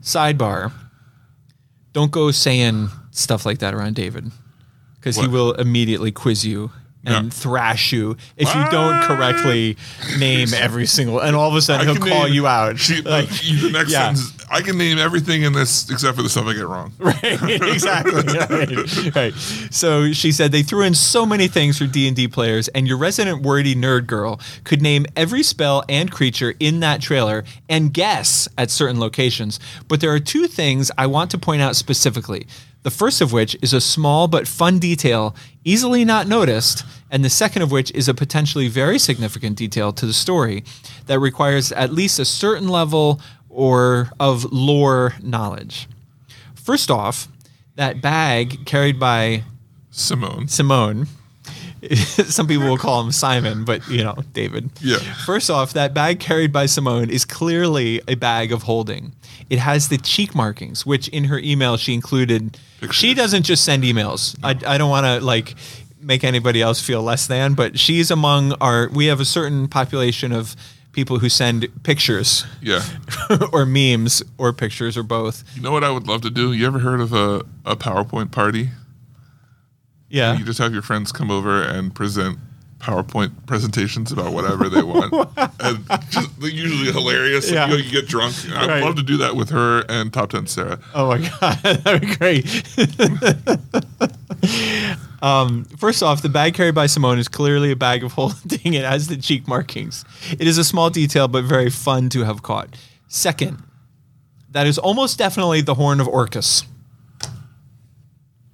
[SPEAKER 3] Sidebar: Don't go saying stuff like that around David, because he
[SPEAKER 2] What?
[SPEAKER 3] will immediately quiz you." And
[SPEAKER 2] Yeah.
[SPEAKER 3] thrash you if you don't correctly name every single, and all of a
[SPEAKER 2] I
[SPEAKER 3] sudden he'll
[SPEAKER 2] can
[SPEAKER 3] call
[SPEAKER 2] name-
[SPEAKER 3] you out.
[SPEAKER 2] She,
[SPEAKER 3] Like,
[SPEAKER 2] the, the next
[SPEAKER 3] yeah.
[SPEAKER 2] sentence. I can name everything in this except for the stuff I get wrong.
[SPEAKER 3] exactly. Right. right. So she said they threw in so many things for D and D players, and your resident wordy nerd girl could name every spell and creature in that trailer and guess at certain locations. But there are two things I want to point out specifically. The first of which is a small but fun detail easily not noticed, and the second of which is a potentially very significant detail to the story that requires at least a certain level or of lore knowledge. First off, that bag carried by
[SPEAKER 2] Simone.
[SPEAKER 3] Simone some people will call him Simon, but you know, David.
[SPEAKER 2] Yeah.
[SPEAKER 3] First off, that bag carried by Simone is clearly a bag of holding. It has the cheek markings, which in her email she included. She
[SPEAKER 2] Pictures.
[SPEAKER 3] doesn't just send emails. I, I don't want to like make anybody else feel less than, but she's among our. We have a certain population of people who send pictures
[SPEAKER 2] Yeah.
[SPEAKER 3] or memes or pictures or both.
[SPEAKER 2] You know what I would love to do? You ever heard of a, a PowerPoint party?
[SPEAKER 3] Yeah.
[SPEAKER 2] You just have your friends come over and present PowerPoint presentations about whatever they want. and just, they're usually hilarious.
[SPEAKER 3] Yeah.
[SPEAKER 2] Like, you, know, you get drunk. I'd
[SPEAKER 3] Right.
[SPEAKER 2] love to do that with her and Top 10 Sarah.
[SPEAKER 3] Oh my god, that'd be great. um, first off, the bag carried by Simone is clearly a bag of holding. It has the cheek markings. It is a small detail, but very fun to have caught. Second, that is almost definitely the horn of Orcus.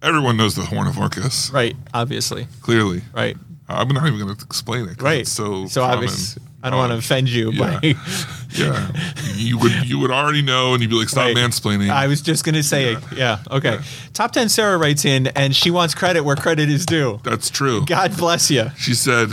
[SPEAKER 2] Everyone knows the Horn of Orcus,
[SPEAKER 3] Right, obviously.
[SPEAKER 2] clearly.
[SPEAKER 3] Right,
[SPEAKER 2] I'm not even going to explain it. 'cause
[SPEAKER 3] right.
[SPEAKER 2] It's so
[SPEAKER 3] so Oh,
[SPEAKER 2] common
[SPEAKER 3] obvious. I don't want to
[SPEAKER 2] knowledge.
[SPEAKER 3] offend you
[SPEAKER 2] Yeah.
[SPEAKER 3] by.
[SPEAKER 2] Yeah, you would you would already know, and you'd be like, "Stop
[SPEAKER 3] Right.
[SPEAKER 2] mansplaining."
[SPEAKER 3] I was just gonna say it. Yeah. Okay. Top ten. Sarah writes in, and she wants credit where credit is due.
[SPEAKER 2] That's true.
[SPEAKER 3] God bless you.
[SPEAKER 2] She said,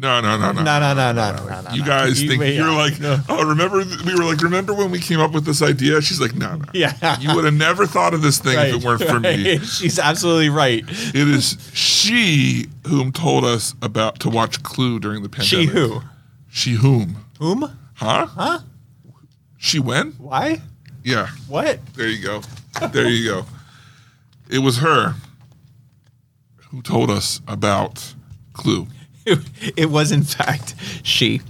[SPEAKER 2] "No, no, no, no,
[SPEAKER 3] No, no, no, Uh, no, no, no.
[SPEAKER 2] You guys
[SPEAKER 3] You-
[SPEAKER 2] think
[SPEAKER 3] wait,
[SPEAKER 2] you're
[SPEAKER 3] yeah.
[SPEAKER 2] like, oh, remember th- we were like, remember when we came up with this idea? She's like, no, no,
[SPEAKER 3] Yeah.
[SPEAKER 2] you would have never thought of this thing if it weren't for me.
[SPEAKER 3] right. She's absolutely right.
[SPEAKER 2] It is she whom told us about to watch Clue during the
[SPEAKER 3] She
[SPEAKER 2] pandemic.
[SPEAKER 3] who?
[SPEAKER 2] She whom?
[SPEAKER 3] Whom?
[SPEAKER 2] Huh? Huh? She when?
[SPEAKER 3] Why?
[SPEAKER 2] Yeah.
[SPEAKER 3] What?
[SPEAKER 2] There you go. There you go. It was her who told us about Clue.
[SPEAKER 3] It was in fact she.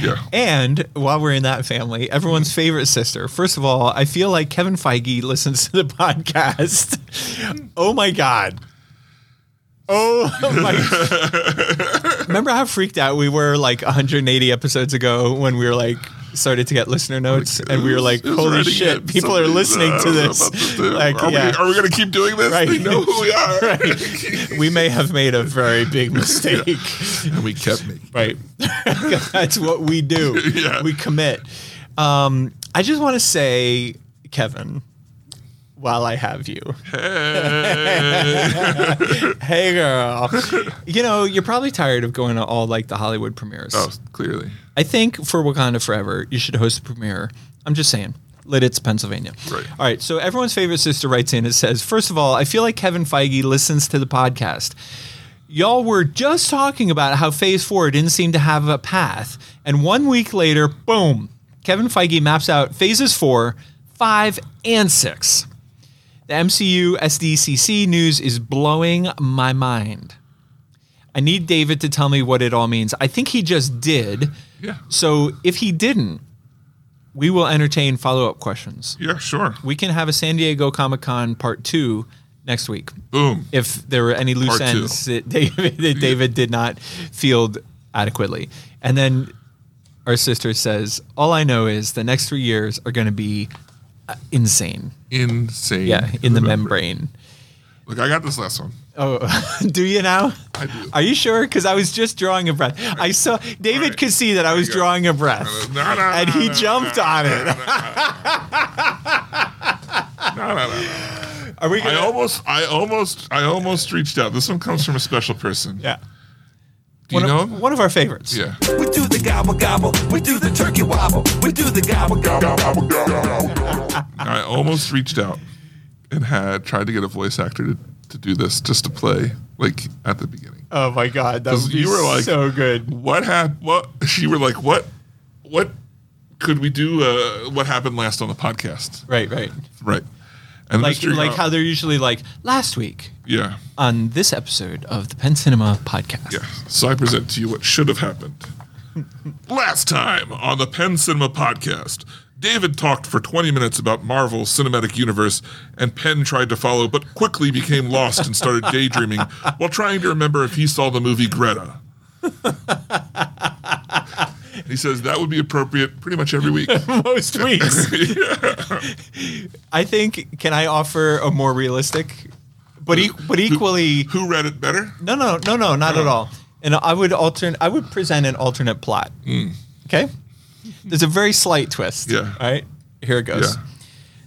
[SPEAKER 2] Yeah.
[SPEAKER 3] And while we're in that family, everyone's favorite sister. First of all, I feel like Kevin Feige listens to the podcast. Oh my god. Oh my. Remember how freaked out we were like 180 episodes ago when we were like started to get listener notes and we were like,
[SPEAKER 2] It's
[SPEAKER 3] holy
[SPEAKER 2] already
[SPEAKER 3] shit,
[SPEAKER 2] it.
[SPEAKER 3] people are
[SPEAKER 2] Somebody's, uh,
[SPEAKER 3] listening
[SPEAKER 2] I
[SPEAKER 3] to
[SPEAKER 2] don't know
[SPEAKER 3] this.
[SPEAKER 2] about dude.
[SPEAKER 3] Like,
[SPEAKER 2] are,
[SPEAKER 3] yeah.
[SPEAKER 2] we, are we going to keep doing this?
[SPEAKER 3] Right.
[SPEAKER 2] They know who we are.
[SPEAKER 3] we may have made a very big mistake.
[SPEAKER 2] and we kept making.
[SPEAKER 3] Right. That's what we do.
[SPEAKER 2] Yeah.
[SPEAKER 3] We commit. Um, I just want to say, Kevin, while I have you. Hey. girl. You know, you're probably tired of going to all like the Hollywood premieres.
[SPEAKER 2] Oh, clearly.
[SPEAKER 3] I think for Wakanda Forever, you should host a premiere. I'm just saying. Lidditz, Pennsylvania.
[SPEAKER 2] Right.
[SPEAKER 3] All right. So everyone's favorite sister writes in and says, First of all, I feel like Kevin Feige listens to the podcast. Y'all were just talking about how phase four didn't seem to have a path. And one week later, boom, Kevin Feige maps out phases four, five, and six. The MCU SDCC news is blowing my mind. I need David to tell me what it all means. I think he just did.
[SPEAKER 2] Yeah.
[SPEAKER 3] So if he didn't, we will entertain follow up questions.
[SPEAKER 2] Yeah, sure.
[SPEAKER 3] We can have a San Diego Comic Con part two next week
[SPEAKER 2] Boom.
[SPEAKER 3] if there were any loose
[SPEAKER 2] Part two.
[SPEAKER 3] ends that David, that David did not field adequately. And then our sister says, All I know is the next three years are going to be uh, insane.
[SPEAKER 2] Insane.
[SPEAKER 3] Yeah, in the membrane.
[SPEAKER 2] Look, I got this last one.
[SPEAKER 3] Oh, do you now?
[SPEAKER 2] I do.
[SPEAKER 3] Are you sure? Because I was just drawing a breath. I saw David
[SPEAKER 2] right.
[SPEAKER 3] could see that I was
[SPEAKER 2] you go.
[SPEAKER 3] drawing a breath,
[SPEAKER 2] No, no, no,
[SPEAKER 3] and he
[SPEAKER 2] no,
[SPEAKER 3] jumped on it.
[SPEAKER 2] No, no, no, no.
[SPEAKER 3] Are we?
[SPEAKER 2] I
[SPEAKER 3] Gonna,
[SPEAKER 2] almost, I almost, I almost reached out. This one comes from a special person.
[SPEAKER 3] yeah.
[SPEAKER 2] Do you
[SPEAKER 3] one
[SPEAKER 2] know
[SPEAKER 3] Of,
[SPEAKER 2] him?
[SPEAKER 3] one of our favorites.
[SPEAKER 2] Yeah.
[SPEAKER 4] We do the gobble gobble. We do the turkey wobble. We do the gobble gobble. gobble, gobble, gobble.
[SPEAKER 2] I almost reached out and had tried to get a voice actor to, to do this just to play like at the beginning.
[SPEAKER 3] Oh my God, that
[SPEAKER 2] 'Cause
[SPEAKER 3] would be
[SPEAKER 2] you were like-
[SPEAKER 3] so good.
[SPEAKER 2] What happened? What she were like? What? What could we do? Uh, what happened last on the podcast?
[SPEAKER 3] Right, right.
[SPEAKER 2] Right. And
[SPEAKER 3] Like,
[SPEAKER 2] Mr.
[SPEAKER 3] like
[SPEAKER 2] Young-
[SPEAKER 3] how they're usually like last week
[SPEAKER 2] Yeah.
[SPEAKER 3] on this episode of the Penn Cinema podcast.
[SPEAKER 2] Yeah. So I present to you what should have happened. Last time on the Penn Cinema podcast, David talked for 20 minutes about Marvel's cinematic universe, and Penn tried to follow but quickly became lost and started daydreaming while trying to remember if he saw the movie Greta. he says that would be appropriate pretty much every week.
[SPEAKER 3] Most weeks. I think. Can I offer a more realistic, but e- but equally
[SPEAKER 2] Who read it better?
[SPEAKER 3] No, no, no, no, not
[SPEAKER 2] Mm.
[SPEAKER 3] at all. And I would alternate. I would present an alternate plot. Okay. There's a very slight twist.
[SPEAKER 2] Mm. Yeah.
[SPEAKER 3] All right. Here it goes.
[SPEAKER 2] Yeah.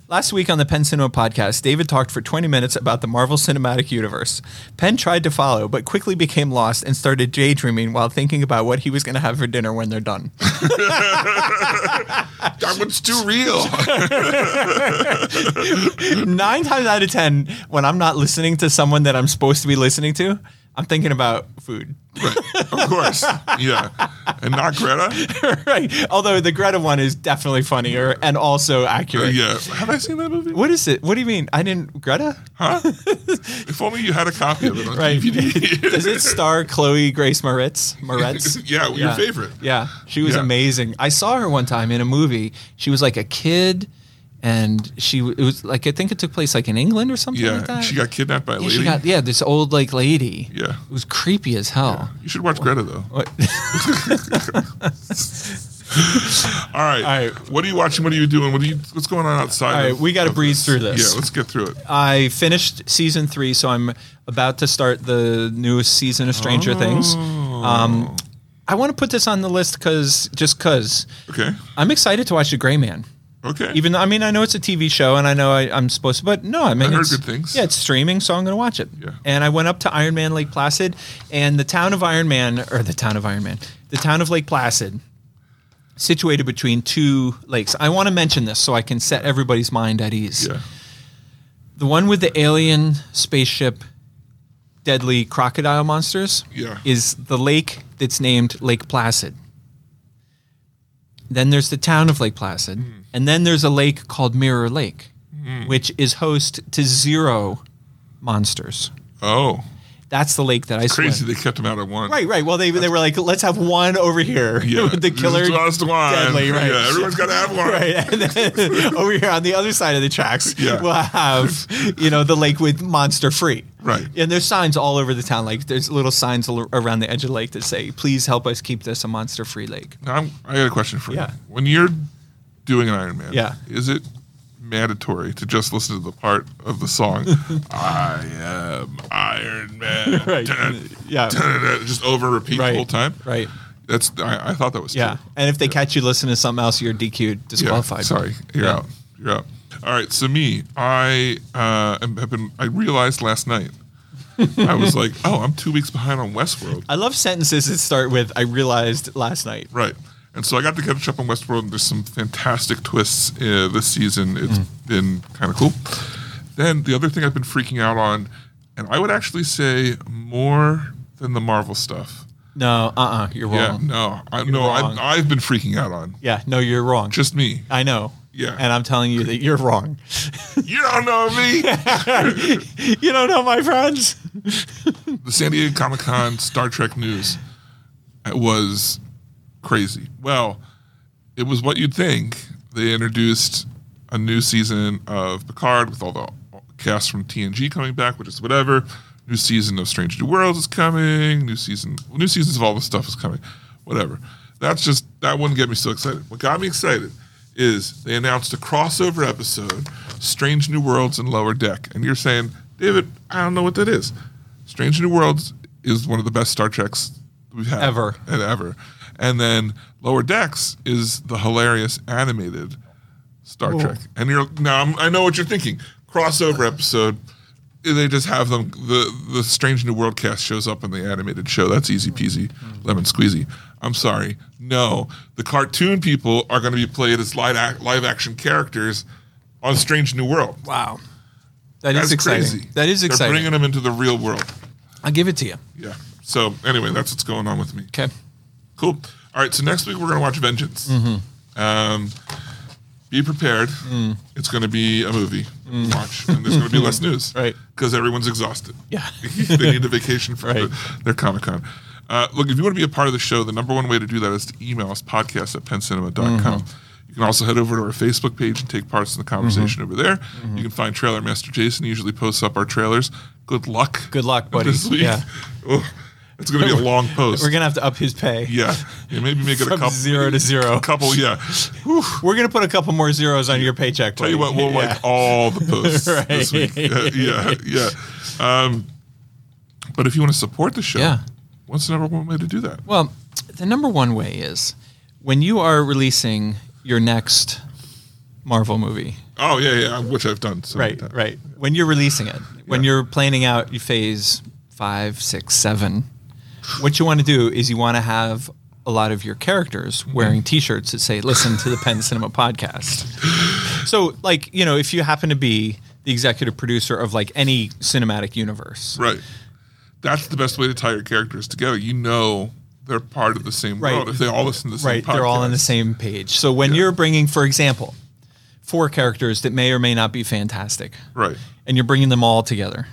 [SPEAKER 3] Last week on the Penn Cinema podcast, David talked for 20 minutes about the Marvel Cinematic Universe. Penn tried to follow, but quickly became lost and started daydreaming while thinking about what he was going to have for dinner when they're done.
[SPEAKER 2] That one's too real.
[SPEAKER 3] Nine times out of 10, when I'm not listening to someone that I'm supposed to be listening to, I'm thinking about food.
[SPEAKER 2] of course. Yeah. And not Greta.
[SPEAKER 3] right. Although the Greta one is definitely funnier and also accurate.
[SPEAKER 2] Yeah. Have I seen that movie?
[SPEAKER 3] What is it? What do you mean? I didn't Greta?
[SPEAKER 2] Huh? if only you had a copy of it on
[SPEAKER 3] Right.
[SPEAKER 2] DVD.
[SPEAKER 3] Does it star Chloe Grace Moretz? Moretz?
[SPEAKER 2] yeah, well, your favorite.
[SPEAKER 3] Yeah, she was
[SPEAKER 2] Yeah.
[SPEAKER 3] amazing. I saw her one time in a movie. She was like a kid, and she w- it was like I think it took place like in England or something like
[SPEAKER 2] Yeah.
[SPEAKER 3] that.
[SPEAKER 2] She got kidnapped by a
[SPEAKER 3] yeah,
[SPEAKER 2] lady.
[SPEAKER 3] she got yeah this old like lady.
[SPEAKER 2] Yeah.
[SPEAKER 3] it was creepy as hell.
[SPEAKER 2] you should watch Greta though.
[SPEAKER 3] What?
[SPEAKER 2] All right.
[SPEAKER 3] All right.
[SPEAKER 2] What are you watching? What are you doing? What are you? What's going on outside?
[SPEAKER 3] All right,
[SPEAKER 2] of-
[SPEAKER 3] we gotta
[SPEAKER 2] of
[SPEAKER 3] breeze through this. Uh,
[SPEAKER 2] Yeah, let's get through it.
[SPEAKER 3] I finished season three, so I'm about to start the newest season of Stranger
[SPEAKER 2] Oh.
[SPEAKER 3] Things. Um, I want to put this on the list because just because
[SPEAKER 2] Okay.
[SPEAKER 3] I'm excited to watch The Gray Man.
[SPEAKER 2] Okay.
[SPEAKER 3] Even though I mean I know it's a TV show and I know I, I'm supposed to, but no, I mean
[SPEAKER 2] heard
[SPEAKER 3] it's-
[SPEAKER 2] good things.
[SPEAKER 3] Yeah, it's streaming, so I'm going to watch it.
[SPEAKER 2] Yeah.
[SPEAKER 3] And I went up to Iron Man Lake Placid, and the town of Iron Man, or the town of Iron Man, the town of Lake Placid, situated between two lakes. I want to mention this so I can set everybody's mind at ease.
[SPEAKER 2] yeah.
[SPEAKER 3] The one with the alien spaceship, deadly crocodile monsters,
[SPEAKER 2] Yeah.
[SPEAKER 3] is the lake that's named Lake Placid. Then there's the town of Lake Placid,
[SPEAKER 2] Hmm.
[SPEAKER 3] and then there's a lake called Mirror Lake, which is host to zero monsters.
[SPEAKER 2] Oh,
[SPEAKER 3] That's the lake that I
[SPEAKER 2] crazy!
[SPEAKER 3] swim.
[SPEAKER 2] They kept him out of one.
[SPEAKER 3] Right, right. Well, they, they were like, let's have one over here.
[SPEAKER 2] Yeah.
[SPEAKER 3] the killer
[SPEAKER 2] This is the last one.
[SPEAKER 3] deadly, right?
[SPEAKER 2] Yeah. Everyone's got to have one.
[SPEAKER 3] Right. And then over here on the other side of the tracks,
[SPEAKER 2] Yeah.
[SPEAKER 3] we'll have, you know, the lake with monster free.
[SPEAKER 2] Right.
[SPEAKER 3] And there's signs all over the town. Like there's little signs al- around the edge of the lake that say, please help us keep this a monster free lake.
[SPEAKER 2] Now, I'm, I got a question for
[SPEAKER 3] Yeah.
[SPEAKER 2] you. When you're doing an Iron Man,
[SPEAKER 3] Yeah.
[SPEAKER 2] is it mandatory to just listen to the part of the song "I am Iron Man"? Dun,
[SPEAKER 3] Yeah.
[SPEAKER 2] dun, dun, just over repeat
[SPEAKER 3] Right.
[SPEAKER 2] the whole time.
[SPEAKER 3] Right.
[SPEAKER 2] That's I, I thought that was
[SPEAKER 3] Yeah.
[SPEAKER 2] true.
[SPEAKER 3] And if they catch you listening to something else, you're DQ'd, disqualified.
[SPEAKER 2] Sorry, you're out. You're out. All right. So me, I uh, am- have been. I realized last night. I was like, oh, I'm two weeks behind on Westworld.
[SPEAKER 3] I love sentences that start with, I realized last night.
[SPEAKER 2] Right. And so I got to catch up on Westworld, and there's some fantastic twists uh, this season. It's
[SPEAKER 3] Mm.
[SPEAKER 2] been kind of cool. Then the other thing I've been freaking out on, and I would actually say more than the Marvel stuff.
[SPEAKER 3] No, uh uh-uh, uh, you are
[SPEAKER 2] Yeah,
[SPEAKER 3] wrong. Yeah. No,
[SPEAKER 2] no, I, no,
[SPEAKER 3] wrong.
[SPEAKER 2] I've, I've been freaking out on
[SPEAKER 3] you're wrong.
[SPEAKER 2] just me.
[SPEAKER 3] I know.
[SPEAKER 2] Yeah.
[SPEAKER 3] And I'm telling you that you're wrong.
[SPEAKER 2] You don't know me.
[SPEAKER 3] you don't know my friends.
[SPEAKER 2] the San Diego Comic Con Star Trek news was crazy. Well, it was what you'd think. They introduced a new season of Picard with all the cast from TNG coming back, which is whatever. New season of Strange New Worlds is coming. New season, new seasons of all this stuff is coming. Whatever. That's just that wouldn't get me so excited. What got me excited is they announced a crossover episode, Strange New Worlds and Lower Deck. And you're saying, David, I don't know what that is. Strange New Worlds is one of the best Star Treks we've had
[SPEAKER 3] Ever.
[SPEAKER 2] and ever. And then Lower Decks is the hilarious animated Star Trek. And you're now I'm, I know what you're thinking. Crossover episode. They just have them. The the Strange New World cast shows up in the animated show. That's easy peasy, lemon squeezy. I'm sorry. No, the cartoon people are going to be played as live ac- live action characters on Strange New World.
[SPEAKER 3] Wow. That is
[SPEAKER 2] That's
[SPEAKER 3] exciting.
[SPEAKER 2] crazy.
[SPEAKER 3] That is
[SPEAKER 2] They're
[SPEAKER 3] exciting.
[SPEAKER 2] bringing them into the real world.
[SPEAKER 3] I'll give it to you.
[SPEAKER 2] Yeah. So anyway, that's what's going on with me.
[SPEAKER 3] Okay.
[SPEAKER 2] Cool. All right. So next week we're going to watch Vengeance.
[SPEAKER 3] Mm-hmm.
[SPEAKER 2] Um, be prepared.
[SPEAKER 3] Mm.
[SPEAKER 2] It's going to be a movie. to Watch, and there's going to be less news,
[SPEAKER 3] Right.
[SPEAKER 2] Because everyone's exhausted.
[SPEAKER 3] Yeah.
[SPEAKER 2] they need a vacation from
[SPEAKER 3] Right.
[SPEAKER 2] the- their Comic Con. Uh, look, if you want to be a part of the show, the number one way to do that is to email us podcast at pencinema.com.
[SPEAKER 3] Mm-hmm.
[SPEAKER 2] You can also head over to our Facebook page and take part in the conversation
[SPEAKER 3] Mm-hmm.
[SPEAKER 2] over there. You can find Trailer Master Jason. He usually posts up our trailers. Good luck.
[SPEAKER 3] Good luck, buddy.
[SPEAKER 2] This week.
[SPEAKER 3] Yeah.
[SPEAKER 2] Oh, it's going to be a long post.
[SPEAKER 3] We're going to have to up his pay.
[SPEAKER 2] Yeah, yeah maybe make it a
[SPEAKER 3] From
[SPEAKER 2] couple
[SPEAKER 3] zero to zero.
[SPEAKER 2] A couple, yeah. Whew.
[SPEAKER 3] We're going to put a couple more zeros on your paycheck.
[SPEAKER 2] Tell you what, we'll like all the posts this week. Yeah, yeah, yeah. Um, but if you want to support the show,
[SPEAKER 3] Yeah.
[SPEAKER 2] what's the number one way to do that?
[SPEAKER 3] Well, the number one way is when you are releasing your next Marvel movie.
[SPEAKER 2] Oh yeah, yeah, which I've done. So
[SPEAKER 3] Right, right. When you're releasing it, when you're planning out your phase five, six, seven, what you want to do is you want to have a lot of your characters wearing T-shirts that say "Listen to the Penn Cinema Podcast." So, like, you know, if you happen to be the executive producer of like any cinematic universe,
[SPEAKER 2] Right. That's the best way to tie your characters together. You know they're part of the same
[SPEAKER 3] Right.
[SPEAKER 2] world if they all listen to the same
[SPEAKER 3] right? They're all on the
[SPEAKER 2] podcast.
[SPEAKER 3] same page. So when you're bringing, for example, four characters that may or may not be fantastic,
[SPEAKER 2] Right.
[SPEAKER 3] and you're bringing them all together,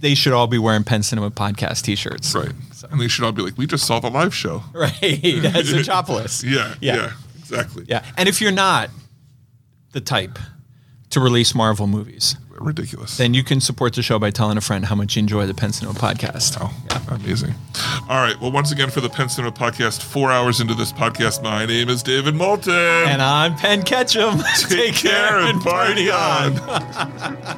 [SPEAKER 3] they should all be wearing Penn Cinema Podcast T-shirts,
[SPEAKER 2] Right. And they should all be like, we just saw the live show.
[SPEAKER 3] right? As a chopless.
[SPEAKER 2] Yeah.
[SPEAKER 3] Yeah.
[SPEAKER 2] Yeah. exactly.
[SPEAKER 3] Yeah. And if you're not the type to release Marvel movies,
[SPEAKER 2] Ridiculous.
[SPEAKER 3] then you can support the show by telling a friend how much you enjoy the Penn Cinema podcast.
[SPEAKER 2] Wow. Amazing. All right. Well, once again, for the Penn Cinema podcast, four hours into this podcast, my name is David Moulton.
[SPEAKER 3] And I'm Penn Ketchum. Take care and party on.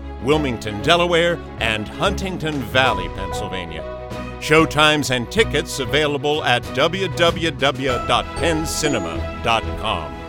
[SPEAKER 1] Wilmington, Delaware, and Huntington Valley, Pennsylvania. Showtimes and tickets available at www.penncinema.com.